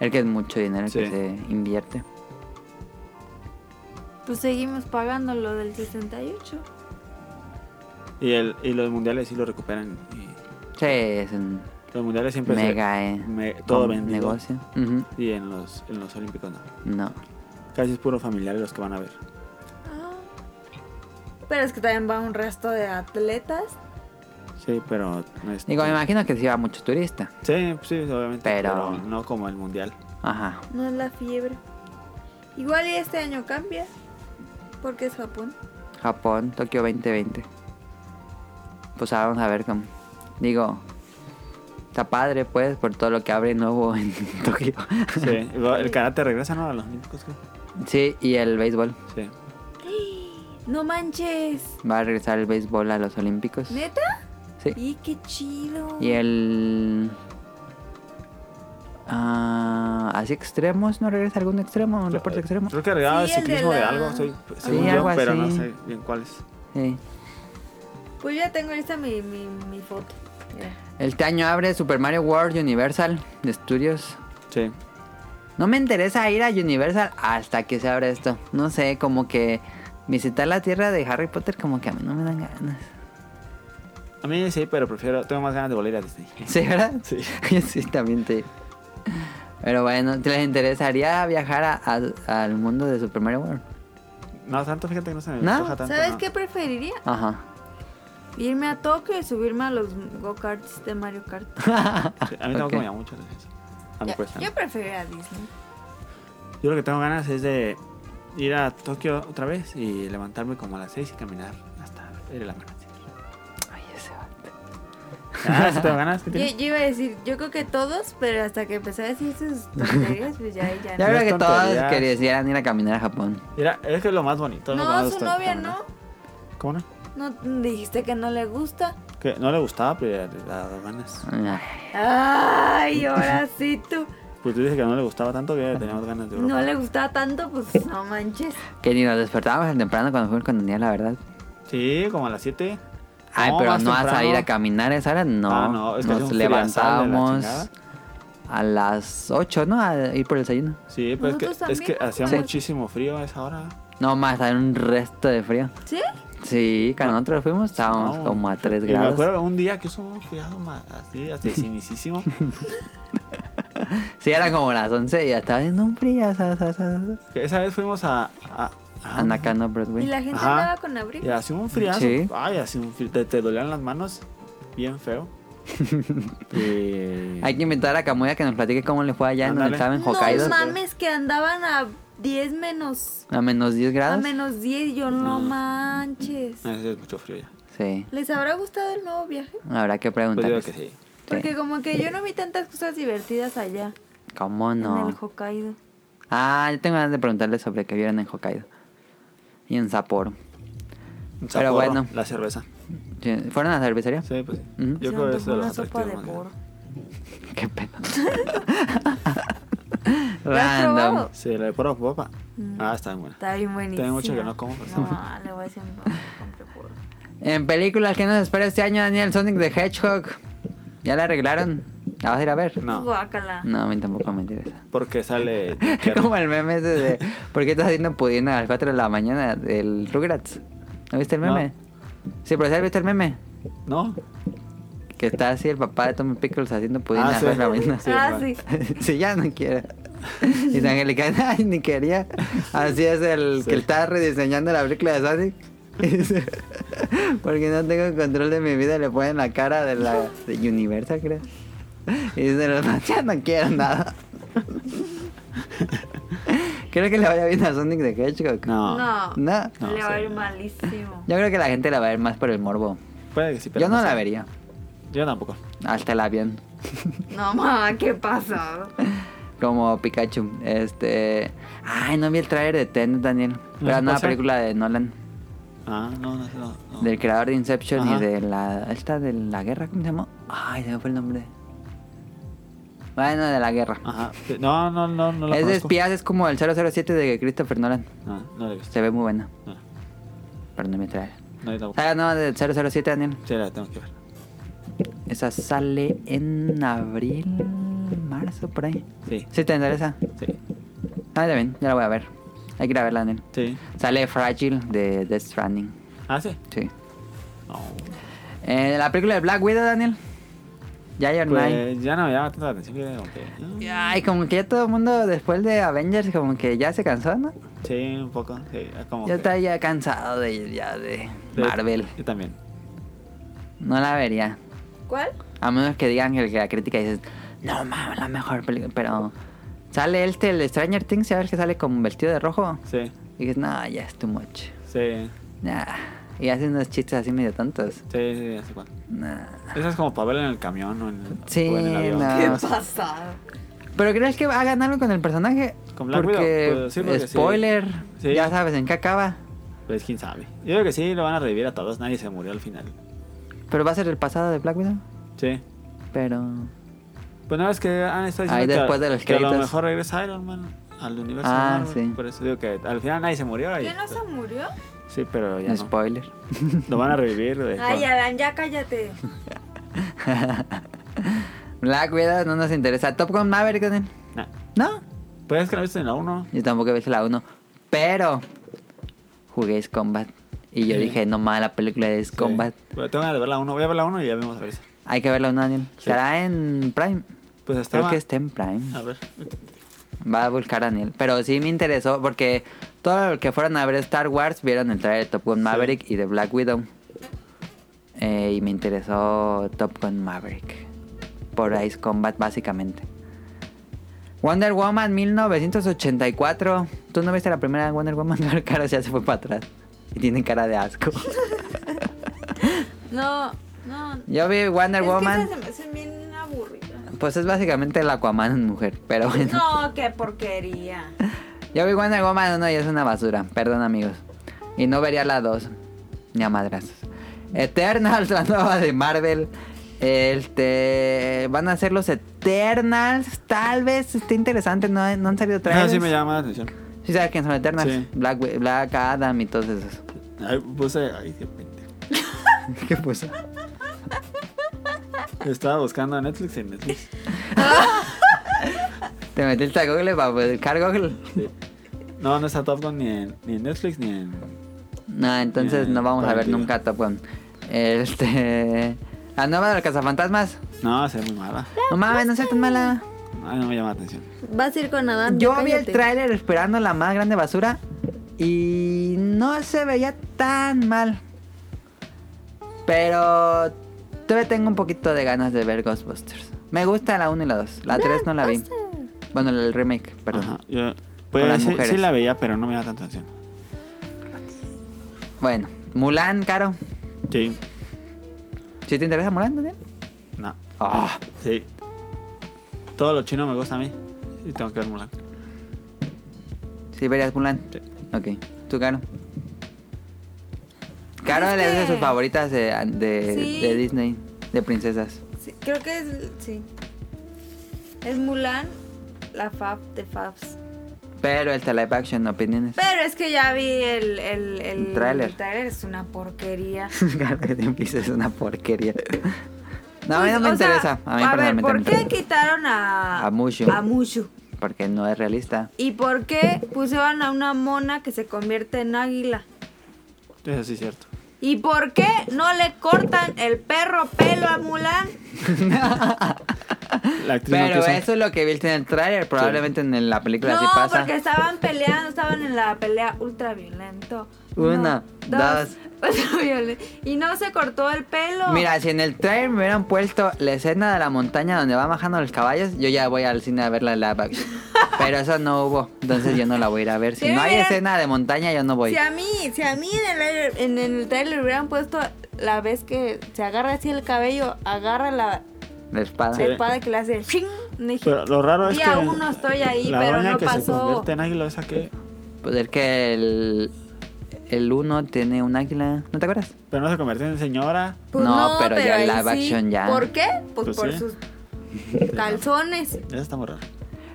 Speaker 2: El que es mucho dinero que
Speaker 3: Sí.
Speaker 2: se invierte.
Speaker 1: Pues seguimos pagando lo del 68.
Speaker 3: Y, el, y los mundiales sí lo recuperan. y
Speaker 2: Sí, es un
Speaker 3: los mundiales siempre. se-
Speaker 2: mega eh,
Speaker 3: me- todo
Speaker 2: com-
Speaker 3: vendido.
Speaker 2: negocio. Ujú.
Speaker 3: Y en los, en los Olímpicos no.
Speaker 2: No.
Speaker 3: Casi es puro familiares los que van a ver.
Speaker 1: Ah. Pero es que también va un resto de atletas.
Speaker 3: Sí, pero. este,
Speaker 2: Digo, me imagino que sí va mucho turista.
Speaker 3: Sí, sí, obviamente.
Speaker 2: Pero-
Speaker 3: pero no como el mundial.
Speaker 2: Ajá.
Speaker 1: No es la fiebre. Igual y este año cambia. Porque es Japón.
Speaker 2: Japón, Tokio 2020. Pues ahora vamos a ver cómo. Digo, está padre, pues, por todo lo que abre nuevo en Tokio.
Speaker 3: Sí, el karate regresa ¿no? a los Olímpicos, creo.
Speaker 2: Sí, y el béisbol.
Speaker 3: Sí.
Speaker 1: No manches.
Speaker 2: Va a regresar el béisbol a los Olímpicos.
Speaker 1: ¿Neta?
Speaker 2: Sí.
Speaker 1: Y qué chido.
Speaker 2: Y el. Ah, ¿Así extremos? ¿No regresa algún extremo? ¿Un deporte extremo?
Speaker 3: Creo que regaba
Speaker 1: Sí, el de
Speaker 3: ciclismo de,
Speaker 1: la-
Speaker 3: algo, estoy según yo,
Speaker 2: algo
Speaker 3: pero
Speaker 2: así.
Speaker 3: no sé bien cuál es.
Speaker 2: Sí.
Speaker 1: Pues yo ya tengo lista mi, mi, mi foto. Mira.
Speaker 2: Este año abre Super Mario World Universal de Studios.
Speaker 3: Sí.
Speaker 2: No me interesa ir a Universal hasta que se abra esto. No sé, como que visitar la tierra de Harry Potter como que a mí no me dan ganas.
Speaker 3: A mí sí, pero prefiero. Tengo más ganas de volver a Disney.
Speaker 2: ¿Sí, verdad?
Speaker 3: Sí.
Speaker 2: sí, también te... Pero bueno, ¿te les interesaría viajar a- al- al mundo de Super Mario World?
Speaker 3: No, tanto, fíjate que no se me
Speaker 2: ¿No?
Speaker 3: antoja tanto.
Speaker 1: ¿Sabes
Speaker 3: no.
Speaker 1: qué preferiría?
Speaker 2: Ajá.
Speaker 1: Irme a Tokio y subirme a los go-karts de Mario Kart.
Speaker 3: Sí, a mí tampoco
Speaker 2: Ok.
Speaker 3: me llama mucho la atención. A mí
Speaker 1: Yo,
Speaker 3: cuesta.
Speaker 1: yo preferiría Disney.
Speaker 3: Yo lo que tengo ganas es de ir a Tokio otra vez y levantarme como a las 6 y caminar hasta el amanecer.
Speaker 2: Ay, ese vato.
Speaker 3: Ah, ¿sí tengo ganas? ¿Qué
Speaker 1: Yo,
Speaker 3: tienes?
Speaker 1: yo iba a decir, yo creo que todos, pero hasta que empecé a decir sus tonterías, pues ya, ya.
Speaker 2: Ya
Speaker 1: no.
Speaker 3: No
Speaker 2: creo
Speaker 3: es
Speaker 2: que todos
Speaker 3: tontería.
Speaker 2: quisieran ir a caminar a Japón.
Speaker 3: Mira, es que es lo más bonito. es lo más
Speaker 1: No, su
Speaker 3: gusto-
Speaker 1: novia
Speaker 3: caminar.
Speaker 1: no.
Speaker 3: ¿Cómo no?
Speaker 1: No dijiste que no le gusta.
Speaker 3: Que no le gustaba, pero le daba ganas.
Speaker 2: Ay,
Speaker 1: Ay, ahora sí tú.
Speaker 3: Pues tú dices que no le gustaba tanto que teníamos ganas de Europa.
Speaker 1: No le gustaba tanto, pues no manches.
Speaker 2: Que ni nos despertábamos tan temprano cuando fuimos con Daniel, la verdad.
Speaker 3: Sí, como a las 7.
Speaker 2: Ay, pero
Speaker 3: más
Speaker 2: no a
Speaker 3: temprano.
Speaker 2: salir a caminar a esa hora, no.
Speaker 3: Ah, no, es que
Speaker 2: nos
Speaker 3: hace un friazal de la
Speaker 2: levantábamos
Speaker 3: chingada.
Speaker 2: a las 8, ¿no? A ir por el desayuno.
Speaker 3: Sí, pero es que,
Speaker 1: Nosotros
Speaker 3: es que
Speaker 1: también, pues. ¿no?
Speaker 3: hacía
Speaker 1: Sí.
Speaker 3: muchísimo frío a esa hora.
Speaker 2: No más, hay un resto de frío.
Speaker 1: ¿Sí?
Speaker 2: Sí, cuando nosotros fuimos estábamos
Speaker 3: Ah. No.
Speaker 2: como a 3
Speaker 3: Y
Speaker 2: grados.
Speaker 3: me acuerdo un día que hizo un friado ma- así, hasta sinicísimo.
Speaker 2: Sí, era como las 11 y ya estaba haciendo un frío. sa, sa, sa, sa.
Speaker 3: Que Esa vez fuimos a... a, a-
Speaker 2: A Nakano Broadway.
Speaker 1: Y la gente
Speaker 3: Ajá.
Speaker 1: andaba con abrigo.
Speaker 3: Y hacía un friazo.
Speaker 2: Sí.
Speaker 3: Ay, hacía un frío. Te, te dolían las manos. Bien feo. eh, Y-
Speaker 2: Hay que invitar a Kamuya que nos platique cómo le fue allá en donde
Speaker 3: Ándale.
Speaker 2: estaba en Hokkaido.
Speaker 1: No mames, que andaban a 10 menos.
Speaker 2: A menos 10
Speaker 1: A
Speaker 2: grados.
Speaker 1: menos 10, yo no manches.
Speaker 3: Ah, sí, es mucho frío ya.
Speaker 2: Sí.
Speaker 1: ¿Les habrá gustado el nuevo viaje?
Speaker 2: Habrá que
Speaker 3: Pues digo
Speaker 2: preguntar.
Speaker 3: que sí.
Speaker 1: Porque como que yo no vi tantas cosas divertidas allá,
Speaker 2: ¿Cómo
Speaker 1: en el
Speaker 2: no?
Speaker 1: Hokkaido.
Speaker 2: Ah, yo tengo ganas de preguntarle sobre qué vieron en Hokkaido. Y en Sapporo.
Speaker 3: Un
Speaker 2: Pero
Speaker 3: Sapporo,
Speaker 2: bueno.
Speaker 3: La cerveza.
Speaker 2: Sí, ¿Fueron a la cervecería?
Speaker 3: Sí, pues sí.
Speaker 2: Ujú.
Speaker 3: Yo
Speaker 1: Se
Speaker 3: creo
Speaker 1: antojó
Speaker 3: que eso es lo
Speaker 1: una
Speaker 3: más
Speaker 1: sopa de
Speaker 3: atractivo,
Speaker 1: poro.
Speaker 3: ¿no?
Speaker 2: Qué pena.
Speaker 1: has
Speaker 2: Random.
Speaker 1: probado?
Speaker 3: Sí, la de poro popa. Ah, está bien buena.
Speaker 1: Está bien buenísimo.
Speaker 3: Tengo mucho que no como, pero está
Speaker 1: No, le voy a decir a mi mamá que compre puro.
Speaker 2: En películas que nos espera este año, Daniel Sonic the Hedgehog. ¿Ya la arreglaron? ¿La vas a ir a ver?
Speaker 1: pues,
Speaker 3: No,
Speaker 1: Guácala.
Speaker 2: No, a mí tampoco me interesa.
Speaker 3: porque sale...
Speaker 2: Es como el meme ese de ¿Por qué estás haciendo pudiendo a las 4 de la mañana del Rugrats? ¿No viste el
Speaker 3: No.
Speaker 2: meme? Sí, pero ¿sí viste el meme?
Speaker 3: ¿No?
Speaker 2: Que está así el papá de Tommy Pickles haciendo pudín
Speaker 3: Ah,
Speaker 2: a las
Speaker 3: sí.
Speaker 2: 4 de la mañana.
Speaker 3: Sí,
Speaker 1: ah,
Speaker 3: va.
Speaker 1: sí.
Speaker 2: Sí, ya no quiero. Y la Angélica, ay, ni quería. Así es el
Speaker 3: Sí.
Speaker 2: que está rediseñando la película de Sonic. Y dice, Porque no tengo control de mi vida, le ponen la cara de la de Universal, creo. Y dice, los demás, ya no quiero nada. Creo que le vaya bien a Sonic de Hedgehog.
Speaker 3: No.
Speaker 1: No.
Speaker 2: No.
Speaker 3: No,
Speaker 1: le va a ir
Speaker 3: sí.
Speaker 1: malísimo.
Speaker 2: Yo creo que la gente la va a ver más por el morbo.
Speaker 3: Puede que sí, pero
Speaker 2: Yo no, la
Speaker 3: sé.
Speaker 2: vería.
Speaker 3: Yo tampoco.
Speaker 2: Hasta el avión.
Speaker 1: No, mamá, ¿qué pasó?
Speaker 2: Como Pikachu. Este. Ay, no vi el trailer de Tenet, Daniel.
Speaker 3: ¿No
Speaker 2: Era
Speaker 3: se
Speaker 2: una
Speaker 3: puede?
Speaker 2: película de Nolan.
Speaker 3: Ah, no, no, no. no.
Speaker 2: Del creador de Inception
Speaker 3: Ajá.
Speaker 2: y de la. Esta de la guerra, ¿cómo se llamó? Ay, se me fue el nombre. Bueno, de la guerra.
Speaker 3: Ajá. Sí, No, no, no, Ah, no la
Speaker 2: es de
Speaker 3: conozco.
Speaker 2: espías, es como el 007 de Christopher Nolan.
Speaker 3: No, no la he visto.
Speaker 2: Se ve muy buena,
Speaker 3: No,
Speaker 2: pero no me trae.
Speaker 3: no, yo tampoco.
Speaker 2: ¿Sabes Ah, no del 007, Daniel?
Speaker 3: Sí, la tengo que ver.
Speaker 2: Esa sale en abril, marzo, por ahí.
Speaker 3: Sí,
Speaker 2: ¿Sí te interesa?
Speaker 3: sí,
Speaker 2: Ah, ya ven, ya la voy a ver. Hay que ir a verla, Daniel.
Speaker 3: sí.
Speaker 2: Sale Fragile de Death Stranding.
Speaker 3: Ah, sí.
Speaker 2: Sí.
Speaker 3: No.
Speaker 2: Eh, la película de Black Widow, Daniel. Ya, ya no hay.
Speaker 3: Pues ya no me llama tanta la atención que como que, ah,
Speaker 2: Ay, como que ya todo el mundo después de Avengers, como que ya se cansó, ¿no?
Speaker 3: ah, Sí, un poco. Sí, como
Speaker 2: Yo
Speaker 3: que-
Speaker 2: estaba ya cansado de, ya de
Speaker 3: Sí,
Speaker 2: Marvel.
Speaker 3: Yo también.
Speaker 2: No la vería.
Speaker 1: ¿Cuál?
Speaker 2: A menos que digan que la crítica dices, no mames, la mejor película. Pero sale este, el Stranger Things, a ver que sale con vestido de rojo.
Speaker 3: Sí,
Speaker 2: Y dices, no, ya es too much.
Speaker 3: sí,
Speaker 2: Nah. Y hacen unos chistes así medio tontos.
Speaker 3: sí, sí, ya sé cuál.
Speaker 2: Nah.
Speaker 3: Esa es como para verla en el camión o en el,
Speaker 2: Sí,
Speaker 3: o en el avión.
Speaker 2: no.
Speaker 1: ¿Qué
Speaker 2: Ah, sí.
Speaker 1: pasado?
Speaker 2: ¿Pero crees que va a ganar algo con el personaje?
Speaker 3: Con Black
Speaker 2: porque,
Speaker 3: Widow, pues, sí, porque sí.
Speaker 2: spoiler,
Speaker 3: Sí.
Speaker 2: ya sabes en qué acaba.
Speaker 3: Pues quién sabe. Yo creo que sí, lo van a revivir a todos. Nadie se murió al final.
Speaker 2: Pero va a ser el pasado de Black Widow.
Speaker 3: Sí.
Speaker 2: Pero.
Speaker 3: Pues no, es que han estado
Speaker 2: Ahí
Speaker 3: diciendo que-
Speaker 2: después de los
Speaker 3: que a lo
Speaker 2: créditos.
Speaker 3: mejor regresa Iron Man al universo.
Speaker 2: Ah,
Speaker 3: Marvel.
Speaker 2: sí.
Speaker 3: Por eso digo que al final nadie se murió. y-
Speaker 1: ¿Ya no se murió?
Speaker 3: Sí, pero ya no.
Speaker 2: Spoiler.
Speaker 3: Lo van a revivir. de-
Speaker 1: Ay, Adán, ya cállate.
Speaker 2: Black Widow no nos interesa. Top Gun Maverick, Daniel?
Speaker 3: Nah,
Speaker 2: ¿no?
Speaker 3: Pero es que la viste en la 1.
Speaker 2: Yo tampoco he visto la 1. Pero jugué Ace Combat. Y yo
Speaker 3: Sí.
Speaker 2: dije, no mames, la película de Ace Combat.
Speaker 3: Pero tengo que ver la 1. Voy a ver la 1 y ya vemos a ver.
Speaker 2: Hay que verla, ¿no, Daniel. ¿Estará en Prime?
Speaker 3: Pues hasta.
Speaker 2: Creo que este está en Prime.
Speaker 3: A ver.
Speaker 2: Va a buscar a Daniel. Pero sí me interesó porque todos los que fueron a ver Star Wars vieron el trailer de Top Gun Maverick y de Black Widow. Eh, y me interesó Top Gun Maverick. Por Ice Combat, básicamente. Wonder Woman 1984. ¿Tú no viste la primera Wonder Woman? Pero cara ya se fue para atrás. Y tiene cara de asco.
Speaker 1: No, no.
Speaker 2: Yo vi Wonder
Speaker 1: es
Speaker 2: Woman.
Speaker 1: Que esas se me hacen bien aburridas.
Speaker 2: Pues es básicamente el Aquaman en mujer. Pero bueno.
Speaker 1: No, qué porquería.
Speaker 2: Yo vi Wonder Woman 1 y es una basura, perdón amigos. Y no vería la 2, ni a madrazos. Eternals, la nueva de Marvel. Este, van a ser los Eternals, tal vez esté interesante, no, no han salido
Speaker 3: Ah,
Speaker 2: trailers.
Speaker 3: sí me llama la atención.
Speaker 2: Sí sabes quién son Eternals,
Speaker 3: Sí.
Speaker 2: Black, Wi- Black Adam y todos esos.
Speaker 3: Ay, puse. Ay, qué pendejo.
Speaker 2: ¿Qué pues? puso?
Speaker 3: Estaba buscando a Netflix en Netflix.
Speaker 2: Te metiste a Google para buscar Google.
Speaker 3: Sí. No, no está Top Gun ni en, ni en Netflix ni en.
Speaker 2: No, entonces
Speaker 3: Bien,
Speaker 2: no vamos a ver
Speaker 3: tranquilo.
Speaker 2: nunca Top Gun. Este, la nueva de los cazafantasmas.
Speaker 3: No, se ve muy mala.
Speaker 2: No mames, no seas tan mala.
Speaker 3: Ay, no me llama la atención.
Speaker 1: Vas a ir con Adán.
Speaker 2: Yo
Speaker 1: tú
Speaker 2: vi el
Speaker 1: cállate.
Speaker 2: tráiler esperando la más grande basura y no se veía tan mal. Pero todavía tengo un poquito de ganas de ver Ghostbusters. Me gusta la 1 y la 2. La 3 no la vi. Bueno, el remake, perdón.
Speaker 3: Ajá.
Speaker 2: Con
Speaker 3: Yo, pues
Speaker 2: las
Speaker 3: sí,
Speaker 2: mujeres.
Speaker 3: sí la veía, pero no me llama tanta atención.
Speaker 2: Bueno, Mulan, Caro.
Speaker 3: Sí.
Speaker 2: ¿Sí te interesa Mulan, Daniel?
Speaker 3: No.
Speaker 2: Ah,
Speaker 3: Sí. Todo lo chino me gusta a mí. Y tengo que ver Mulan.
Speaker 2: sí verías Mulan.
Speaker 3: Sí.
Speaker 2: Ok. ¿Tú, Caro? Caro
Speaker 1: Es
Speaker 2: es de
Speaker 1: que-
Speaker 2: sus favoritas de, de-
Speaker 1: Sí.
Speaker 2: de Disney, de princesas.
Speaker 1: Sí, creo que es. Sí. Es Mulan, la Fab de Fabs.
Speaker 2: Pero el live action, opiniones.
Speaker 1: Pero es que ya vi el. El,
Speaker 2: El tráiler.
Speaker 1: el es una porquería.
Speaker 2: Cara de Tempest es una porquería. No, a mí
Speaker 1: Pues,
Speaker 2: no me
Speaker 1: o sea,
Speaker 2: interesa. a mí
Speaker 1: ver,
Speaker 2: personalmente no
Speaker 1: ¿por
Speaker 2: me
Speaker 1: qué
Speaker 2: interesa.
Speaker 1: quitaron a.
Speaker 2: A Mushu.
Speaker 1: A Mushu.
Speaker 2: Porque no es realista.
Speaker 1: ¿Y por qué pusieron a una mona que se convierte en águila?
Speaker 3: Eso sí es cierto.
Speaker 1: ¿Y por qué no le cortan el perro pelo a Mulan?
Speaker 3: La actriz no
Speaker 2: Pero
Speaker 3: quiso.
Speaker 2: eso es lo que viste en el tráiler. Probablemente en la película
Speaker 1: No,
Speaker 2: sí pasa.
Speaker 1: porque estaban peleando, estaban en la pelea ultra violento.
Speaker 2: Una, dos.
Speaker 1: ultra violento. Y no se cortó el pelo.
Speaker 2: Mira, si en el tráiler me hubieran puesto la escena de la montaña donde van bajando los caballos, yo ya voy al cine a ver la live action. Pero eso no hubo. Entonces yo no la voy a ir a ver. Si
Speaker 1: Sí,
Speaker 2: no hay
Speaker 1: mira.
Speaker 2: escena de montaña, yo no voy.
Speaker 1: Si a mí, si a mí en el, en el trailer hubieran puesto la vez que se agarra así el cabello, agarra la,
Speaker 2: La espada.
Speaker 1: la espada que le hace el ching, dije,
Speaker 3: Pero lo raro es
Speaker 1: Día
Speaker 3: que.
Speaker 1: uno estoy ahí,
Speaker 3: la
Speaker 1: pero
Speaker 3: doña
Speaker 1: no
Speaker 3: que se
Speaker 1: pasó.
Speaker 3: convierte en águila esa que.
Speaker 2: Pues es que el. El uno tiene un águila. ¿No te acuerdas?
Speaker 3: Pero no se convierte en señora.
Speaker 1: pues
Speaker 2: no, pero ya
Speaker 1: ahí
Speaker 2: live action ya.
Speaker 1: ¿Por qué? Pues,
Speaker 3: Pues
Speaker 1: por
Speaker 3: sí.
Speaker 1: sus calzones.
Speaker 3: Eso está muy raro.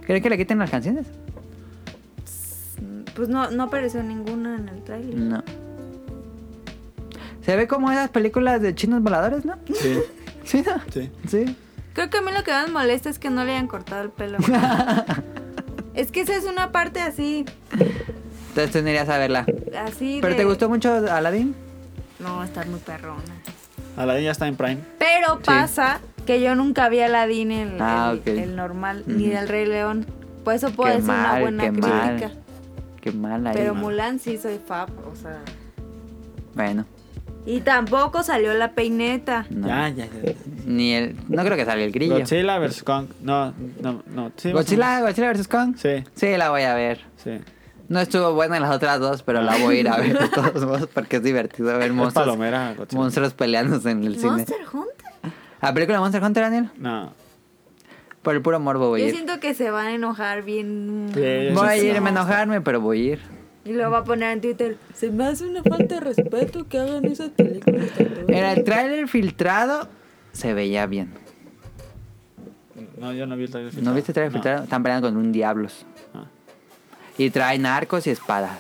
Speaker 2: ¿Creen que le quiten las canciones?
Speaker 1: Pues no, no apareció ninguna en el trailer.
Speaker 2: No. Se ve como esas películas de chinos voladores, ¿no?
Speaker 3: Sí,
Speaker 2: Sí, ¿no?
Speaker 3: sí.
Speaker 2: Sí.
Speaker 1: Creo que a mí lo que más molesta es que no le hayan cortado el pelo. es que esa es una parte así,
Speaker 2: Entonces tú no irías a verla.
Speaker 1: así
Speaker 2: ¿Pero
Speaker 1: de-
Speaker 2: te gustó mucho Aladdin?
Speaker 1: No, está muy perrona.
Speaker 3: Aladdin ya está en Prime.
Speaker 1: Pero
Speaker 2: Sí.
Speaker 1: pasa que yo nunca vi a Aladdin el,
Speaker 2: Ah,
Speaker 1: el,
Speaker 2: ok.
Speaker 1: el normal, ni
Speaker 2: Ujú.
Speaker 1: del Rey León. Por eso puedo
Speaker 2: Qué
Speaker 1: decir Pues una
Speaker 2: mal,
Speaker 1: buena
Speaker 2: qué mal.
Speaker 1: crítica.
Speaker 2: Qué mala.
Speaker 1: Pero
Speaker 2: ahí.
Speaker 1: Mulan sí soy fab, o sea...
Speaker 2: Bueno,
Speaker 1: Y tampoco salió la peineta.
Speaker 2: no. Eh,
Speaker 3: Ya, ya, ya.
Speaker 2: Ni el... No creo que salga el grillo.
Speaker 3: Godzilla vs. Kong. No, no, no. Sí, más o
Speaker 2: Godzilla, Godzilla vs. Kong.
Speaker 3: menos. Sí,
Speaker 2: Sí, la voy a ver.
Speaker 3: sí.
Speaker 2: No estuvo buena en las otras dos, pero la voy a ir a ver de todos modos porque es divertido ver
Speaker 3: Es
Speaker 2: monstruos,
Speaker 3: palomera, Godzilla.
Speaker 2: monstruos peleándose en el cine.
Speaker 1: Monster Hunter.
Speaker 2: ¿La película de Monster Hunter, Daniel?
Speaker 3: No.
Speaker 2: Por el puro morbo voy a
Speaker 1: Yo
Speaker 2: ir.
Speaker 1: siento que se van a enojar bien.
Speaker 3: Sí.
Speaker 2: Voy a
Speaker 3: Sí,
Speaker 2: irme a
Speaker 3: no.
Speaker 2: enojarme, pero voy a ir.
Speaker 1: Y lo va a poner en Twitter. Se me hace una falta de respeto que hagan esas películas. tan
Speaker 2: En el tráiler filtrado se veía bien.
Speaker 3: No, yo no vi el trailer
Speaker 2: ¿No viste el trailer
Speaker 3: No.
Speaker 2: filtrado? Están peleando con un diablos.
Speaker 3: Ah.
Speaker 2: Y traen arcos y espadas.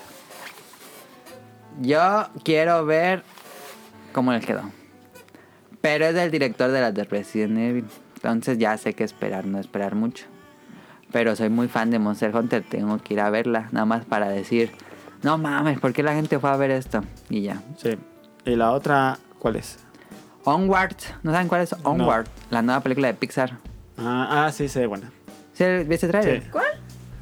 Speaker 2: Yo quiero ver cómo les quedó. Pero es del director de las de Resident Evil. Entonces ya sé qué esperar, no esperar mucho. Pero soy muy fan de Monster Hunter, tengo que ir a verla, nada más para decir, no mames, ¿por qué la gente fue a ver esto? Y ya.
Speaker 3: Sí. ¿Y la otra cuál es?
Speaker 2: Onward, ¿no saben cuál es? Onward, la nueva película de Pixar.
Speaker 3: Ah, ah, sí, se ve buena.
Speaker 2: ¿Sí, ¿Viste el trailer?
Speaker 3: Sí.
Speaker 1: ¿Cuál?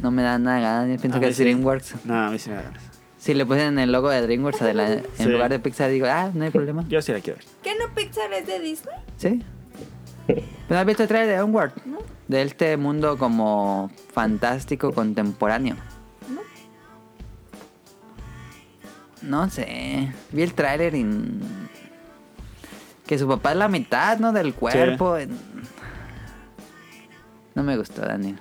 Speaker 2: No me da nada de ganas, yo pienso
Speaker 3: A
Speaker 2: que
Speaker 3: mí
Speaker 2: es
Speaker 3: sí.
Speaker 2: DreamWorks.
Speaker 3: No, a mí sí me da ganas.
Speaker 2: Si le pusieron el logo de DreamWorks adela- en
Speaker 3: Sí.
Speaker 2: lugar de Pixar, digo, ah, no hay problema.
Speaker 3: Yo sí la quiero ver.
Speaker 1: ¿Qué no Pixar es de Disney?
Speaker 2: ¿Sí? ¿No has visto el trailer de Onward? De este mundo como fantástico contemporáneo. No sé. Vi el trailer y... Que su papá es la mitad, ¿no? Del cuerpo. No me gustó, Daniel.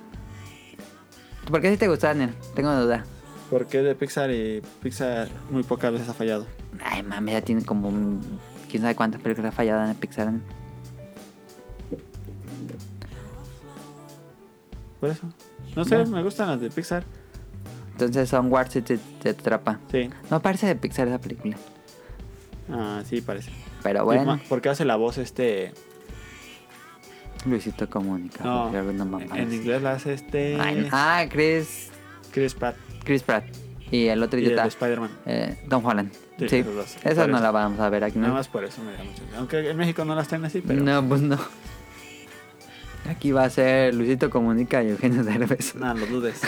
Speaker 2: ¿Por qué sí te gustó, Daniel? Tengo duda.
Speaker 3: Porque es de Pixar y Pixar muy pocas veces ha fallado.
Speaker 2: Ay, mami, ya tiene como... un- ¿Quién sabe cuántas películas falladas en Pixar? Daniel.
Speaker 3: Por eso. No sé,
Speaker 2: No.
Speaker 3: me gustan las de Pixar.
Speaker 2: Entonces Onward sí te, te atrapa.
Speaker 3: Sí.
Speaker 2: No parece de Pixar esa película.
Speaker 3: Ah, sí, parece.
Speaker 2: Pero
Speaker 3: Y
Speaker 2: bueno,
Speaker 3: ma- Porque hace la voz este.
Speaker 2: Luisito comunica.
Speaker 3: No,
Speaker 2: porque alguna mamá
Speaker 3: en
Speaker 2: es-
Speaker 3: inglés la hace este.
Speaker 2: Ay, ah, Chris,
Speaker 3: Chris Pratt.
Speaker 2: Chris Pratt. Y el otro
Speaker 3: Y el de
Speaker 2: idiota.
Speaker 3: Spider-Man.
Speaker 2: eh, Tom Holland.
Speaker 3: Sí,
Speaker 2: Sí,
Speaker 3: esos dos.
Speaker 2: esa
Speaker 3: Por
Speaker 2: no
Speaker 3: eso.
Speaker 2: la vamos a ver aquí.
Speaker 3: Nada
Speaker 2: No,
Speaker 3: más por eso me da mucho. Aunque en México no las traen así, pero. No.
Speaker 2: no pues no. Aquí va a ser Luisito comunica y Eugenio Derbez.
Speaker 3: Nada, lo dudes.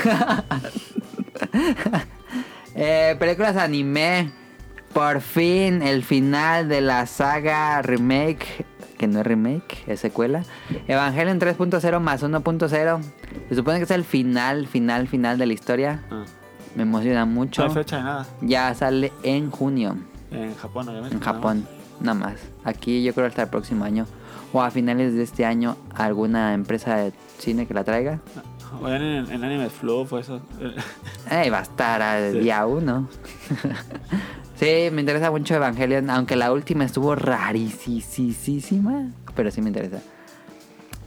Speaker 2: Eh, películas anime. Por fin, el final de la saga remake. Que no es remake, es secuela. Evangelion 3.0 más 1.0. Se supone que es el final, final, final de la historia.
Speaker 3: Ah.
Speaker 2: Me emociona
Speaker 3: No
Speaker 2: mucho.
Speaker 3: hay fecha de nada.
Speaker 2: Ya sale en junio.
Speaker 3: En Japón, obviamente.
Speaker 2: En
Speaker 3: nada
Speaker 2: Japón, nada más. Aquí yo creo hasta el próximo año. O a finales de este año, alguna empresa de cine que la traiga.
Speaker 3: más. Oigan, en, en Anime Flow, pues eso.
Speaker 2: Eh, va a estar al
Speaker 3: Sí.
Speaker 2: día uno. sí, me interesa mucho Evangelion, aunque la última estuvo rarísima, pero sí me interesa.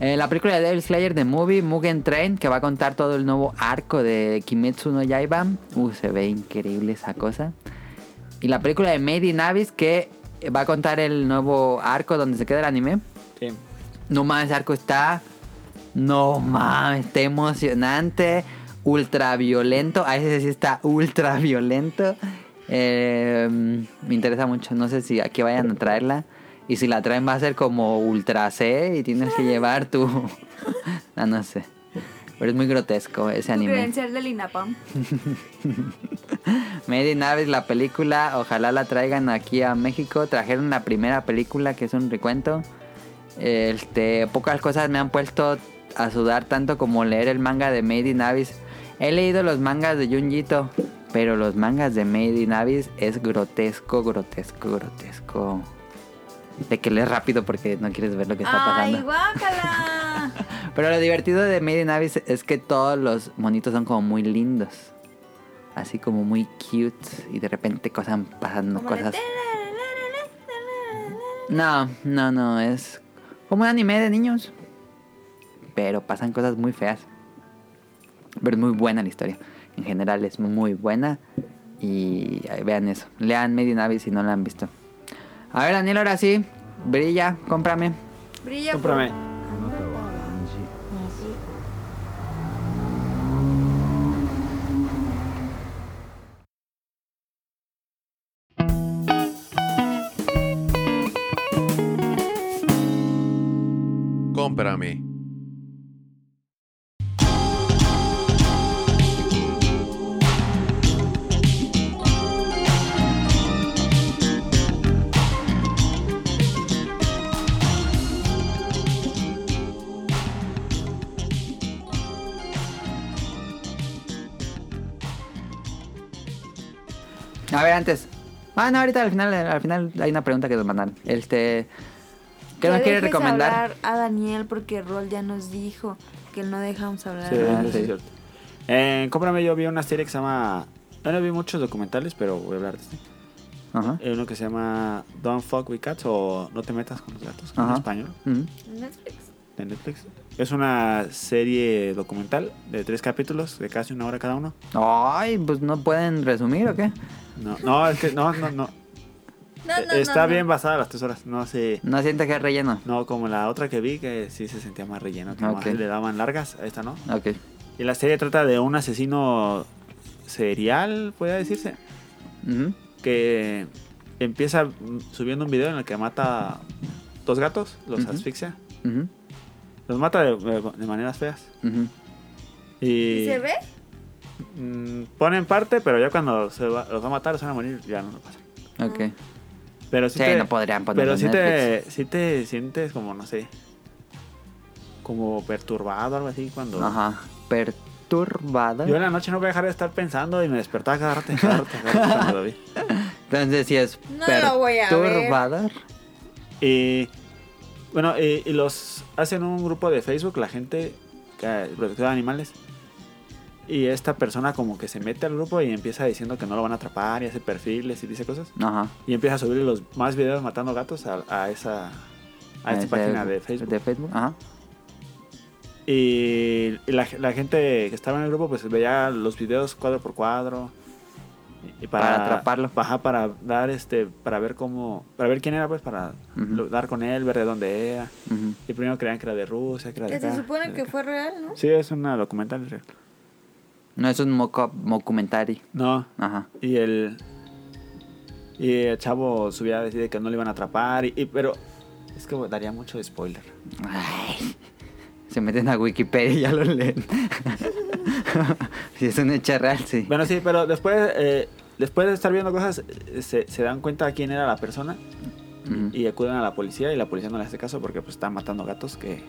Speaker 2: Eh, la película de Devil Slayer de Movie, Mugen Train, que va a contar todo el nuevo arco de Kimetsu no Yaiba. Uh, se ve increíble esa cosa. Y la película de Made in Abyss, que va a contar el nuevo arco donde se queda el anime.
Speaker 3: Sí.
Speaker 2: No mames, ese arco está. No mames, está emocionante. Ultra violento. A ese sí está ultra violento. Eh, me interesa mucho. No sé si aquí vayan a traerla. Y si la traen, va a ser como ultra C. Y tienes que llevar tu. Ah, no, no sé. Pero es muy grotesco ese
Speaker 1: Tu
Speaker 2: anime.
Speaker 1: credencial del INAPAM.
Speaker 2: Made in Abyss, la película, ojalá la traigan aquí a México. Trajeron la primera película, que es un recuento. Este, pocas cosas me han puesto a sudar tanto como leer el manga de Made in Abyss. He leído los mangas de Junjito, pero los mangas de Made in Abyss es grotesco, grotesco, grotesco. De que lees rápido porque no quieres ver lo que está pasando.
Speaker 1: ¡Ay, guácala!
Speaker 2: Pero lo divertido de Made in Abyss es que todos los monitos son como muy lindos. Así como muy cute. Y de repente cosas pasando
Speaker 1: Como la-
Speaker 2: cosas. No, no, no. Es como un anime de niños. Pero pasan cosas muy feas. Pero es muy buena la historia. En general es muy buena. Y ay, vean eso. Lean Made in Abyss si no la han visto. A ver, Daniel, ahora sí. Brilla, cómprame.
Speaker 1: Brilla por-
Speaker 3: Cómprame.
Speaker 5: Cómprame.
Speaker 2: A ver, antes. Ah, no, ahorita al final, al final hay una pregunta que nos mandan. Este. ¿Qué
Speaker 1: Ya
Speaker 2: nos quiere
Speaker 1: dejes
Speaker 2: recomendar?
Speaker 1: hablar a Daniel porque Rol ya nos dijo que no dejamos hablar.
Speaker 3: Sí,
Speaker 1: a
Speaker 2: Ah,
Speaker 3: eso
Speaker 2: sí.
Speaker 3: es cierto. Eh, cómprame, yo vi una serie que se llama. Bueno, vi muchos documentales, pero voy a hablar de este.
Speaker 2: Ajá.
Speaker 3: Hay uno que se llama Don't Fuck with Cats o No te metas con los gatos, en
Speaker 2: Ajá.
Speaker 3: español,
Speaker 2: Mm.
Speaker 1: Netflix.
Speaker 3: de Netflix. Es una serie documental de tres capítulos, de casi una hora cada uno.
Speaker 2: Ay, pues no pueden resumir o qué?
Speaker 3: No, no, es que- no, no, no.
Speaker 1: No, no,
Speaker 3: Eh,
Speaker 1: no,
Speaker 3: Está
Speaker 1: no.
Speaker 3: bien basada las tres horas, no sé.
Speaker 2: No sientes que es relleno.
Speaker 3: No, como la otra que vi, que sí se sentía más relleno, que
Speaker 2: Ah, Ok.
Speaker 3: más le daban largas, a esta no.
Speaker 2: Ok.
Speaker 3: Y la serie trata de un asesino serial, podría decirse,
Speaker 2: Ujú.
Speaker 3: que empieza mm, subiendo un video en el que mata dos gatos, los
Speaker 2: Ujú.
Speaker 3: asfixia.
Speaker 2: Ujú.
Speaker 3: Los mata de, de maneras feas.
Speaker 2: Ujú.
Speaker 3: Y,
Speaker 1: ¿Y se ve?
Speaker 3: mm, ponen parte, pero ya cuando se va- los va a matar, se van a morir, ya no lo pasa.
Speaker 2: Ok.
Speaker 1: Ah.
Speaker 3: Pero sí,
Speaker 2: Sí,
Speaker 3: te-
Speaker 2: no podrían ponerlo
Speaker 3: Pero
Speaker 2: en
Speaker 3: sí
Speaker 2: Netflix.
Speaker 3: te, sí te sientes como, no sé, como perturbado, algo así, cuando...
Speaker 2: Ajá. Perturbada.
Speaker 3: Yo en la noche no voy a dejar de estar pensando y me despertaba cada rato, y cada rato, cada rato cuando lo vi.
Speaker 2: Entonces sí es
Speaker 1: No lo voy a ver.
Speaker 2: perturbada.
Speaker 3: Y bueno, y, y los hacen un grupo de Facebook, la gente que protectora de animales. Y esta persona como que se mete al grupo y empieza diciendo que no lo van a atrapar y hace perfiles y dice cosas.
Speaker 2: Ajá.
Speaker 3: Y empieza a subir los más videos matando gatos a, a esa a esta
Speaker 2: Ese-
Speaker 3: página de Facebook.
Speaker 2: Ah, De Facebook, ajá.
Speaker 3: Y la, la gente que estaba en el grupo pues veía los videos cuadro por cuadro. Y
Speaker 2: Para atraparlo.
Speaker 3: Ajá, para dar este, para ver cómo, para ver quién era pues, para
Speaker 2: Ujú.
Speaker 3: lo- dar con él, ver de dónde era.
Speaker 2: Ujú.
Speaker 3: Y primero creían que era de Rusia, que era de
Speaker 1: Que se
Speaker 3: acá,
Speaker 1: supone
Speaker 3: de
Speaker 1: que
Speaker 3: acá.
Speaker 1: fue real, ¿no?
Speaker 3: Sí, es una documental real.
Speaker 2: No es un mock-up, mockumentary.
Speaker 3: No,
Speaker 2: Ajá.
Speaker 3: y el... Y el chavo subía a decir de que no le iban a atrapar, y, y- pero es que daría mucho spoiler.
Speaker 2: Ay. Se meten a Wikipedia y ya lo leen. si es un hecho real, sí.
Speaker 3: Bueno, sí, pero después, eh, después de estar viendo cosas, eh, se, se dan cuenta quién era la persona
Speaker 2: Ujú,
Speaker 3: y acuden a la policía y la policía no le hace caso porque pues están matando gatos que...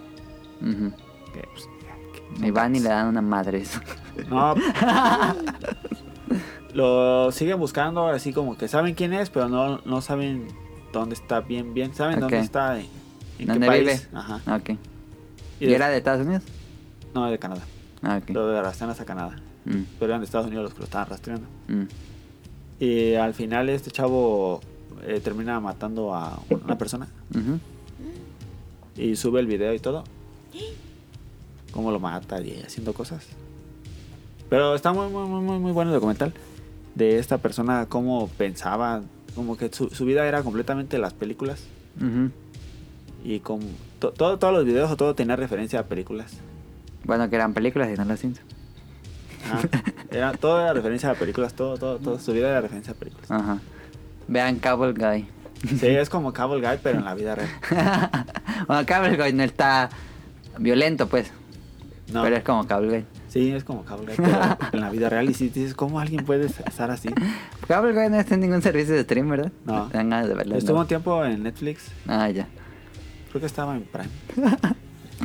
Speaker 2: ujú.
Speaker 3: que, pues, que son
Speaker 2: Y van y le
Speaker 3: gatos.
Speaker 2: dan una madre. eso.
Speaker 3: No. lo siguen buscando así como que saben quién es, pero no, no saben dónde está bien, bien. Saben dónde
Speaker 2: Ok.
Speaker 3: está, en, en
Speaker 2: ¿Dónde
Speaker 3: qué
Speaker 2: vive?
Speaker 3: país. Ajá.
Speaker 2: Ok.
Speaker 3: Y
Speaker 2: ¿Y
Speaker 3: de-
Speaker 2: era de Estados Unidos?
Speaker 3: No, de Canadá.
Speaker 2: Ah, ok.
Speaker 3: Lo de arrastran hasta Canadá.
Speaker 2: Mm,
Speaker 3: Pero eran de Estados Unidos los que lo estaban rastreando.
Speaker 2: mm.
Speaker 3: Y al final este chavo eh, termina matando a una persona.
Speaker 2: Ujú.
Speaker 3: Y sube el video y todo. Cómo lo mata y haciendo cosas. Pero está muy, muy, muy, muy, muy bueno el documental. De esta persona, cómo pensaba. Como que su, su vida era completamente las películas.
Speaker 2: Ujú.
Speaker 3: Y con to- todo, todos los videos o todo tenía referencia a películas.
Speaker 2: Bueno, que eran películas y no las cintas.
Speaker 3: Ah, era, todo era referencia a películas. Todo, todo, todo. Su vida era referencia a películas.
Speaker 2: Ajá. Vean Cable Guy.
Speaker 3: Sí, es como Cable Guy, pero en la vida real.
Speaker 2: bueno, Cable Guy no está violento, pues.
Speaker 3: No,
Speaker 2: Pero es como Cable Guy.
Speaker 3: sí, es como Cable Guy, pero en la vida real. Y si dices, ¿cómo alguien puede estar así?
Speaker 2: Cable Guy no está en ningún servicio de stream, ¿verdad?
Speaker 3: No.
Speaker 2: Tengan ganas de verlo.
Speaker 3: Estuvo
Speaker 2: ¿no?
Speaker 3: un tiempo en Netflix.
Speaker 2: Ah, ya.
Speaker 3: Creo que estaba en Prime.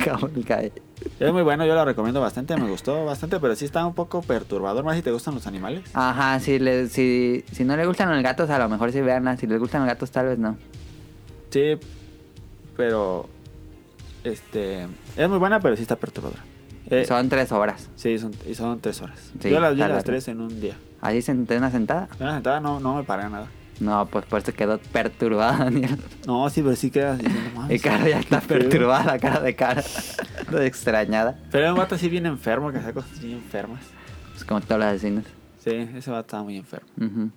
Speaker 2: Cable Guy.
Speaker 3: Es muy bueno, yo lo recomiendo bastante. Me gustó bastante, pero sí está un poco perturbador. Más si te gustan los animales.
Speaker 2: Ajá, si, le, si, si no le gustan los gatos, a lo mejor sí veanla. Si les gustan los gatos, tal vez no.
Speaker 3: Sí, pero. Este. Es muy buena, pero sí está perturbadora. Eh,
Speaker 2: Son tres horas.
Speaker 3: Sí, son, y son tres horas.
Speaker 2: Sí,
Speaker 3: yo las vi
Speaker 2: está larga.
Speaker 3: las tres en un día.
Speaker 2: ¿Así senté una sentada?
Speaker 3: En una sentada no, no me paré nada.
Speaker 2: No, pues por eso quedó perturbada, Daniel.
Speaker 3: No, sí, pero Ah, sí quedas diciendo más.
Speaker 2: Mi cara ya está perturbada, la cara de cara. Estoy extrañada.
Speaker 3: Pero era un vato así bien enfermo, que hacía cosas bien enfermas.
Speaker 2: Pues como todos los vecinos.
Speaker 3: Sí, ese vato estaba muy enfermo.
Speaker 2: Ujú.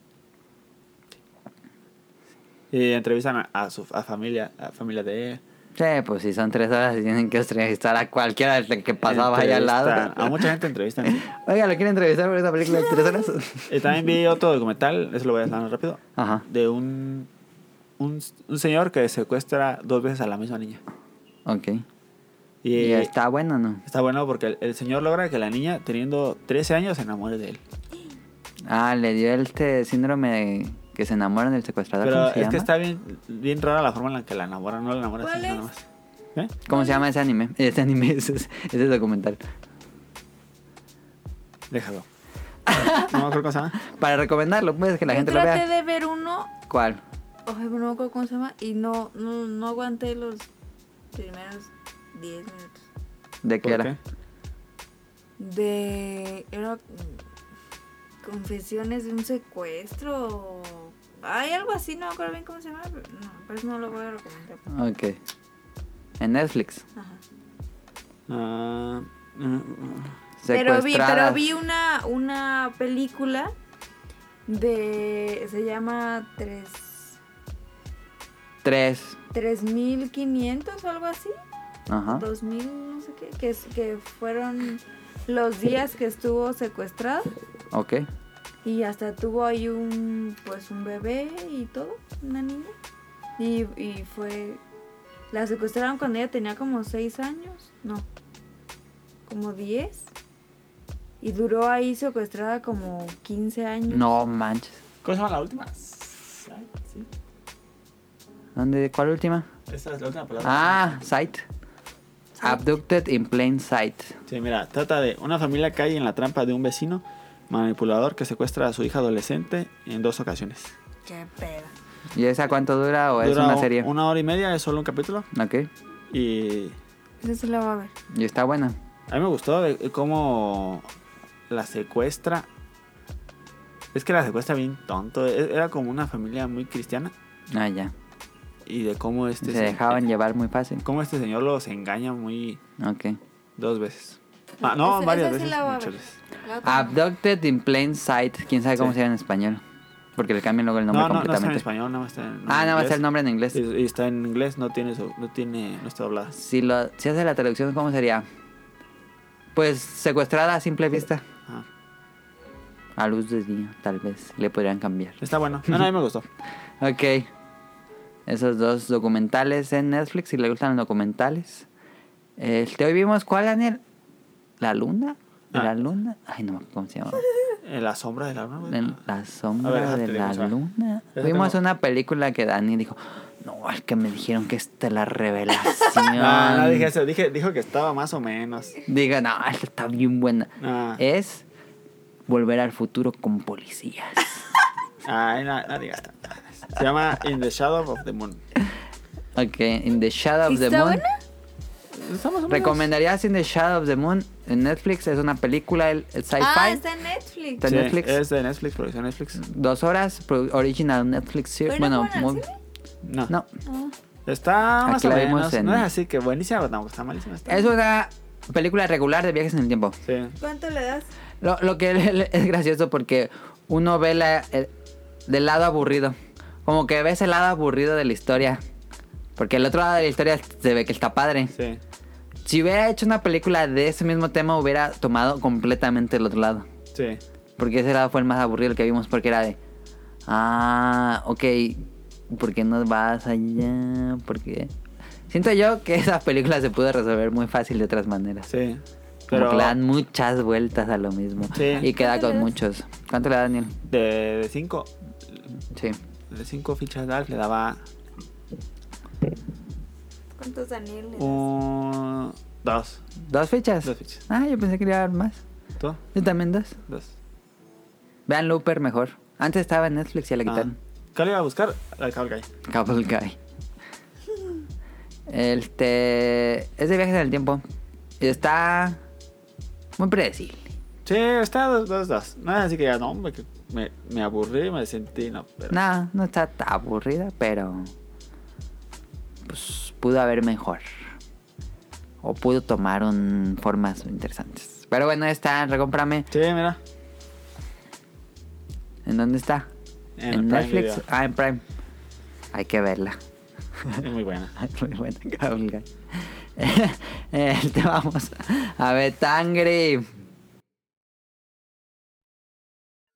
Speaker 3: Y entrevistan a, a su a familia, a familia de él.
Speaker 2: Sí, pues si son tres horas, tienen que entrevistar a cualquiera del que pasaba ahí al lado.
Speaker 3: Entrevistan- A mucha gente entrevistan. sí.
Speaker 2: Oiga, ¿lo quieren entrevistar por esa película de tres horas?
Speaker 3: Y Eh, también vi otro documental, eso lo voy a hablar rápido,
Speaker 2: Ajá.
Speaker 3: de un, un, un señor que secuestra dos veces a la misma niña.
Speaker 2: Ok.
Speaker 3: Y, eh,
Speaker 2: ¿Y
Speaker 3: está.
Speaker 2: está bueno o no?
Speaker 3: bueno porque el, el señor logra que la niña, teniendo 13 años, se enamore de él.
Speaker 2: Ah, le dio este síndrome de que se enamoran del secuestrador.
Speaker 3: Pero
Speaker 2: ¿Cómo
Speaker 3: es
Speaker 2: se llama?
Speaker 3: que está bien, bien rara la forma en la que la enamora, no la enamora
Speaker 1: ¿Cuál
Speaker 3: así nada
Speaker 1: es?
Speaker 3: más. ¿Eh?
Speaker 2: ¿Cómo se llama ese anime? Ese anime, ese, ese documental.
Speaker 3: Déjalo. No me acuerdo cómo se llama.
Speaker 2: Para recomendarlo, pues que la
Speaker 1: Yo
Speaker 2: gente lo
Speaker 1: traté
Speaker 2: vea.
Speaker 1: de ver uno,
Speaker 2: ¿Cuál?
Speaker 1: oye, no me acuerdo cómo se llama, y no, no, no aguanté los primeros 10 minutos.
Speaker 2: ¿De qué
Speaker 3: ¿Por
Speaker 2: era?
Speaker 3: qué?
Speaker 1: De. Era. mm, Confesiones de un secuestro. o- Hay algo así, no me acuerdo bien cómo se llama. Pero no, por eso no lo voy a recomendar.
Speaker 2: Ok. En Netflix.
Speaker 1: Ajá.
Speaker 3: Ah, mm,
Speaker 1: Pero vi, pero
Speaker 2: Secuestradas.
Speaker 1: vi una, una película de. Se llama tres-
Speaker 2: Tres.
Speaker 1: 3500 o algo así.
Speaker 2: Ajá. Ah.
Speaker 1: 2000, no sé qué. Que, es- que fueron los días que estuvo secuestrado
Speaker 2: Ok.
Speaker 1: y hasta tuvo ahí un pues un bebé y todo, una niña. Y, y fue la secuestraron cuando ella tenía como 6 años, no. Como 10. Y duró ahí secuestrada como 15 años.
Speaker 2: No manches.
Speaker 3: ¿Cómo se llama la última? Sight, ¿sí?
Speaker 2: ¿Dónde? ¿Cuál última?
Speaker 3: Esa es la última palabra.
Speaker 2: Ah, sight. Abducted in plain sight.
Speaker 3: Sí, mira, trata de una familia que cae en la trampa de un vecino manipulador que secuestra a su hija adolescente en dos ocasiones.
Speaker 1: Qué pedo.
Speaker 2: ¿Y esa cuánto dura o Oh, es
Speaker 3: Dura
Speaker 2: una
Speaker 3: u-
Speaker 2: serie?
Speaker 3: Una hora y media, es solo un capítulo.
Speaker 2: Ok.
Speaker 3: Y
Speaker 1: Eso se la va a ver.
Speaker 2: Y está buena.
Speaker 3: a mí me gustó de- de cómo la secuestra. Es que la secuestra bien tonto. e- Era como una familia muy cristiana.
Speaker 2: Ah, ya.
Speaker 3: Y de cómo este,
Speaker 2: Se
Speaker 3: se-
Speaker 2: dejaban llevar muy fácil.
Speaker 3: cómo este señor los engaña muy
Speaker 2: Ok.
Speaker 3: dos veces. Ah, no,
Speaker 1: Esa-
Speaker 3: varias
Speaker 1: esa sí
Speaker 3: veces.
Speaker 1: la voy a
Speaker 3: muchas
Speaker 1: ver.
Speaker 3: veces.
Speaker 1: La otra
Speaker 2: Ah,
Speaker 1: no.
Speaker 2: Abducted in plain sight. Quién sabe cómo
Speaker 3: Sí.
Speaker 2: se llama en español. Porque le cambian luego el nombre
Speaker 3: No, no, no está en
Speaker 2: completamente.
Speaker 3: español, no está en
Speaker 2: ah, nada más
Speaker 3: inglés.
Speaker 2: el nombre en inglés.
Speaker 3: Y, y está en inglés, no tiene, su- no tiene, no está doblada.
Speaker 2: Si, lo, si hace la traducción, ¿cómo sería? Pues secuestrada a simple vista.
Speaker 3: Ajá.
Speaker 2: A luz de día, tal vez. Le podrían cambiar.
Speaker 3: Está bueno. No, no, a mí me gustó.
Speaker 2: Ok. Esos dos documentales en Netflix, si le gustan los documentales. Este, hoy vimos cuál, Daniel. ¿La luna? ¿De
Speaker 3: Ah.
Speaker 2: la luna? Ay, no, me acuerdo ¿cómo se llama?
Speaker 3: Eh, la sombra de la luna. güey.
Speaker 2: En la sombra
Speaker 3: A ver, déjate,
Speaker 2: de la
Speaker 3: vamos a ver.
Speaker 2: luna.
Speaker 3: Déjate,
Speaker 2: Vimos
Speaker 3: no.
Speaker 2: una película que Dani dijo, no, es que me dijeron que esta es la revelación.
Speaker 3: No, no dije eso. Dije, dijo que estaba más o menos.
Speaker 2: Diga, no, esta está bien buena.
Speaker 3: Ah,
Speaker 2: Es volver al futuro con policías.
Speaker 3: ay, no, no digas tantas. Se llama In the Shadow of the Moon.
Speaker 2: ok, In the Shadow of the
Speaker 1: ¿Está
Speaker 2: Moon.
Speaker 1: buena?
Speaker 3: Estamos
Speaker 2: ¿Recomendarías In the Shadow of the Moon en Netflix? Es una película el- el sci-fi.
Speaker 1: Ah, está en Netflix.
Speaker 2: Está en Netflix.
Speaker 3: Es de Netflix, producción Netflix.
Speaker 2: Dos horas, pro- original Netflix. sí,
Speaker 1: ¿Pero Ah.
Speaker 2: Bueno,
Speaker 1: fueron al
Speaker 2: muy-
Speaker 1: cine?
Speaker 3: No.
Speaker 2: No,
Speaker 3: Está
Speaker 2: Aquí
Speaker 3: más o
Speaker 2: la vimos
Speaker 3: menos.
Speaker 2: en-
Speaker 3: No es así que buenísima, pero tampoco está malísima. Está.
Speaker 2: es una película regular de viajes en el tiempo.
Speaker 3: Sí.
Speaker 1: ¿Cuánto le das?
Speaker 2: Lo, lo que le- le- es gracioso porque uno ve la- el- del lado aburrido. Como que ves el lado aburrido de la historia. Porque el otro lado de la historia se ve que está padre.
Speaker 3: Sí.
Speaker 2: Si hubiera hecho una película de ese mismo tema, hubiera tomado completamente el otro lado.
Speaker 3: Sí.
Speaker 2: Porque ese lado fue el más aburrido el que vimos porque era de... Ah, ok. ¿Por qué no vas allá? Porque... Siento yo que esa película se pudo resolver muy fácil de otras maneras.
Speaker 3: Sí.
Speaker 2: Pero
Speaker 3: Pero
Speaker 2: le dan muchas vueltas a lo mismo.
Speaker 3: Sí.
Speaker 2: Y queda
Speaker 1: ¿Cuánto le
Speaker 2: con
Speaker 1: das?
Speaker 2: muchos. ¿Cuánto le da Daniel?
Speaker 3: de, de cinco.
Speaker 2: Sí.
Speaker 3: De cinco fichas dark le daba
Speaker 1: ¿Cuántos Daniel le das?
Speaker 3: un. Dos.
Speaker 2: ¿Dos fichas?
Speaker 3: Dos fichas.
Speaker 2: Ah, yo pensé que le iba a dar más.
Speaker 3: ¿Tú?
Speaker 2: Yo también dos.
Speaker 3: Dos.
Speaker 2: Vean Looper mejor. Antes estaba en Netflix y la
Speaker 3: Ah.
Speaker 2: quitaron.
Speaker 3: ¿Cuál iba a buscar? La de Cable Guy.
Speaker 2: Cable Guy. Este. Es de viajes en el tiempo. Y está. Muy predecible.
Speaker 3: Sí, está dos, dos, dos. No es así que ya no, me, me, me aburrí, me sentí, no. Pero, pues,
Speaker 2: No, no está tan aburrida, pero. Pues pudo haber mejor. O pudo tomar un- formas interesantes. Pero bueno, está, recómprame.
Speaker 3: Sí, mira.
Speaker 2: ¿En dónde está?
Speaker 3: En
Speaker 2: ¿En
Speaker 3: Prime
Speaker 2: Netflix?
Speaker 3: Video.
Speaker 2: Ah, en Prime. Hay que verla.
Speaker 3: Es muy buena.
Speaker 2: Muy buena, Cable Guy. Este, vamos a Betangri.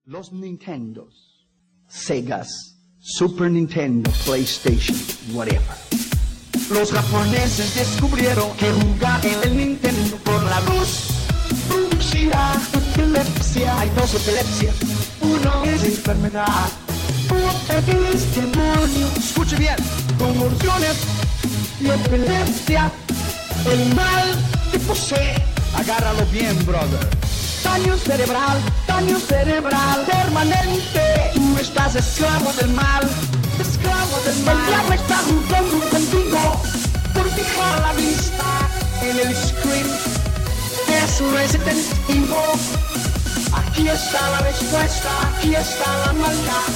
Speaker 6: Los Nintendos, Segas, Super Nintendo, PlayStation, whatever. Los japoneses descubrieron que jugar en el Nintendo por la luz producirá epilepsia. Hay dos epilepsias, uno es enfermedad, otra es demonio. Escuche bien, convulsiones y epilepsia. El mal te posee. Agárralo bien, brother. Daño cerebral, daño cerebral permanente. Tú estás esclavo del mal, esclavo del mal. El diablo está jugando contigo por fijar la vista en el screen. Es Resident Evil. Aquí está la respuesta, aquí está la maldad.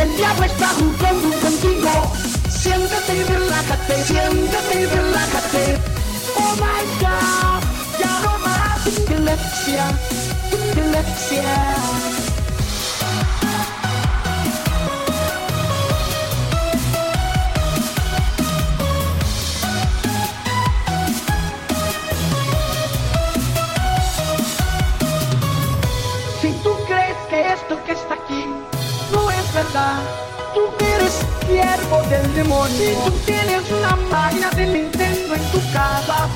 Speaker 6: El diablo está jugando contigo. Siéntate y relájate, siéntate y relájate. Oh my God, ya no más epilepsia, epilepsia. juego del demonio. Si tú tienes una máquina de Nintendo en tu casa,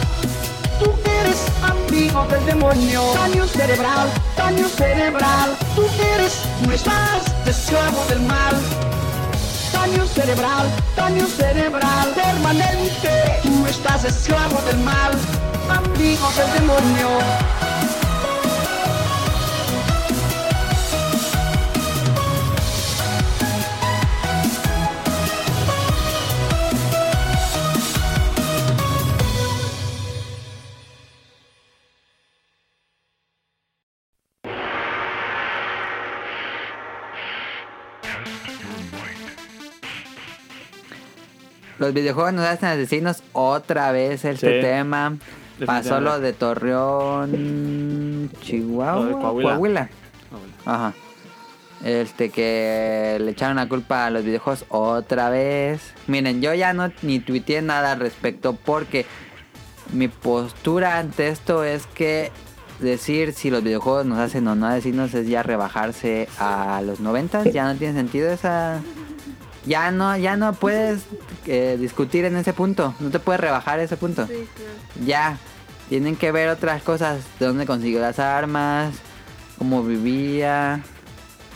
Speaker 6: tú eres amigo del demonio. Daño cerebral, daño cerebral. Tú eres, no estás, esclavo del mal. Daño cerebral, daño cerebral permanente. Tú estás esclavo del mal, amigo del demonio.
Speaker 2: Los videojuegos nos hacen asesinos otra vez este
Speaker 3: Sí.
Speaker 2: tema. Pasó lo
Speaker 3: Definitivamente.
Speaker 2: de Torreón, Chihuahua,
Speaker 3: Lo de Coahuila.
Speaker 2: Ajá. Este que le echaron la culpa a los videojuegos otra vez. Miren, yo ya no ni tuiteé nada al respecto porque mi postura ante esto es que decir si los videojuegos nos hacen o no asesinos es ya rebajarse a los 90, ya no tiene sentido esa ya no ya no puedes eh, discutir en ese punto, no te puedes rebajar a ese punto.
Speaker 1: Sí, claro.
Speaker 2: Ya, tienen que ver otras cosas. De dónde consiguió las armas, cómo vivía.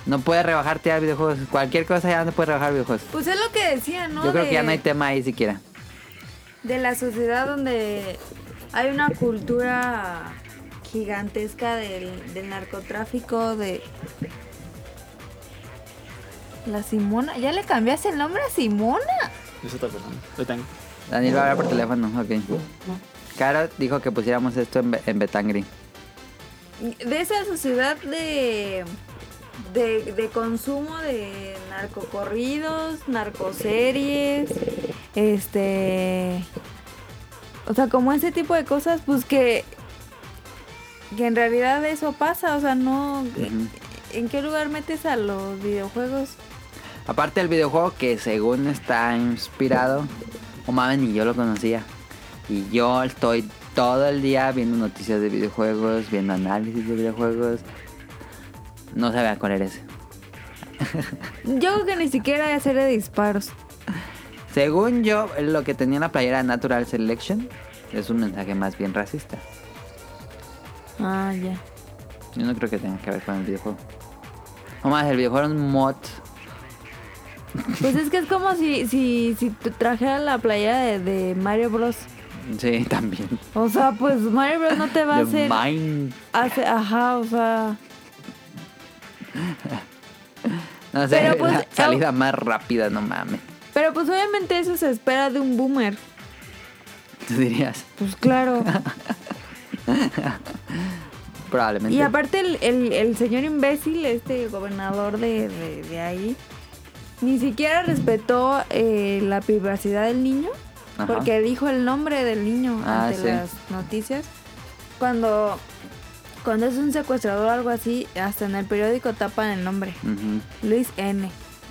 Speaker 2: No puedes rebajarte a videojuegos. Cualquier cosa ya no puedes rebajar a videojuegos.
Speaker 1: Pues es lo que decía, ¿no?
Speaker 2: Yo creo que ya
Speaker 1: De-
Speaker 2: no hay tema ahí siquiera.
Speaker 1: de la sociedad donde hay una cultura gigantesca del, del narcotráfico, de... La Simona, ¿ya le cambiaste el nombre a Simona?
Speaker 3: Es otra persona. Lo tengo.
Speaker 2: Daniel va a hablar por teléfono, ok. Caro dijo que pusiéramos esto en, Be- en Betangri.
Speaker 1: De esa sociedad de, de, de consumo de narcocorridos, narcoseries, este... O sea, como ese tipo de cosas, pues que... Que en realidad eso pasa, o sea, no...
Speaker 2: Ujú.
Speaker 1: ¿En qué lugar metes a los videojuegos?
Speaker 2: Aparte del videojuego que según está inspirado, o mames, ni yo lo conocía. Y yo estoy todo el día viendo noticias de videojuegos, viendo análisis de videojuegos. No sabía cuál era ese.
Speaker 1: Yo creo que ni siquiera hay serie de disparos.
Speaker 2: Según yo, lo que tenía en la playera Natural Selection es un mensaje más bien racista.
Speaker 1: Ah, ya.
Speaker 2: Yo no creo que tenga que ver con el videojuego. O más, el videojuego era un mod.
Speaker 1: Pues es que es como si, si, si te trajera la playera de, de Mario Bros.
Speaker 2: Sí, también.
Speaker 1: O sea, pues Mario Bros no te va a
Speaker 2: De
Speaker 1: hacer...
Speaker 2: Mind.
Speaker 1: hace- ajá, o sea...
Speaker 2: No sé,
Speaker 1: Pero, pues,
Speaker 2: la salida más rápida, no mames.
Speaker 1: Pero pues obviamente eso se espera de un boomer.
Speaker 2: Tú dirías,
Speaker 1: Pues claro.
Speaker 2: probablemente.
Speaker 1: Y aparte el, el- el señor imbécil, este gobernador de, de- de ahí, ni siquiera respetó eh, la privacidad del niño,
Speaker 2: Ajá.
Speaker 1: porque dijo el nombre del niño
Speaker 2: Ah,
Speaker 1: ante
Speaker 2: sí.
Speaker 1: las noticias. Cuando, cuando es un secuestrador o algo así, hasta en el periódico tapan el nombre,
Speaker 2: Ujú.
Speaker 1: Luis N.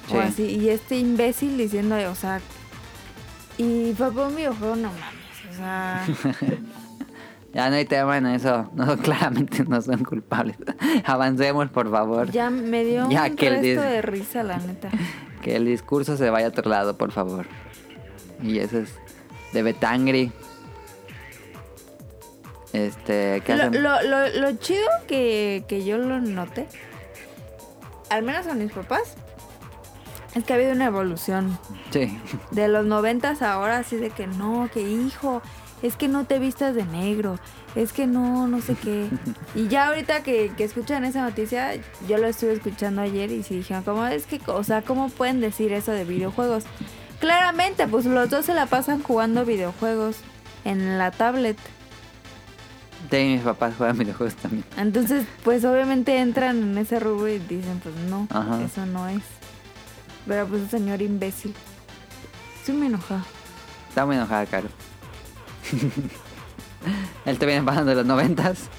Speaker 2: Sí.
Speaker 1: O así, y este imbécil diciendo, o sea, y fue por un videojuego, no mames, o sea...
Speaker 2: Ya no hay tema en eso. No, claramente no son culpables. Avancemos, por favor.
Speaker 1: Ya me dio
Speaker 2: Ya
Speaker 1: un
Speaker 2: que el
Speaker 1: resto
Speaker 2: dis-
Speaker 1: de risa, la neta.
Speaker 2: Que el discurso se vaya a otro lado, por favor. Y eso es de Betangri. Este, ¿qué
Speaker 1: Lo,
Speaker 2: hacen?
Speaker 1: lo- lo- lo chido que, que yo lo noté, al menos a mis papás, es que ha habido una evolución.
Speaker 2: Sí.
Speaker 1: De los noventas a ahora, así de que no, que hijo, es que no te vistas de negro, es que no, no sé qué. Y ya ahorita que, que escuchan esa noticia, yo lo estuve escuchando ayer y sí dijeron, ¿cómo es que, o sea, cómo pueden decir eso de videojuegos? Claramente, pues los dos se la pasan jugando videojuegos en la tablet.
Speaker 2: Sí, mis papás juegan videojuegos también.
Speaker 1: Entonces, pues obviamente entran en ese rubro y dicen, pues no,
Speaker 2: Ajá.
Speaker 1: eso no es. Pero pues señor imbécil. Estoy muy enojada.
Speaker 2: Está muy enojada, Caro. Él te viene pasando de los noventas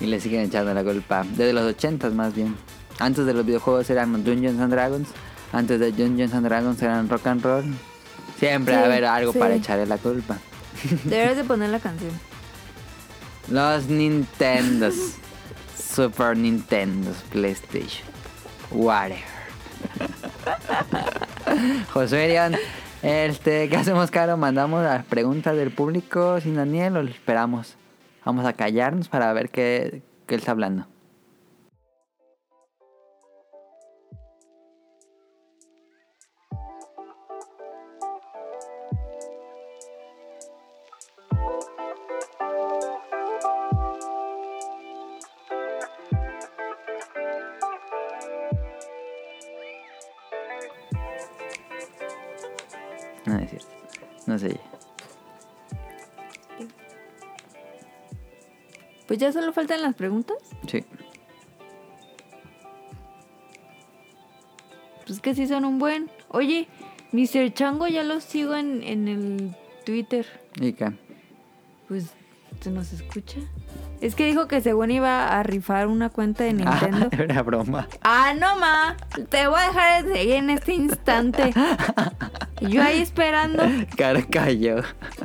Speaker 2: y le siguen echando la culpa. Desde los ochentas más bien. Antes de los videojuegos eran Dungeons and Dragons. Antes de Dungeons and Dragons eran rock and roll. Siempre va a
Speaker 1: Sí,
Speaker 2: haber algo
Speaker 1: sí.
Speaker 2: para echarle la culpa.
Speaker 1: Deberías de poner la canción.
Speaker 2: Los Nintendos. Super Nintendos, PlayStation. Whatever. Josué Orión, Este, ¿qué hacemos, Caro? ¿Mandamos las preguntas del público sin Daniel o lo esperamos? Vamos a callarnos para ver qué, qué él está hablando. No es cierto. No sé.
Speaker 1: Pues ya solo faltan las preguntas.
Speaker 2: Sí.
Speaker 1: Pues que sí son un buen. Oye, Mr. Chango ya lo sigo en, en el Twitter.
Speaker 2: ¿Y qué?
Speaker 1: Pues, ¿se nos escucha? Es que dijo que según iba a rifar una cuenta de Nintendo.
Speaker 2: Ah, era broma.
Speaker 1: Ah, no, ma. Te voy a dejar de seguir en este instante. Y Yo ahí esperando.
Speaker 2: Caro cayó.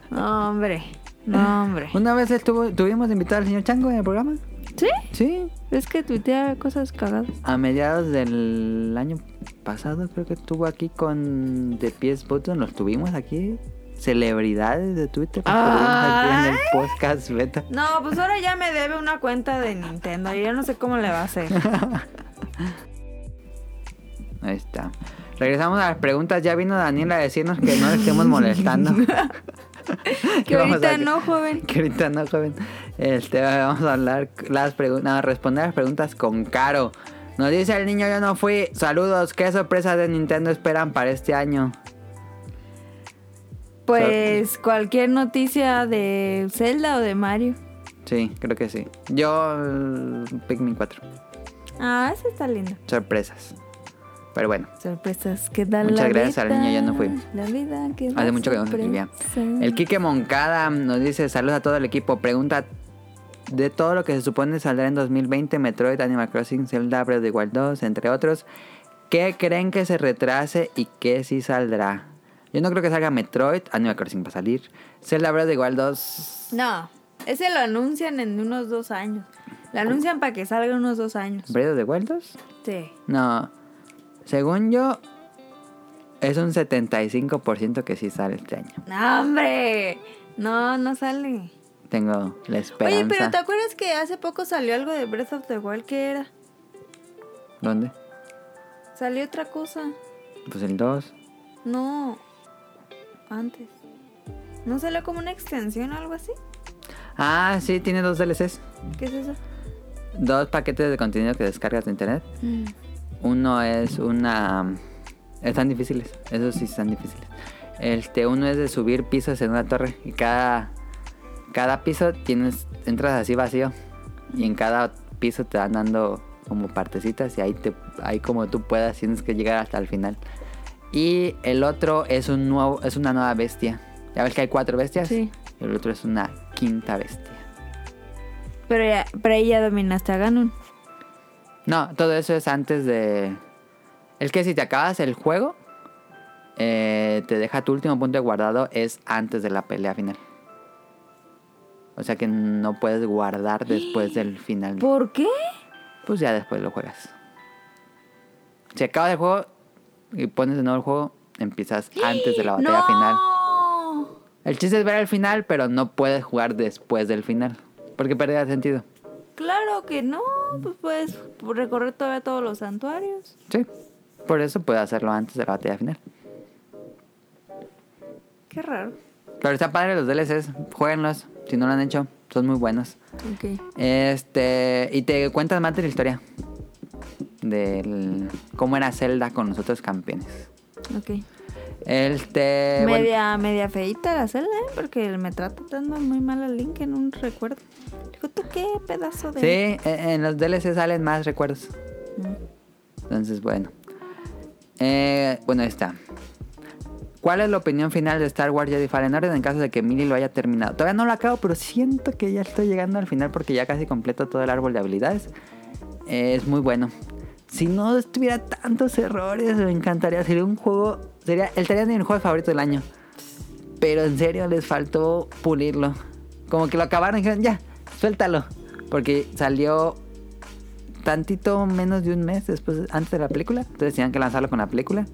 Speaker 1: No, hombre. No, hombre.
Speaker 2: Una vez estuvo, tuvimos invitado al señor Chango en el programa.
Speaker 1: ¿Sí?
Speaker 2: Sí.
Speaker 1: Es que tuitea cosas cagadas.
Speaker 2: A mediados del año pasado creo que estuvo aquí con The Pies Button. Los tuvimos aquí. Celebridades de Twitter. Los tuvimos aquí en
Speaker 1: Ay.
Speaker 2: el podcast beta.
Speaker 1: No, pues ahora ya me debe una cuenta de Nintendo. Yo ya no sé cómo le va a hacer.
Speaker 2: Ahí está. Regresamos a las preguntas. Ya vino Daniel a decirnos que no le estemos molestando.
Speaker 1: Que
Speaker 2: Vamos
Speaker 1: ahorita
Speaker 2: a-
Speaker 1: no, joven.
Speaker 2: Que ahorita no, joven. Este, vamos a hablar las preguntas, a responder las preguntas con Caro. Nos dice el niño, yo no fui. Saludos, ¿qué sorpresas de Nintendo esperan para este año?
Speaker 1: Pues cualquier noticia de Zelda o de Mario.
Speaker 2: Sí, creo que sí. Yo, eh, Pikmin 4.
Speaker 1: Ah, esa está linda.
Speaker 2: Sorpresas. Pero bueno.
Speaker 1: Sorpresas que da
Speaker 2: Muchas
Speaker 1: la
Speaker 2: gracias al
Speaker 1: vida.
Speaker 2: niño, ya no fui.
Speaker 1: La vida que da
Speaker 2: Hace mucho que no escribía.
Speaker 1: sorpresas.
Speaker 2: El Quique Moncada nos dice saludos a todo el equipo. Pregunta de todo lo que se supone saldrá en 2020, Metroid, Animal Crossing, Zelda, Breath of the Wild 2, entre otros. ¿Qué creen que se retrase y qué sí saldrá? Yo no creo que salga Metroid, Animal Crossing va a salir. Zelda, Breath of the Wild 2,
Speaker 1: No, ese lo anuncian en unos dos años. Lo anuncian para que salga en unos dos años.
Speaker 2: Breath of the Wild 2?
Speaker 1: Sí.
Speaker 2: No. Según yo, es un 75% que sí sale este año.
Speaker 1: ¡No, hombre! No, no sale.
Speaker 2: Tengo la esperanza.
Speaker 1: Oye, pero ¿te acuerdas que hace poco salió algo de Breath of the Wild? ¿Qué era?
Speaker 2: ¿Dónde?
Speaker 1: Salió otra cosa.
Speaker 2: Pues el 2.
Speaker 1: No. Antes. ¿No salió como una extensión o algo así?
Speaker 2: Ah, sí, tiene dos DLCs.
Speaker 1: ¿Qué es eso?
Speaker 2: dos paquetes de contenido que descargas de internet.
Speaker 1: Mm.
Speaker 2: Uno es una... Están difíciles, esos sí están difíciles. Este, uno es de subir pisos en una torre y cada, cada piso tienes, entras así vacío y en cada piso te van dando como partecitas y ahí, te, ahí como tú puedas tienes que llegar hasta el final. Y el otro es, un nuevo, es una nueva bestia. Ya ves que hay cuatro bestias.
Speaker 1: Sí.
Speaker 2: El otro es una quinta bestia.
Speaker 1: Pero, ya, pero ahí ya dominaste a Ganon.
Speaker 2: No, todo eso es antes de. Es que si te acabas el juego, eh, te deja tu último punto de guardado es antes de la pelea final. O sea que no puedes guardar después del final.
Speaker 1: ¿Por qué?
Speaker 2: Pues ya después lo juegas. Si acabas el juego y pones de nuevo el juego, empiezas antes de la batalla
Speaker 1: ¡No!
Speaker 2: final. El chiste es ver el final, pero no puedes jugar después del final. Porque perdería sentido.
Speaker 1: Claro que no. Pues puedes recorrer todavía todos los santuarios.
Speaker 2: Sí. Por eso puedes hacerlo antes de la batalla final.
Speaker 1: Qué raro.
Speaker 2: Pero está padre los DLCs, jueguenlos, si no lo han hecho, son muy buenos.
Speaker 1: Ok.
Speaker 2: Este, y te cuentas más de la historia. Del cómo era Zelda con los otros campeones.
Speaker 1: Ok.
Speaker 2: Este. bueno,
Speaker 1: Eh, media, media feita la celda, ¿eh? Porque me trata dando muy mal a Link en un recuerdo. Digo, ¿tú qué pedazo de.?
Speaker 2: sí, en- en los DLC salen más recuerdos. Entonces, bueno. Eh, bueno, ahí está. ¿Cuál es la opinión final de Star Wars Jedi Fallen Order en caso de que Millie lo haya terminado? Todavía no lo acabo, pero siento que ya estoy llegando al final porque ya casi completo todo el árbol de habilidades. Eh, es muy bueno. Si no tuviera tantos errores, me encantaría. Sería un juego... Sería, el sería mi juego favorito del año. Pero en serio, les faltó pulirlo. Como que lo acabaron y dijeron, ya, suéltalo. Porque salió tantito menos de un
Speaker 1: Mm.
Speaker 2: mes después antes de la película. Entonces tenían que lanzarlo con la película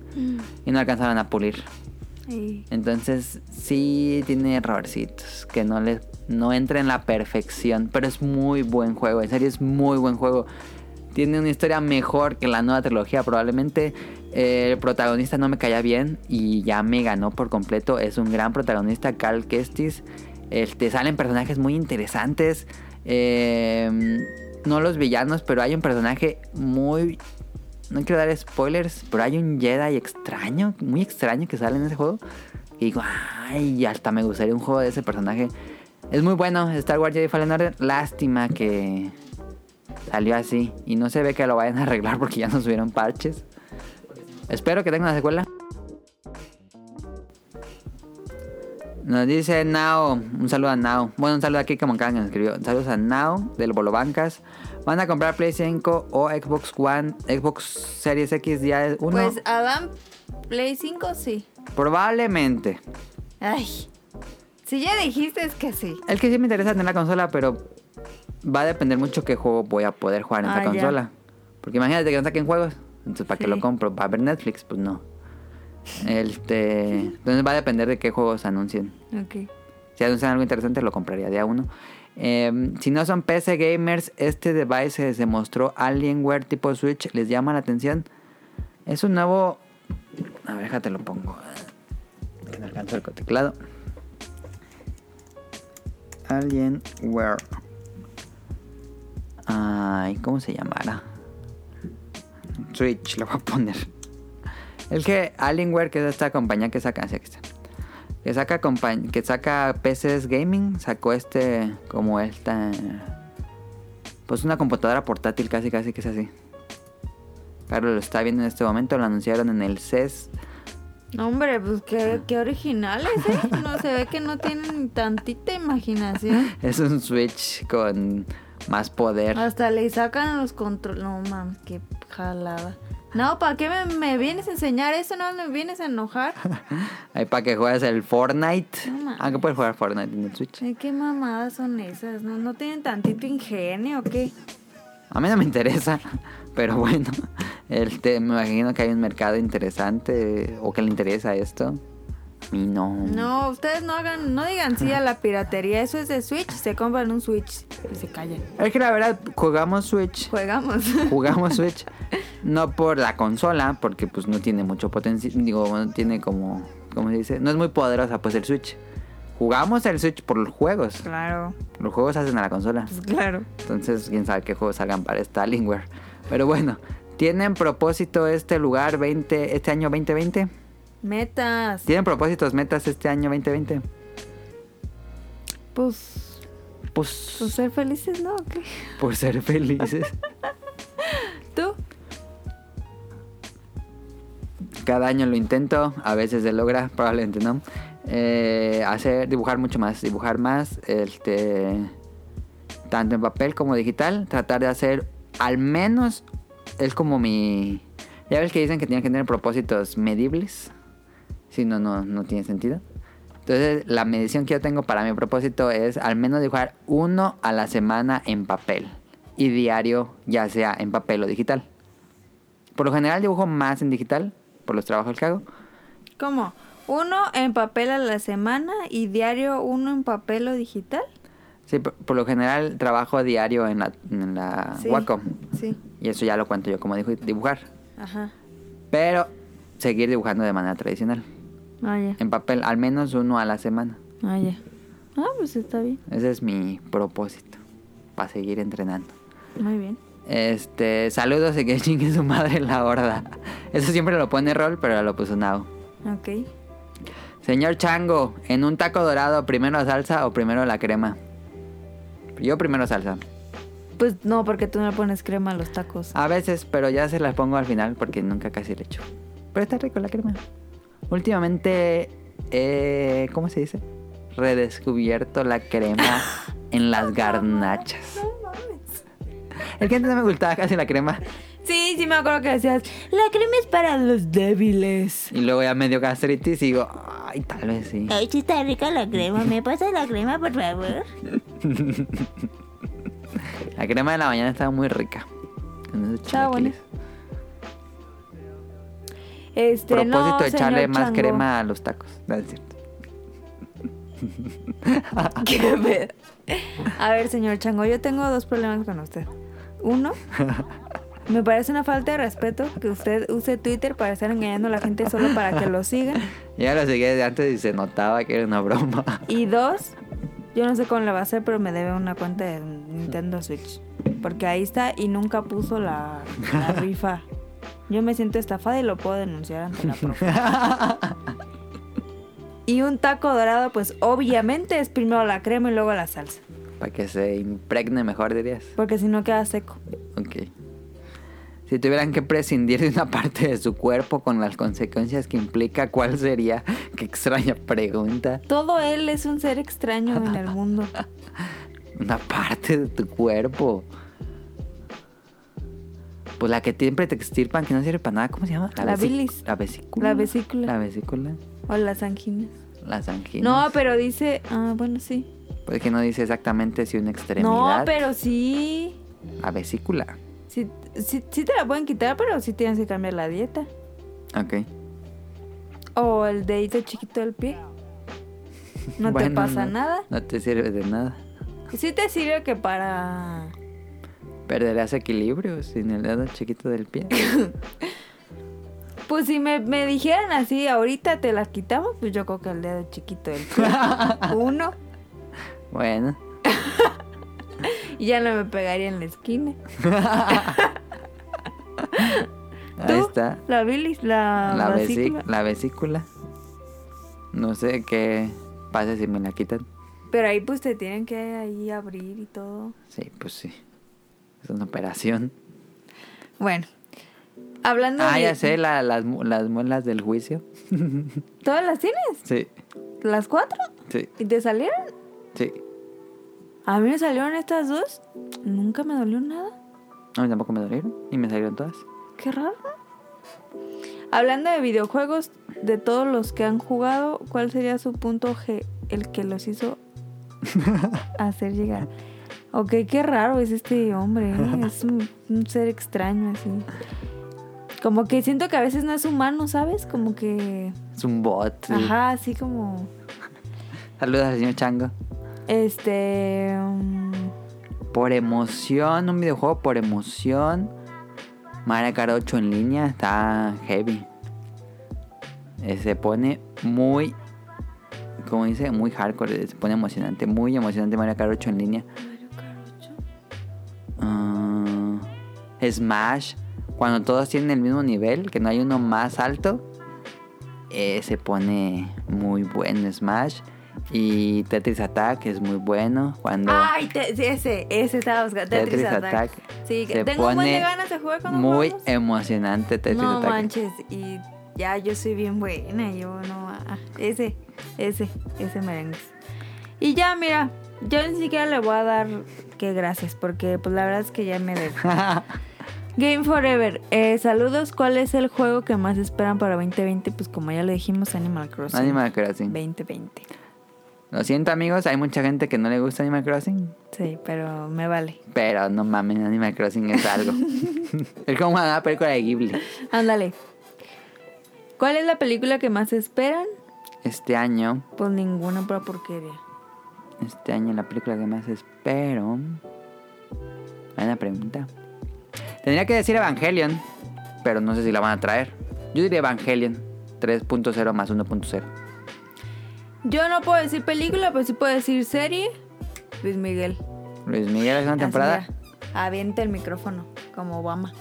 Speaker 2: y no alcanzaron a pulir.
Speaker 1: Sí.
Speaker 2: Entonces sí tiene errorcitos que no le no entra en la perfección, pero es muy buen juego, en serio es muy buen juego. Tiene una historia mejor que la nueva trilogía probablemente. Eh, el protagonista no me caía bien y ya me ganó por completo. Es un gran protagonista, Carl Kestis. Este, salen personajes muy interesantes. eh, no los villanos, pero hay un personaje muy no quiero dar spoilers, pero hay un Jedi extraño, muy extraño que sale en ese juego. Y digo, ay, hasta me gustaría un juego de ese personaje. Es muy bueno, Star Wars Jedi Fallen Order. Lástima que salió así. Y no se ve que lo vayan a arreglar porque ya nos subieron parches. Espero que tenga una secuela. Nos dice Nao, un saludo a Nao. Bueno, un saludo aquí como cada que nos escribió. Saludos a Nao del Bolo Bancas. Van a comprar Play 5 o Xbox One, Xbox Series X día 1.
Speaker 1: Pues Adam Play 5 sí.
Speaker 2: Probablemente.
Speaker 1: Ay. Si ya dijiste es que sí.
Speaker 2: El que sí me interesa tener la consola, pero va a depender mucho qué juego voy a poder jugar en
Speaker 1: Ah,
Speaker 2: esa
Speaker 1: ya.
Speaker 2: consola. Porque imagínate que no saquen juegos. Entonces, ¿para qué
Speaker 1: Sí.
Speaker 2: lo compro? ¿Para ver Netflix? Pues no. Este, entonces va a depender de qué juegos anuncien.
Speaker 1: Ok.
Speaker 2: Si anuncian algo interesante, lo compraría día uno. Eh, si no son PC gamers, este device se demostró Alienware tipo Switch. ¿Les llama la atención? Es un nuevo... A ver, déjate lo pongo. Que no alcanzo el teclado. Alienware. Ay, ¿cómo se llamará? Switch, le voy a poner. El que Alienware, que es esta compañía que saca... sí, aquí está que saca compa- que saca PCs gaming sacó este como esta pues una computadora portátil casi casi que es así Carlos lo está viendo en este momento lo anunciaron en el E CES
Speaker 1: No, hombre, pues qué, qué originales, ¿eh? No, se ve que no tienen ni tantita imaginación.
Speaker 2: es un Switch con más poder
Speaker 1: Hasta le sacan los controles. No, mames, qué jalada. No, ¿para qué me, me vienes a enseñar eso? ¿No me vienes a enojar?
Speaker 2: ahí para que juegues el Fortnite
Speaker 1: No mames.
Speaker 2: aunque puedes jugar Fortnite en el Switch
Speaker 1: Ay, ¿Qué mamadas son esas? ¿No, no tienen tantito ingenio o qué?
Speaker 2: a mí no me interesa pero bueno este me imagino que hay un mercado interesante o que le interesa esto a mí no
Speaker 1: No, ustedes no hagan, no digan sí a la piratería. Eso es de Switch. Se compran un Switch y se callan.
Speaker 2: es que la verdad jugamos Switch
Speaker 1: Juegamos.
Speaker 2: jugamos Switch. No por la consola, porque pues no tiene mucho potencial. Digo, no tiene como. ¿Cómo se dice? No es muy poderosa, pues el Switch. Jugamos el Switch por los juegos.
Speaker 1: Claro,
Speaker 2: Los juegos hacen a la consola.
Speaker 1: pues claro.
Speaker 2: Entonces, quién sabe qué juegos salgan para esta Alienware. Pero bueno, ¿tienen propósito este lugar 20, este año 2020?
Speaker 1: Metas.
Speaker 2: ¿Tienen propósitos, metas este año 2020?
Speaker 1: Pues,
Speaker 2: Pues,
Speaker 1: pues ser felices, ¿no? ¿O qué?
Speaker 2: por ser felices.
Speaker 1: ¿Tú?
Speaker 2: Cada año lo intento, a veces se logra, probablemente no. Eh, hacer, dibujar mucho más, dibujar más, este, tanto en papel como digital. Tratar de hacer al menos, es como mi. Ya ves que dicen que tienen que tener propósitos medibles. Si no, no, no tiene sentido. Entonces, la medición que yo tengo para mi propósito es al menos dibujar uno a la semana en papel y diario, ya sea en papel o digital. Por lo general dibujo más en digital, por los trabajos que hago.
Speaker 1: ¿Cómo? ¿Uno en papel a la semana y diario uno en papel o digital?
Speaker 2: Sí, por, por lo general trabajo diario en la, en la
Speaker 1: Sí.
Speaker 2: Wacom.
Speaker 1: Sí.
Speaker 2: Y eso ya lo cuento yo como dijo, dibujar.
Speaker 1: Ajá.
Speaker 2: Pero seguir dibujando de manera tradicional.
Speaker 1: Oye.
Speaker 2: En papel, al menos uno a la semana.
Speaker 1: Oye. Ah, pues está bien.
Speaker 2: Ese es mi propósito. Para seguir entrenando.
Speaker 1: Muy bien.
Speaker 2: Este, saludos y que chingue su madre la horda. Eso siempre lo pone Rol, pero lo puso Nao.
Speaker 1: Ok.
Speaker 2: Señor Chango, en un taco dorado, primero salsa o primero la crema. Yo primero salsa.
Speaker 1: Pues no, porque tú no le pones crema a los tacos.
Speaker 2: A veces, pero ya se las pongo al final porque nunca casi le echo. Pero está rico la crema. Últimamente, eh, ¿cómo se dice? Redescubierto la crema en las garnachas. El que antes no me gustaba casi la crema.
Speaker 1: Sí, sí me acuerdo que decías, la crema es para los débiles.
Speaker 2: Y luego ya me dio gastritis y digo, ay, tal vez sí.
Speaker 7: Ay, sí está rica la crema. ¿Me pasas la crema, por favor?
Speaker 2: La crema de la mañana estaba muy rica. Con esos
Speaker 1: Estaba buena.
Speaker 2: chilaquiles.
Speaker 1: Este,
Speaker 2: propósito
Speaker 1: no,
Speaker 2: de echarle
Speaker 1: señor
Speaker 2: más
Speaker 1: Chango.
Speaker 2: crema a los tacos. No, es cierto.
Speaker 1: Qué pedo. A ver, señor Chango, yo tengo dos problemas con usted. Uno, me parece una falta de respeto que usted use Twitter para estar engañando a la gente solo para que lo sigan.
Speaker 2: Ya lo seguía desde antes y se notaba que era una broma.
Speaker 1: Y dos, yo no sé cómo le va a hacer, pero me debe una cuenta de Nintendo Switch. Porque ahí está y nunca puso la, la rifa. Yo me siento estafada y lo puedo denunciar ante la profe. Y un taco dorado, pues obviamente es primero la crema y luego la salsa.
Speaker 2: Para que se impregne mejor, dirías.
Speaker 1: Porque si no queda seco.
Speaker 2: Ok. Si tuvieran que prescindir de una parte de su cuerpo con las consecuencias que implica, ¿cuál sería? Qué extraña pregunta.
Speaker 1: Todo él es un ser extraño en el mundo.
Speaker 2: Una parte de tu cuerpo. Pues la que siempre te extirpan, que no sirve para nada. ¿Cómo se llama?
Speaker 1: La
Speaker 2: vesic-
Speaker 1: bilis.
Speaker 2: La vesícula.
Speaker 1: La vesícula.
Speaker 2: La vesícula.
Speaker 1: O las anginas.
Speaker 2: Las anginas.
Speaker 1: No, pero dice. Ah, bueno, sí.
Speaker 2: Pues que no dice exactamente si una extremidad.
Speaker 1: No, pero sí.
Speaker 2: La vesícula.
Speaker 1: Sí, sí, sí te la pueden quitar, pero sí tienes que cambiar la dieta.
Speaker 2: Ok.
Speaker 1: O el dedito chiquito del pie. No te
Speaker 2: Bueno,
Speaker 1: pasa
Speaker 2: no-
Speaker 1: nada.
Speaker 2: No te sirve de nada.
Speaker 1: Sí te sirve que para...
Speaker 2: Perderás equilibrio sin el dedo chiquito del pie.
Speaker 1: Pues si me, me dijeran así, ahorita te las quitamos, pues yo creo que el dedo chiquito del pie. Uno.
Speaker 2: bueno.
Speaker 1: Y ya no me pegaría en la esquina.
Speaker 2: Ahí
Speaker 1: ¿Tú?
Speaker 2: está.
Speaker 1: La bilis, la,
Speaker 2: La, vesi-
Speaker 1: vesícula.
Speaker 2: la vesícula. No sé qué pasa si me la quitan.
Speaker 1: Pero ahí pues te tienen que ahí abrir y todo.
Speaker 2: Sí, pues sí. Es una operación.
Speaker 1: Bueno. Hablando
Speaker 2: ah,
Speaker 1: de...
Speaker 2: ya sé, la- las, mu- las muelas del juicio.
Speaker 1: ¿Todas las tienes?
Speaker 2: Sí,
Speaker 1: ¿Las cuatro?
Speaker 2: sí,
Speaker 1: ¿Y te salieron?
Speaker 2: sí.
Speaker 1: A mí me salieron estas dos. Nunca me dolió nada.
Speaker 2: A mí tampoco me dolieron. Y me salieron todas.
Speaker 1: Qué raro. Hablando de videojuegos, de todos los que han jugado, ¿cuál sería su punto G? El que los hizo hacer llegar. Ok, qué raro es este hombre. ¿eh? Es un, un ser extraño así. Como que siento que a veces no es humano, ¿sabes? Como que...
Speaker 2: Es un bot. sí.
Speaker 1: Ajá, así como...
Speaker 2: Saludos al señor Chango.
Speaker 1: Este... um,
Speaker 2: Por emoción, un videojuego por emoción. Mario Kart 8 en línea está heavy. Eh, Se pone muy, como dice, muy hardcore. eh, Se pone emocionante, muy emocionante Mario Kart 8 en línea. Ah, Smash, cuando todos tienen el mismo nivel, que no hay uno más alto, eh, se pone muy bueno Smash. Y Tetris Attack es muy bueno. Cuando
Speaker 1: Ay, te- sí, ese, ese estaba buscando. Tetris, Attack. Sí, que
Speaker 2: se
Speaker 1: tengo un buen de
Speaker 2: pone
Speaker 1: ganas de jugar con
Speaker 2: Muy emocionante Tetris
Speaker 1: No
Speaker 2: Attack.
Speaker 1: manches, y ya yo soy bien buena, yo no. ah, ese, ese, ese merengue. Y ya, mira, yo ni siquiera le voy a dar que gracias, porque pues la verdad es que ya me debo. Game Forever, eh, saludos, ¿cuál es el juego que más esperan para 2020? Pues como ya le dijimos, Animal Crossing.
Speaker 2: Animal Crossing.
Speaker 1: 2020.
Speaker 2: Lo siento amigos, hay mucha gente que no le gusta Animal Crossing,
Speaker 1: Sí, pero me vale.
Speaker 2: pero no mamen, Animal Crossing es algo. es como una película de Ghibli.
Speaker 1: Ándale. ¿Cuál es la película que más esperan?
Speaker 2: Este año,
Speaker 1: Pues ninguna, pero porquería.
Speaker 2: este año la película que más espero... Buena pregunta. Tendría que decir Evangelion, pero no sé si la van a traer. Yo diría Evangelion 3.0 más 1.0.
Speaker 1: Yo no puedo decir película, pero sí puedo decir serie. Luis Miguel.
Speaker 2: Luis Miguel es una
Speaker 1: Así,
Speaker 2: temporada.
Speaker 1: mira, avienta el micrófono, como Obama.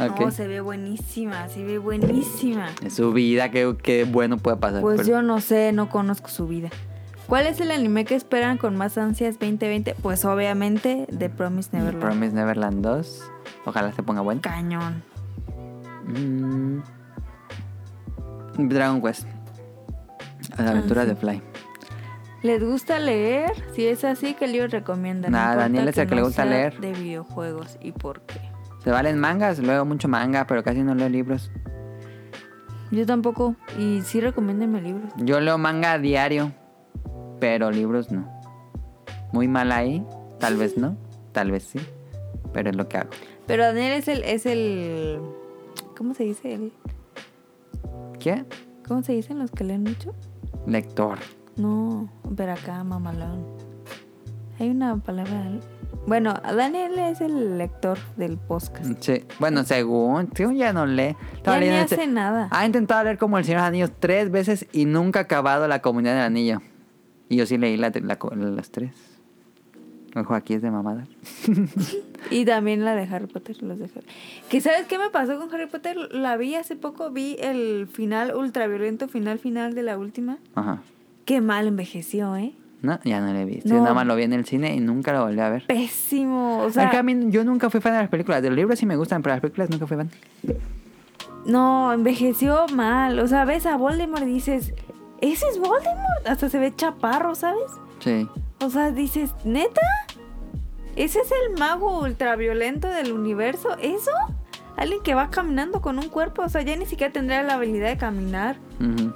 Speaker 2: Ok.
Speaker 1: No, se ve buenísima, se ve buenísima.
Speaker 2: En su vida, qué, qué bueno puede pasar.
Speaker 1: Pues
Speaker 2: Pero-
Speaker 1: yo no sé, no conozco su vida. ¿Cuál es el anime que esperan con más ansias 2020? Pues obviamente The Promise Neverland.
Speaker 2: Promise Neverland 2. Ojalá se ponga bueno.
Speaker 1: Cañón.
Speaker 2: Mm. Dragon Quest.
Speaker 1: Ah,
Speaker 2: Las aventuras de Fly.
Speaker 1: ¿Les gusta leer? Si es así, ¿qué libros recomiendan?
Speaker 2: Nah,
Speaker 1: importa
Speaker 2: Daniel es el que le gusta
Speaker 1: sea
Speaker 2: leer.
Speaker 1: De videojuegos y por qué.
Speaker 2: Se valen mangas, luego mucho manga, pero casi no leo libros.
Speaker 1: Yo tampoco. Y sí, recomiéndenme libros.
Speaker 2: Yo leo manga a diario, pero libros no. Muy mal ahí, tal vez no, tal vez sí, pero es lo que hago.
Speaker 1: Pero Daniel es el, es el ¿Cómo se dice el-
Speaker 2: ¿Qué?
Speaker 1: ¿Cómo se dicen los que leen mucho?
Speaker 2: Lector.
Speaker 1: No, ver acá, mamalón. Hay una palabra. ¿eh? Bueno, Daniel es el lector del podcast.
Speaker 2: Sí. Bueno, según, según ya no Ah. lee. Estaba
Speaker 1: Pues Ya ni
Speaker 2: leyendo este
Speaker 1: hace nada.
Speaker 2: Ha intentado leer como el Señor de los Anillos tres veces y nunca ha acabado la comunidad del anillo. Y yo sí leí la- la- las tres. Ojo, aquí es de mamada.
Speaker 1: Y también la de Harry Potter, los de Harry. Que sabes qué me pasó con Harry Potter? La vi hace poco, vi el final ultraviolento, final final de la última.
Speaker 2: Ajá.
Speaker 1: Qué mal envejeció, ¿eh?
Speaker 2: No, ya no lo he visto.
Speaker 1: No.
Speaker 2: Yo nada más lo vi en el cine y nunca lo volví a ver.
Speaker 1: Pésimo. O
Speaker 2: Al
Speaker 1: sea,
Speaker 2: cambio, yo nunca fui fan de las películas. De los libros sí me gustan, pero las películas nunca fui fan.
Speaker 1: no, envejeció mal. O sea, ves a Voldemort y dices, ¿ese es Voldemort? Hasta se ve chaparro, ¿sabes?
Speaker 2: Sí.
Speaker 1: O sea, dices, ¿neta? ¿Ese es el mago ultraviolento del universo? ¿Eso? Alguien que va caminando con un cuerpo, o sea, ya ni siquiera tendría la habilidad de caminar.
Speaker 2: Ujú.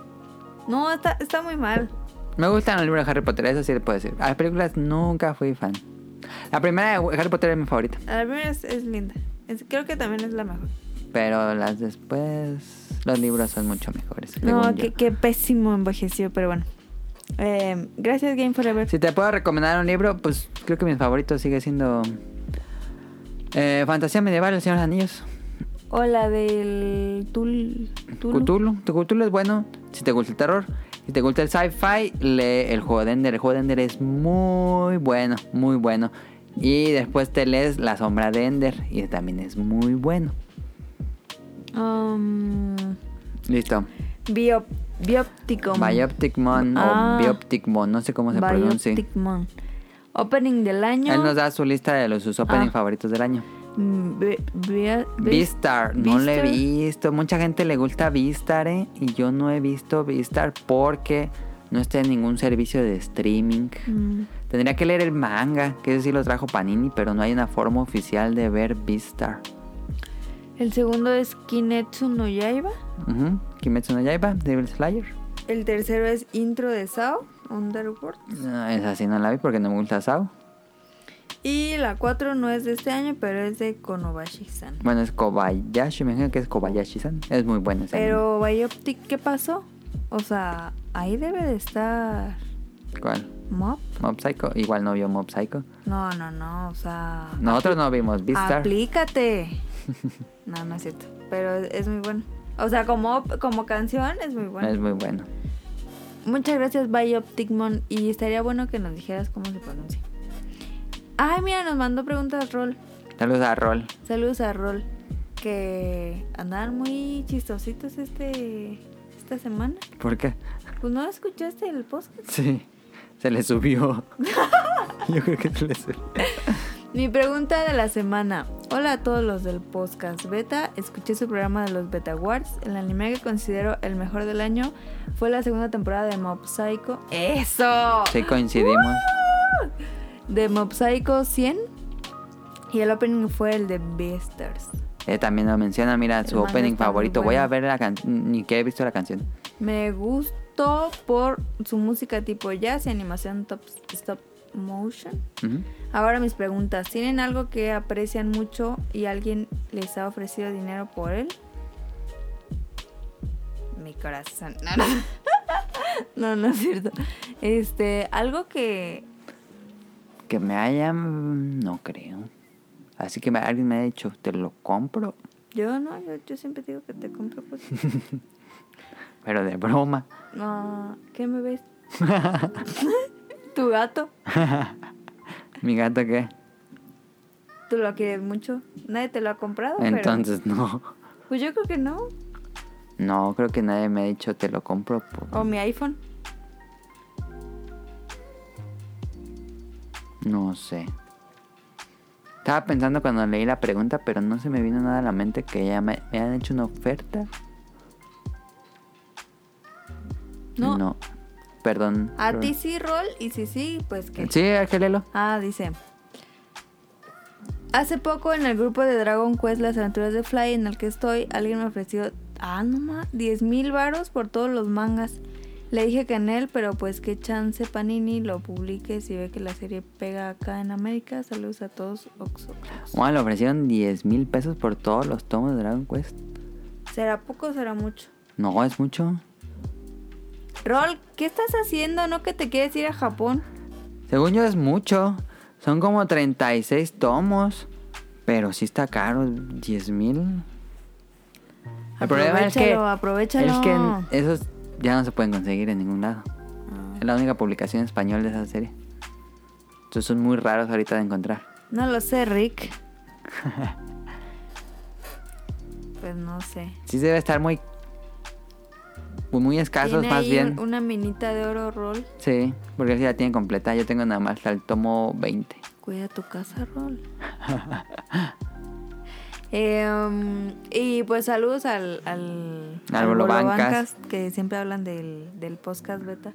Speaker 1: No, está, está muy mal.
Speaker 2: Me gustan los libros de Harry Potter, eso sí le puedo decir. A las películas nunca fui fan. La primera de Harry Potter es mi favorita.
Speaker 1: A ver, es, es linda. Es- creo que también es la mejor.
Speaker 2: Pero las después, los libros son mucho mejores.
Speaker 1: No,
Speaker 2: según yo.
Speaker 1: qué, qué pésimo envejeció, pero bueno. Eh, gracias, Game Forever.
Speaker 2: Si te puedo recomendar un libro, pues creo que mi favorito sigue siendo eh, Fantasía Medieval, El Señor de los Anillos.
Speaker 1: O la del Tul. Tulu.
Speaker 2: Cthulhu. Tu Cthulhu es bueno si te gusta el terror. Si te gusta el sci-fi, lee el juego de Ender. El juego de Ender es muy bueno, muy bueno. Y después te lees La Sombra de Ender y también es muy bueno.
Speaker 1: Um,
Speaker 2: Listo.
Speaker 1: biop, biopticon.
Speaker 2: Bioptic Mon
Speaker 1: Ah.
Speaker 2: o Bioptic Mon, no sé cómo se pronuncia.
Speaker 1: Bioptic Mon. Opening del año.
Speaker 2: Él nos da su lista de los, sus opening
Speaker 1: Ah.
Speaker 2: favoritos del año.
Speaker 1: Mm, Be- Be- Be-
Speaker 2: Vistar, no le he
Speaker 1: Vistar.
Speaker 2: visto. Mucha gente le gusta Vistar, ¿eh? Y yo no he visto Vistar porque no está en ningún servicio de streaming.
Speaker 1: Mm,
Speaker 2: Tendría que leer el manga, que eso sí lo trajo Panini, pero no hay una forma oficial de ver Vistar.
Speaker 1: El segundo es Kinetsu no Yaiba.
Speaker 2: Ujú, Kimetsu no Yaiba, Devil Slayer.
Speaker 1: El tercero es Intro de Sao, Underworld.
Speaker 2: No, esa sí no la vi porque no me gusta Sao.
Speaker 1: Y la 4 no es de este año, pero es de Konobashi-san.
Speaker 2: Bueno, es Kobayashi, me imagino que es Kobayashi-san. Es muy bueno ese anime.
Speaker 1: Pero Bioptic, ¿qué pasó? O sea, ahí debe de estar
Speaker 2: ¿Cuál?
Speaker 1: Mop.
Speaker 2: Mob Psycho. Igual no vio Mob Psycho.
Speaker 1: No, no, no, o sea...
Speaker 2: Nosotros no vimos
Speaker 1: Ah,
Speaker 2: Vistar.
Speaker 1: Aplícate. No, no es cierto. Pero es es muy bueno. O sea, como, como canción es muy bueno.
Speaker 2: Es muy bueno.
Speaker 1: Muchas gracias, Biopticmon. Y estaría bueno que nos dijeras cómo se pronuncia. Ay, mira, nos mandó preguntas Rol.
Speaker 2: Saludos a Roll.
Speaker 1: Saludos a Rol. Que andaban muy chistositos este esta semana.
Speaker 2: ¿Por qué?
Speaker 1: Pues no escuchaste el podcast.
Speaker 2: Sí, se le subió. Yo creo que se le subió.
Speaker 1: Mi pregunta de la semana. Hola a todos los del podcast Beta. Escuché su programa de los Beta Awards. El anime que considero el mejor del año fue la segunda temporada de Mob Psycho. ¡Eso!
Speaker 2: Sí, coincidimos.
Speaker 1: De Mob Psycho 100. Y el opening fue el de Beastars.
Speaker 2: Eh, también lo menciona, mira, su
Speaker 1: El manga
Speaker 2: opening
Speaker 1: está muy
Speaker 2: favorito. Voy a
Speaker 1: bueno.
Speaker 2: ver la canción, ni que he visto la canción.
Speaker 1: Me gustó por su música tipo jazz y animación top, stop motion.
Speaker 2: Ujú.
Speaker 1: Ahora mis preguntas. ¿Tienen algo que aprecian mucho y alguien les ha ofrecido dinero por él? Mi corazón. No, no. No, no es cierto. Este, algo que...
Speaker 2: Que me hayan, no creo. Así que me- alguien me ha dicho, te lo compro,
Speaker 1: Yo no, yo, yo siempre digo que te compro cosas.
Speaker 2: pero de broma.
Speaker 1: No, ¿qué me ves? tu gato,
Speaker 2: Mi gato qué?
Speaker 1: tú lo quieres mucho. Nadie te lo ha comprado, pero-
Speaker 2: Entonces no.
Speaker 1: Pues yo creo que no.
Speaker 2: No, creo que nadie me ha dicho, te lo compro. por-".
Speaker 1: O mi iPhone.
Speaker 2: No sé. Estaba pensando cuando leí la pregunta, pero no se me vino nada a la mente que ya me, me han hecho una oferta.
Speaker 1: No.
Speaker 2: Perdón.
Speaker 1: A
Speaker 2: Rol.
Speaker 1: ti sí, Rol, y si sí, pues que...
Speaker 2: Sí, hay que léelo.
Speaker 1: Ah, dice. Hace poco en el grupo de Dragon Quest Las Aventuras de Fly en el que estoy, alguien me ofreció, ah, no ma, 10 mil varos por todos los mangas. Le dije que en él, pero pues qué chance Panini lo publique si ve que la serie pega acá en América. Saludos a todos, Oxo.
Speaker 2: Bueno, le ofrecieron 10 mil pesos por todos los tomos de Dragon Quest.
Speaker 1: ¿Será poco o será mucho?
Speaker 2: No, es mucho.
Speaker 1: Rol, ¿qué estás haciendo? ¿No que te quieres ir a Japón?
Speaker 2: Según yo es mucho. Son como 36 tomos. Pero sí está caro, 10 mil. El problema es que,
Speaker 1: Aprovechalo,
Speaker 2: es que
Speaker 1: aprovechalo.
Speaker 2: esos ya no se pueden conseguir en ningún lado.
Speaker 1: Ah.
Speaker 2: Es la única publicación en español de esa serie. Entonces son muy raros ahorita de encontrar.
Speaker 1: No lo sé, Rick. pues no sé.
Speaker 2: Sí debe estar muy... pues Muy escasos
Speaker 1: Tiene
Speaker 2: más
Speaker 1: ahí
Speaker 2: bien.
Speaker 1: un- Una minita de oro rol.
Speaker 2: Sí, porque si la tiene completa. Yo tengo nada más hasta el tomo 20.
Speaker 1: Cuida tu casa, Rol. Em, y pues saludos al, al,
Speaker 2: Al Bolobancas.
Speaker 1: que siempre hablan del, del podcast beta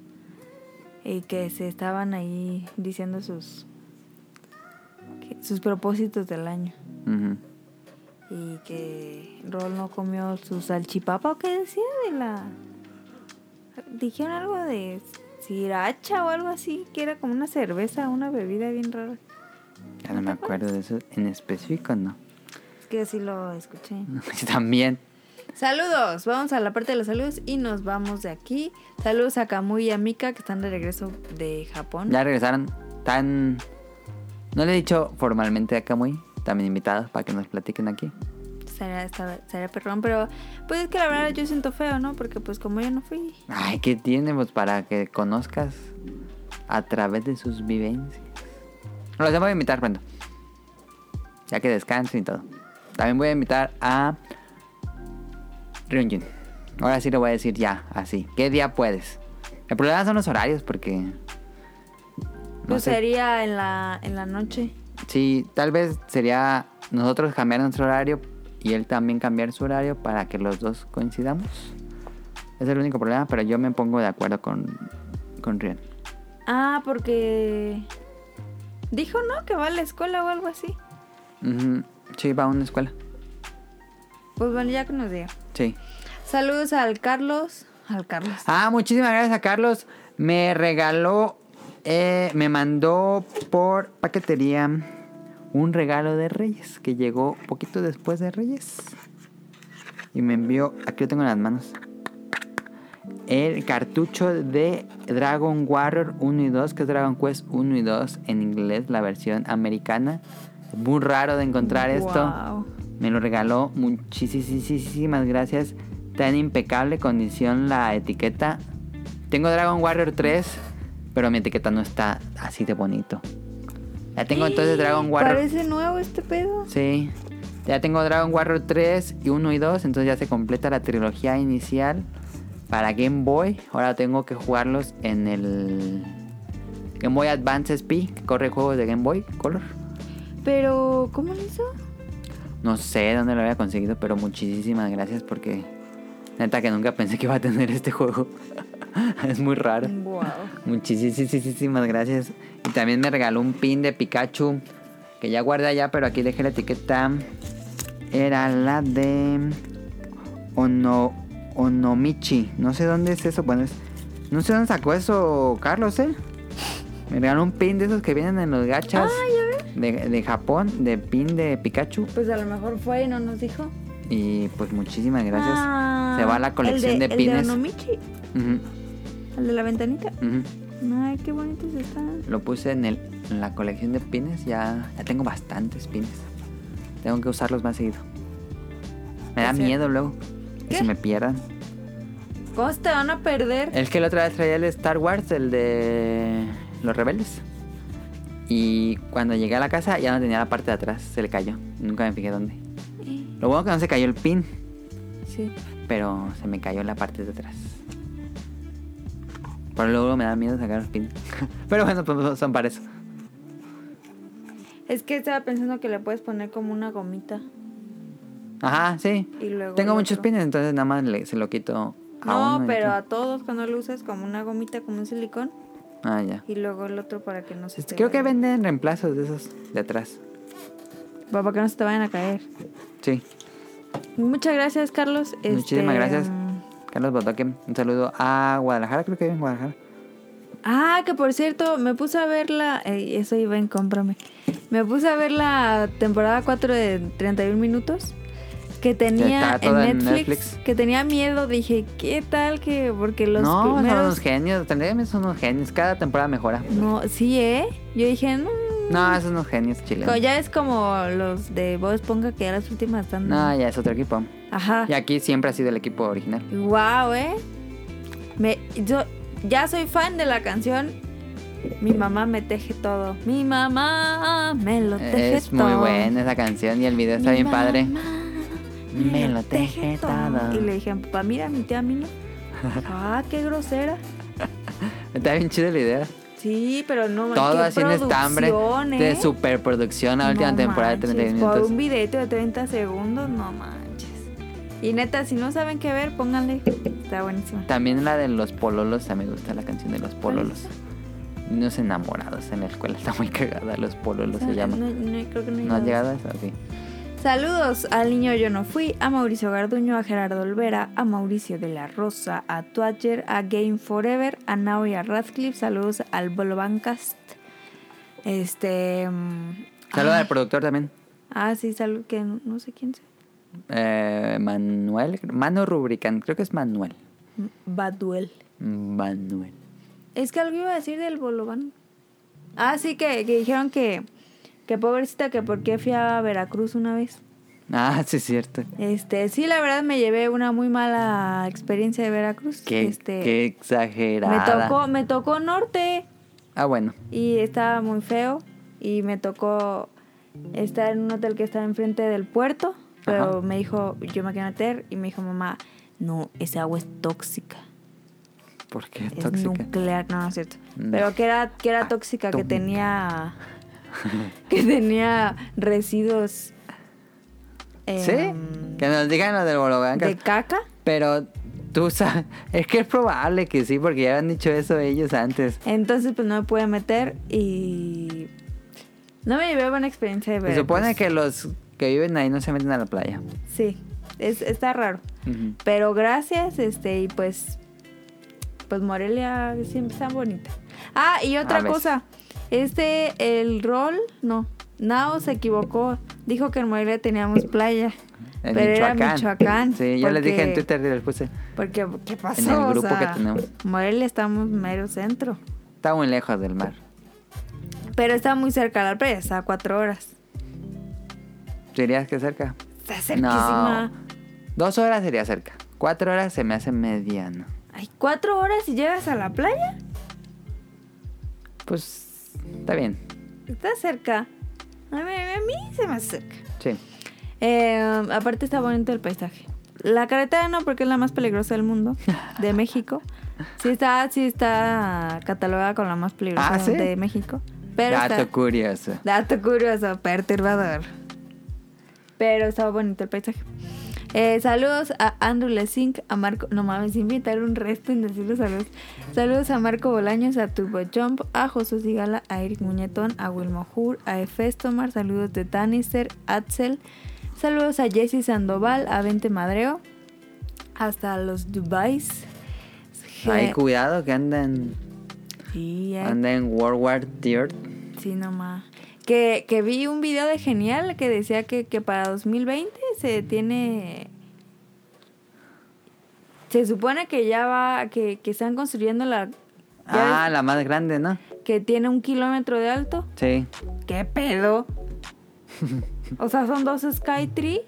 Speaker 1: y que se estaban ahí diciendo sus que- sus propósitos del año
Speaker 2: Ujú.
Speaker 1: y que Rol no comió su salchipapa o qué decía de la dijeron algo de siracha o algo así que era como una cerveza una bebida bien rara
Speaker 2: Ya no me acuerdo de eso en específico, ¿no?
Speaker 1: es que así lo escuché
Speaker 2: También.
Speaker 1: Saludos, vamos a la parte de los saludos y nos vamos de aquí. Saludos a Kamui y a Mika que están de regreso de Japón.
Speaker 2: Ya regresaron. Tan. No le he dicho formalmente a Kamui. También invitados para que nos platiquen aquí.
Speaker 1: Sería, esta- sería perrón, pero pues es que la verdad yo siento feo, ¿no? Porque pues como yo no fui.
Speaker 2: Ay, ¿qué tiene? Pues para que conozcas a través de sus vivencias. Los voy a invitar pronto. Ya que descansen y todo. También voy a invitar a Ryunjin. Ahora sí lo voy a decir ya, así. ¿Qué día puedes? El problema son los horarios porque... no
Speaker 1: Pues
Speaker 2: sé.
Speaker 1: sería en la, en la noche.
Speaker 2: Sí, tal vez sería nosotros cambiar nuestro horario y él también cambiar su horario para que los dos coincidamos. Es el único problema, pero yo me pongo de acuerdo con, con Rion.
Speaker 1: Ah, porque dijo, ¿no? Que va a la escuela o algo así.
Speaker 2: Ujú. Sí, va a una escuela.
Speaker 1: Pues bueno, ya que nos diga.
Speaker 2: Sí.
Speaker 1: Saludos al Carlos. Al Carlos.
Speaker 2: Ah, muchísimas gracias a Carlos. Me regaló, eh, me mandó por paquetería un regalo de Reyes que llegó poquito después de Reyes. Y me envió, aquí lo tengo en las manos, el cartucho de Dragon Warrior 1 y 2, que es Dragon Quest 1 y 2 en inglés, la versión americana. Muy raro de encontrar esto.
Speaker 1: Guau.
Speaker 2: Me lo regaló. Muchísimas gracias. Tan impecable condición la etiqueta. Tengo Dragon Warrior 3, pero mi etiqueta no está así de bonito. Ya tengo entonces Dragon Warrior.
Speaker 1: Parece nuevo este pedo.
Speaker 2: Sí. Ya tengo Dragon Warrior 3 y 1 y 2, entonces ya se completa la trilogía inicial para Game Boy. Ahora tengo que jugarlos en el Game Boy Advance SP, que corre juegos de Game Boy Color.
Speaker 1: Pero, ¿cómo lo hizo?
Speaker 2: No sé dónde lo había conseguido, pero muchísimas gracias porque neta que nunca pensé que iba a tener este juego. es muy raro.
Speaker 1: Wow.
Speaker 2: Muchísimas gracias. Y también me regaló un pin de Pikachu que ya guardé allá, pero aquí dejé la etiqueta. Era la de Ono Onomichi. No sé dónde es eso. Bueno, es- no sé dónde sacó eso Carlos, ¿eh? Me regaló un pin de esos que vienen en los gachas de, de Japón, de pin de Pikachu.
Speaker 1: Pues a lo mejor fue y no nos dijo.
Speaker 2: Y pues muchísimas gracias.
Speaker 1: Ah,
Speaker 2: Se va la colección
Speaker 1: el
Speaker 2: de, pines.
Speaker 1: El de Onomichi,
Speaker 2: Ujú,
Speaker 1: el de la ventanita.
Speaker 2: ujú.
Speaker 1: Ay, qué bonitos están.
Speaker 2: Lo puse en, el, en la colección de pines. Ya, ya tengo bastantes pines. Tengo que usarlos más seguido. Me da
Speaker 1: Es cierto.
Speaker 2: miedo luego. Que
Speaker 1: ¿Qué?
Speaker 2: se me pierdan.
Speaker 1: ¿Cómo se te van a perder?
Speaker 2: Es que la otra vez traía el de Star Wars, el de los rebeldes. Y cuando llegué a la casa ya no tenía la parte de atrás. Se le cayó. Nunca me fijé dónde.
Speaker 1: Eh.
Speaker 2: Lo bueno que no se cayó el pin,
Speaker 1: Sí.
Speaker 2: pero se me cayó la parte de atrás. Por luego me da miedo sacar los pins. Pero bueno, pues son para eso.
Speaker 1: Es que estaba pensando que le puedes poner como una gomita.
Speaker 2: Ajá, sí.
Speaker 1: Y luego
Speaker 2: Tengo
Speaker 1: el
Speaker 2: muchos
Speaker 1: otro.
Speaker 2: pines, entonces nada más le- se lo quito a
Speaker 1: No,
Speaker 2: uno y
Speaker 1: pero a
Speaker 2: otro.
Speaker 1: todos cuando lo usas como una gomita, como un silicón.
Speaker 2: Ah, ya. Este,
Speaker 1: Y luego el otro para que no se te
Speaker 2: Creo que
Speaker 1: vayan-
Speaker 2: venden reemplazos de esos de atrás.
Speaker 1: Para que no se te vayan a caer.
Speaker 2: Sí.
Speaker 1: Muchas gracias, Carlos.
Speaker 2: Muchísimas
Speaker 1: Este,
Speaker 2: gracias. Carlos Botoque, un saludo a Guadalajara, creo que vive en Guadalajara.
Speaker 1: Ah, que por cierto, me puse a ver la. eh, eso iba en cómprame. Me puse a ver la temporada 4 de 31 minutos. que tenía
Speaker 2: está
Speaker 1: en
Speaker 2: toda en
Speaker 1: Netflix,
Speaker 2: Netflix.
Speaker 1: que tenía miedo, dije, ¿qué tal que porque los
Speaker 2: no, son unos
Speaker 1: primeros
Speaker 2: genios. También son unos genios. Cada temporada mejora.
Speaker 1: no, sí, eh? Yo dije, "Mm".
Speaker 2: No, son unos genios
Speaker 1: Como
Speaker 2: chilenos.
Speaker 1: ya es como los de Bob Esponja que ya las últimas están
Speaker 2: No, ya es otro equipo.
Speaker 1: Ajá.
Speaker 2: Y aquí siempre ha sido el equipo original.
Speaker 1: Wow, eh. Me, yo ya soy fan de la canción. Mi mamá me teje todo. Mi mamá me lo teje
Speaker 2: Es
Speaker 1: todo.
Speaker 2: muy buena esa canción y el video está
Speaker 1: Mi
Speaker 2: bien padre.
Speaker 1: mamá
Speaker 2: Me lo teje todo.
Speaker 1: Y le dije a mi papá, mira, mi tía Mina. ah, qué grosera.
Speaker 2: Está bien chido el video.
Speaker 1: Sí, pero no man,
Speaker 2: Todo
Speaker 1: qué
Speaker 2: así en estambre
Speaker 1: producción,
Speaker 2: de
Speaker 1: ¿eh?
Speaker 2: superproducción. La última
Speaker 1: No
Speaker 2: temporada de 31
Speaker 1: manches,
Speaker 2: minutos.
Speaker 1: Por un videito de 30 segundos, no manches. Y neta, si no saben qué ver, pónganle. Está buenísima.
Speaker 2: También la de los pololos, también me gusta la canción de los pololos. Unos enamorados en la escuela, está muy cagada, los pololos se llama.
Speaker 1: No, no, creo que no he
Speaker 2: ¿No has
Speaker 1: llegado.
Speaker 2: llegado a eso? Ok.
Speaker 1: Saludos al niño Yo No Fui, a Mauricio Garduño, a Gerardo Olvera, a Mauricio de la Rosa, a Twatcher, a Game Forever, a Nao y a Radcliffe. Saludos al Bolo Bancast. Este. mm,
Speaker 2: Saluda
Speaker 1: ah,
Speaker 2: al productor también.
Speaker 1: Ah, sí, salud, que no, no sé quién sea.
Speaker 2: Eh, Manuel, Mano Rubrican, creo que es Manuel.
Speaker 1: M- Baduel.
Speaker 2: Manuel.
Speaker 1: Es que algo iba a decir del Bolobán. Ah, sí, que, que dijeron que. Que pobrecita, que por qué fui a Veracruz una vez.
Speaker 2: Ah, sí, es cierto.
Speaker 1: Este, sí, la verdad me llevé una muy mala experiencia de Veracruz.
Speaker 2: Qué,
Speaker 1: este,
Speaker 2: qué
Speaker 1: Me
Speaker 2: exagerada.
Speaker 1: tocó, me tocó norte
Speaker 2: Ah, bueno.
Speaker 1: y estaba muy feo. Y me tocó estar en un hotel que estaba enfrente del puerto. Pero
Speaker 2: Ajá.
Speaker 1: me dijo, yo me quedé en el hotel y me dijo mamá, no, esa agua es tóxica.
Speaker 2: ¿Por qué
Speaker 1: Es
Speaker 2: tóxica? Mm. Ah,
Speaker 1: nuclear, no, no es cierto.
Speaker 2: No.
Speaker 1: Pero que era, que era tóxica, que
Speaker 2: Atómica.
Speaker 1: tenía que tenía residuos
Speaker 2: ¿Sí?
Speaker 1: em,
Speaker 2: Que nos digan lo del Bolobancas.
Speaker 1: de caca.
Speaker 2: Pero tú sabes, es que es probable que sí, porque ya han dicho eso ellos antes.
Speaker 1: Entonces pues no me pude meter y no me llevé buena experiencia de
Speaker 2: Se
Speaker 1: ver.
Speaker 2: supone que los que viven ahí no se meten a la playa.
Speaker 1: Sí, es, está raro.
Speaker 2: Ujú.
Speaker 1: Pero gracias, este, y pues, pues Morelia siempre está bonita. Ah, y
Speaker 2: A
Speaker 1: otra
Speaker 2: ver.
Speaker 1: cosa, este, el rol, no, Nao se equivocó, dijo que en Morelia teníamos playa,
Speaker 2: En
Speaker 1: pero era
Speaker 2: Michoacán.
Speaker 1: Michoacán.
Speaker 2: Sí, yo les dije en
Speaker 1: porque-
Speaker 2: Twitter y les puse.
Speaker 1: Porque, ¿qué pasó?
Speaker 2: en el
Speaker 1: O
Speaker 2: grupo
Speaker 1: sea,
Speaker 2: que tenemos.
Speaker 1: Morelia estamos mero centro,
Speaker 2: Está muy lejos del mar.
Speaker 1: pero está muy cerca de la playa, está a cuatro horas.
Speaker 2: ¿Dirías que cerca?
Speaker 1: Está cerquísima.
Speaker 2: Dos horas sería cerca. Cuatro horas se me hace mediano.
Speaker 1: Ay, ¿cuatro horas y llegas a la playa?
Speaker 2: Pues está bien.
Speaker 1: Está cerca. A mí, a mí se me hace cerca.
Speaker 2: Sí.
Speaker 1: Eh, aparte está bonito el paisaje. La carretera no, porque es la más peligrosa del mundo, de México. Sí está, sí está catalogada con la más peligrosa
Speaker 2: Ah, ¿sí?
Speaker 1: de México. Pero
Speaker 2: Dato
Speaker 1: está-
Speaker 2: curioso.
Speaker 1: dato curioso, perturbador. Pero está bonito el paisaje. Eh, saludos a Andrew Lessing, a Marco. No mames, invitar un resto en decirle saludos. Saludos a Marco Bolaños, a Turbo Jump, a José Sigala, a Eric Muñetón, a Wilmo Hur, a Efestomar. Saludos de Danister, Axel. Saludos a Jesse Sandoval, a Vente Madreo, hasta los Dubais.
Speaker 2: Ay, cuidado que andan,
Speaker 1: Sí, hay
Speaker 2: andan en World War Third.
Speaker 1: Sí, nomás. Que, que vi un video de Genial que decía que, que para 2020 se tiene... Se supone que ya va, que, que están construyendo la... ya
Speaker 2: Ah, la más grande, ¿no?
Speaker 1: ves Que tiene un kilómetro de alto.
Speaker 2: Sí.
Speaker 1: ¿Qué pedo? o sea, son dos Skytree.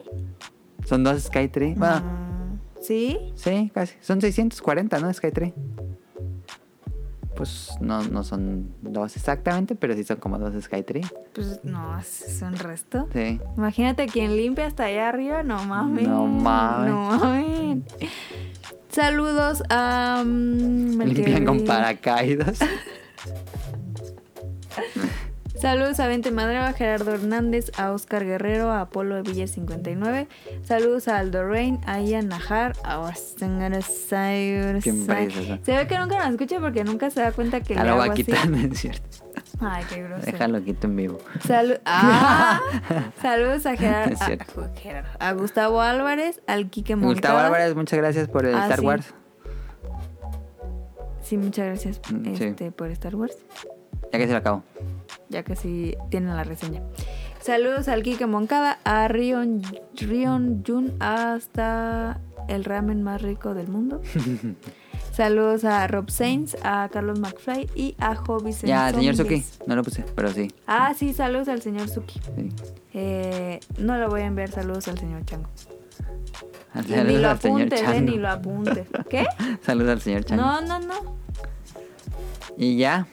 Speaker 2: Son dos Skytree. Bueno,
Speaker 1: Mm, ¿Sí?
Speaker 2: sí, casi. Son 640, ¿no? Skytree. Pues no, no son dos exactamente, pero sí son como dos Skytree.
Speaker 1: Pues no, es un resto.
Speaker 2: Sí.
Speaker 1: Imagínate quien limpia hasta allá arriba, no mames.
Speaker 2: No mames.
Speaker 1: No mames. Saludos a. mm, me
Speaker 2: Limpian con
Speaker 1: quedé.
Speaker 2: paracaídas.
Speaker 1: Saludos a Vente Madreo, a Gerardo Hernández, a Oscar Guerrero, a Apolo de Villa 59. Saludos a Aldo Rain, a Ian Najar, a Ostengarasai.
Speaker 2: Siempre dices eso.
Speaker 1: Se ve que nunca nos escucha porque nunca se da cuenta que.
Speaker 2: Ah,
Speaker 1: le
Speaker 2: lo
Speaker 1: hago
Speaker 2: va a
Speaker 1: así.
Speaker 2: quitar, ¿no es cierto?
Speaker 1: Ay, qué grosero.
Speaker 2: Déjalo quito en vivo.
Speaker 1: Salu- Ah, saludos a Gerardo.
Speaker 2: Es cierto.
Speaker 1: A, Gerardo, a Gustavo Álvarez, al Quique Moncada.
Speaker 2: Gustavo Álvarez, muchas gracias por el
Speaker 1: Ah,
Speaker 2: Star
Speaker 1: sí.
Speaker 2: Wars.
Speaker 1: Sí, muchas gracias
Speaker 2: Mm, sí.
Speaker 1: este, por Star Wars,
Speaker 2: Ya que se lo acabo.
Speaker 1: ya que sí tienen la reseña. Saludos al Kike Moncada, a Rion, Rion Jun, hasta el ramen más rico del mundo. Saludos a Rob Sainz, a Carlos McFly y a Hobby
Speaker 2: Ya, señor Suki,
Speaker 1: Zombies.
Speaker 2: no lo puse, pero sí.
Speaker 1: Ah, sí, saludos al señor Suki.
Speaker 2: sí.
Speaker 1: Eh, no le voy a enviar saludos al señor Chango. Y ni
Speaker 2: Saludos
Speaker 1: lo
Speaker 2: al señor
Speaker 1: apuntes, eh,
Speaker 2: Chango.
Speaker 1: ni lo apuntes. ¿Qué?
Speaker 2: Saludos al señor Chango.
Speaker 1: No, no, no.
Speaker 2: Y ya,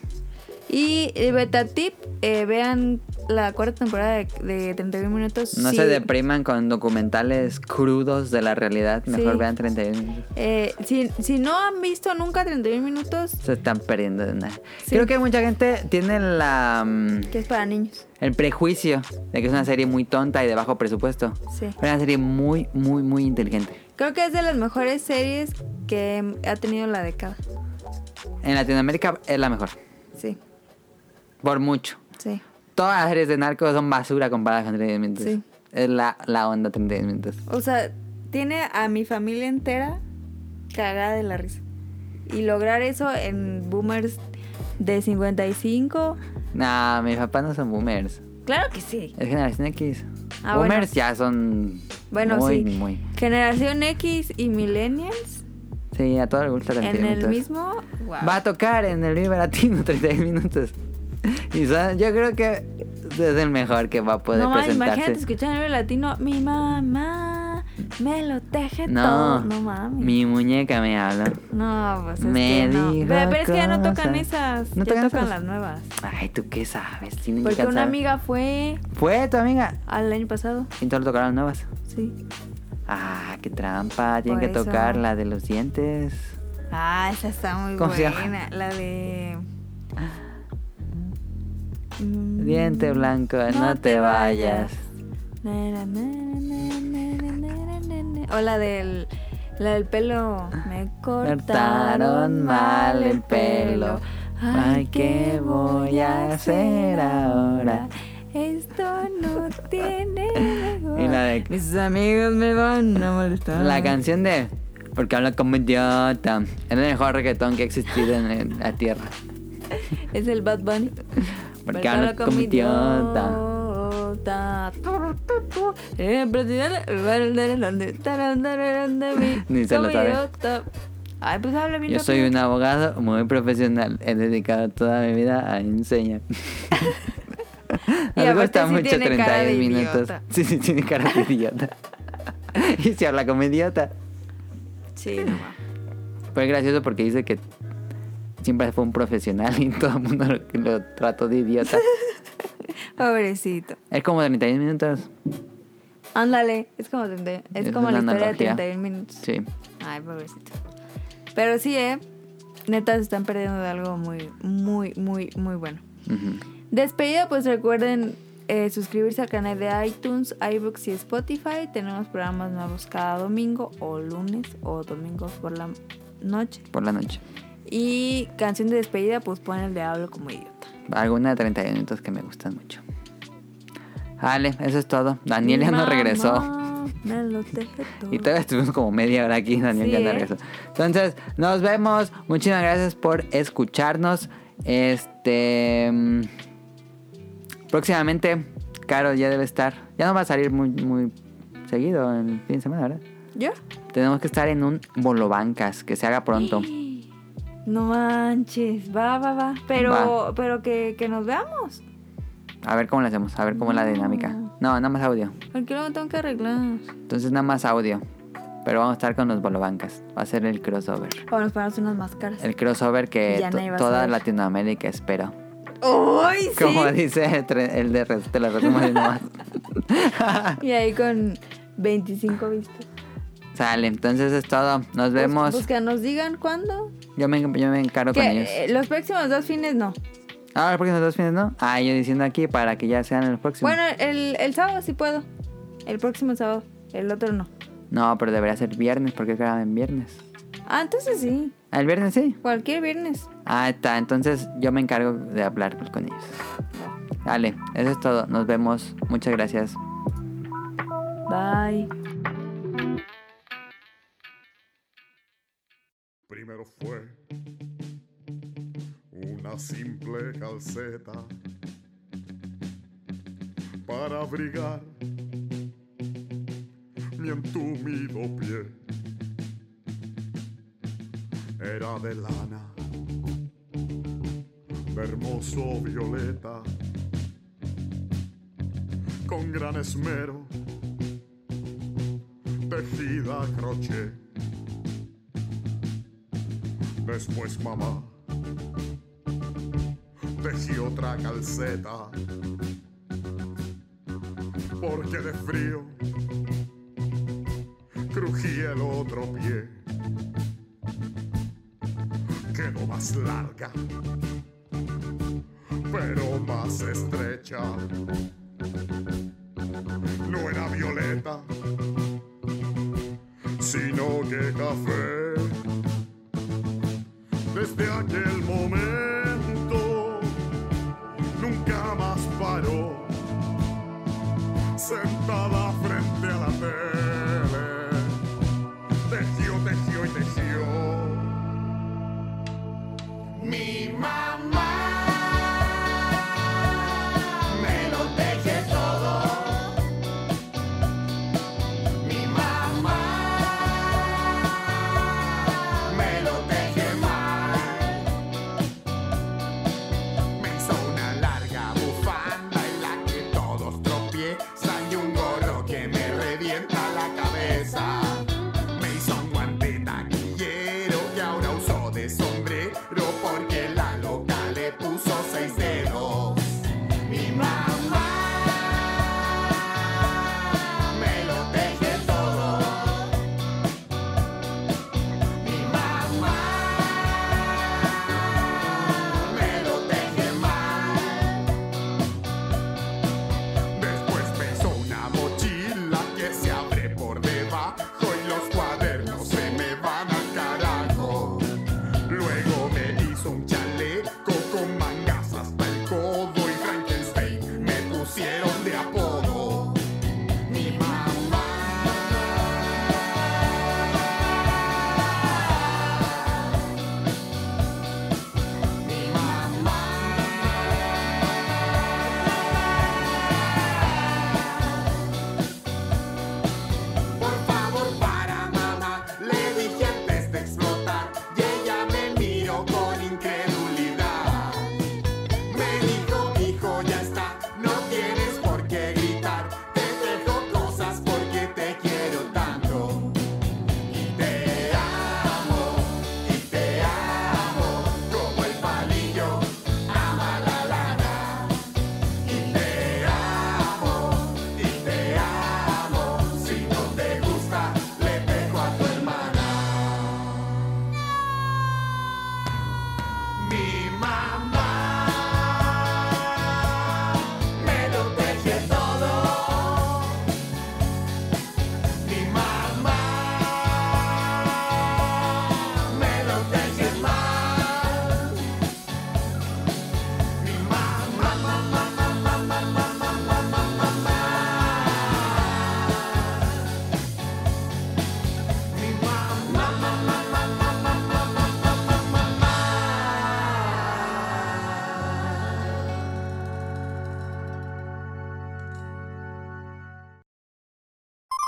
Speaker 1: Y eh, beta tip, eh, vean la cuarta temporada de, de 31 minutos.
Speaker 2: no
Speaker 1: Sí,
Speaker 2: se depriman con documentales crudos de la realidad. Mejor
Speaker 1: Sí.
Speaker 2: vean 31 minutos.
Speaker 1: eh, si, si no han visto nunca 31 minutos,
Speaker 2: Se están perdiendo de nada.
Speaker 1: Sí.
Speaker 2: Creo que mucha gente tiene la, mm,
Speaker 1: que es para niños.
Speaker 2: el prejuicio de que es una serie muy tonta y de bajo presupuesto.
Speaker 1: Sí.
Speaker 2: Pero es una serie muy, muy, muy inteligente.
Speaker 1: Creo que es de las mejores series que ha tenido la década.
Speaker 2: En Latinoamérica es la mejor.
Speaker 1: Sí,
Speaker 2: Por mucho.
Speaker 1: sí.
Speaker 2: Todas las series de narcos son basura comparadas con 31 minutos.
Speaker 1: Sí.
Speaker 2: Es la, la onda 31 minutos.
Speaker 1: O sea, tiene a mi familia entera cagada de la risa. Y lograr eso en boomers de 55,
Speaker 2: No, mis papás no son boomers.
Speaker 1: claro que sí.
Speaker 2: Es generación X.
Speaker 1: Ah,
Speaker 2: boomers
Speaker 1: bueno.
Speaker 2: ya son.
Speaker 1: Bueno,
Speaker 2: muy,
Speaker 1: sí.
Speaker 2: Muy.
Speaker 1: Generación X y millennials
Speaker 2: Sí, a todos les gusta 31
Speaker 1: en el
Speaker 2: minutos.
Speaker 1: mismo. Wow.
Speaker 2: Va a tocar en el Vive Latino 31 minutos. Y son- yo creo que es el mejor que va a poder
Speaker 1: no, mames, imagínate
Speaker 2: presentarse.
Speaker 1: escuchar en el latino, mi mamá me lo teje
Speaker 2: No,
Speaker 1: todo. No mames.
Speaker 2: mi muñeca me habla.
Speaker 1: No, pues es
Speaker 2: Me
Speaker 1: que no.
Speaker 2: dijo
Speaker 1: Pero, pero es que ya no
Speaker 2: cosas.
Speaker 1: tocan esas,
Speaker 2: ¿No
Speaker 1: ya
Speaker 2: tocan
Speaker 1: tocan
Speaker 2: esas?
Speaker 1: las nuevas.
Speaker 2: Ay, ¿tú qué sabes? Tienen
Speaker 1: Porque
Speaker 2: que
Speaker 1: una
Speaker 2: saber.
Speaker 1: amiga fue
Speaker 2: Fue tu amiga.
Speaker 1: al año pasado,
Speaker 2: Y todos tocaron nuevas.
Speaker 1: sí.
Speaker 2: Ah, qué trampa. Tienen
Speaker 1: Por
Speaker 2: que
Speaker 1: eso.
Speaker 2: tocar la de los dientes.
Speaker 1: Ah, esa está muy
Speaker 2: ¿Cómo se
Speaker 1: buena.
Speaker 2: llama?
Speaker 1: La de. Mm.
Speaker 2: Diente blanco, no, te vayas.
Speaker 1: Na, na, na, na, na, na, na, na, na. O la del. La del pelo. Me Ah, cortaron mal el pelo. Ay, ¿qué voy a hacer ahora? Esto no tiene. mejor.
Speaker 2: Y la de-
Speaker 1: Mis amigos me van a molestar.
Speaker 2: La canción de Porque habla como idiota. Es el mejor reggaetón que ha existido en, en la tierra.
Speaker 1: Es el Bad Bunny.
Speaker 2: Porque habla como idiota.
Speaker 1: idiota. Eh, presidente, Valderlande, tararararande, mi-
Speaker 2: Ni se lo
Speaker 1: como
Speaker 2: sabe.
Speaker 1: idiota. Ay, pues habla bien
Speaker 2: Yo soy
Speaker 1: rápido.
Speaker 2: un abogado muy profesional. He dedicado toda mi vida a enseñar.
Speaker 1: Y
Speaker 2: Nos
Speaker 1: aparte
Speaker 2: gusta
Speaker 1: pues este sí
Speaker 2: mucho
Speaker 1: tiene cara de
Speaker 2: 31 minutos.
Speaker 1: idiota.
Speaker 2: Sí, sí, tiene cara de idiota. y se habla como idiota.
Speaker 1: Sí, no mames.
Speaker 2: Fue gracioso porque dice que siempre fue un profesional y todo el mundo lo, lo trató de idiota.
Speaker 1: Pobrecito.
Speaker 2: es como 31 minutos.
Speaker 1: Ándale, es como, 30 es
Speaker 2: Es
Speaker 1: como la
Speaker 2: una
Speaker 1: historia
Speaker 2: analogía.
Speaker 1: de 31 minutos.
Speaker 2: Sí.
Speaker 1: Ay, pobrecito. Pero sí, eh. Neta, se están perdiendo de algo muy, muy, muy, muy bueno.
Speaker 2: Ujú.
Speaker 1: Despedida, pues recuerden eh, suscribirse al canal de iTunes, iBooks y Spotify. Tenemos programas nuevos cada domingo o lunes o domingo por la noche.
Speaker 2: Por la noche.
Speaker 1: Y canción de despedida, pues pon el de hablo como idiota.
Speaker 2: Alguna de 31 minutos que me gustan mucho. Vale, eso es todo. Daniel ya no
Speaker 1: Mamá,
Speaker 2: regresó.
Speaker 1: me lo teje todo.
Speaker 2: Y todavía estuvimos como media hora aquí, Daniel
Speaker 1: Sí,
Speaker 2: ya no
Speaker 1: ¿eh?
Speaker 2: regresó. Entonces, nos vemos. Muchísimas gracias por escucharnos. Este. mm, Próximamente, Caro ya debe estar. Ya no va a salir muy, muy seguido en el fin de semana, ¿verdad?
Speaker 1: ¿Yo?
Speaker 2: Tenemos que estar en un bolobancas, que se haga pronto.
Speaker 1: No manches, va, va, va. Pero,
Speaker 2: Va.
Speaker 1: pero que, que nos veamos.
Speaker 2: A ver cómo lo hacemos, a ver cómo es la dinámica.
Speaker 1: Mm.
Speaker 2: No, nada más audio.
Speaker 1: Porque luego tengo que arreglar.
Speaker 2: Entonces nada más audio. Pero vamos a estar con los bolobancas. Va a ser el crossover.
Speaker 1: O nos ponemos unas máscaras.
Speaker 2: El crossover que
Speaker 1: Ya
Speaker 2: to-
Speaker 1: nadie va a
Speaker 2: toda
Speaker 1: saber.
Speaker 2: Latinoamérica espera.
Speaker 1: ¡Uy, sí!
Speaker 2: Como dice el tre- el de res- te lo resumo así nomás.
Speaker 1: Y ahí con 25 vistas.
Speaker 2: Sale, entonces es todo. Nos
Speaker 1: Pues, pues
Speaker 2: vemos.
Speaker 1: que nos digan cuándo.
Speaker 2: Yo me, yo me encargo con ellos.
Speaker 1: Que eh, los próximos dos fines no.
Speaker 2: Ah, los próximos dos fines, ¿no? Ah, yo diciendo aquí para que ya sean los próximos.
Speaker 1: Bueno, el, el sábado sí puedo. El próximo sábado. El otro no.
Speaker 2: No, pero debería ser viernes porque graban viernes.
Speaker 1: Ah, entonces sí.
Speaker 2: Ah, ¿El viernes sí?
Speaker 1: Cualquier viernes.
Speaker 2: Ah, está. Entonces yo me encargo de hablar con ellos. Dale, eso es todo. Nos vemos. Muchas gracias.
Speaker 1: Bye.
Speaker 8: Primero fue una simple calceta, para abrigar mi entumido pie. Era de lana, de hermoso violeta, con gran esmero, tejida a crochet. Después mamá tejí otra calceta, porque de frío crujía el otro pie. Quedó más larga, pero más estrecha. No era violeta, sino que café. Desde aquel momento nunca más paró, sentada frente a la tele, tejió, tejió y tejió. Mi mamá me lo teje todo. Mi mamá me lo teje mal. Me hizo una larga bufanda en la que todos tropiezan y un gorro que me revienta la cabeza. Me hizo un guante taquillero que ahora usó de sombrero porque la loca le puso seis dedos. Mi mamá me lo teje todo. Mi mamá me lo teje mal. Después pesó una mochila que se abre por debajo y los cuadernos se me van al carajo. Luego me hizo un chaleco con mangas hasta el codo y Frankenstein me pusieron de apodo. Mi mamá. Mi mamá. Por favor, para mamá, le dije antes de explotar. Y ella me miró con incredulidad. Me dijo, hijo, ya está, no tienes por qué gritar. Te dejo cosas porque te quiero tanto. Y te amo, y te amo, como el palillo ama la lana. Y te amo, y te amo, si no te gusta, le pego a tu hermana. Mi mamá me lo teje todo. Mi mamá me lo teje mal. Mi mamá, mamá, mamá, mamá, mamá, mamá, Mi mamá, mamá, mamá, mamá, mamá, mamá.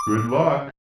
Speaker 9: Good luck.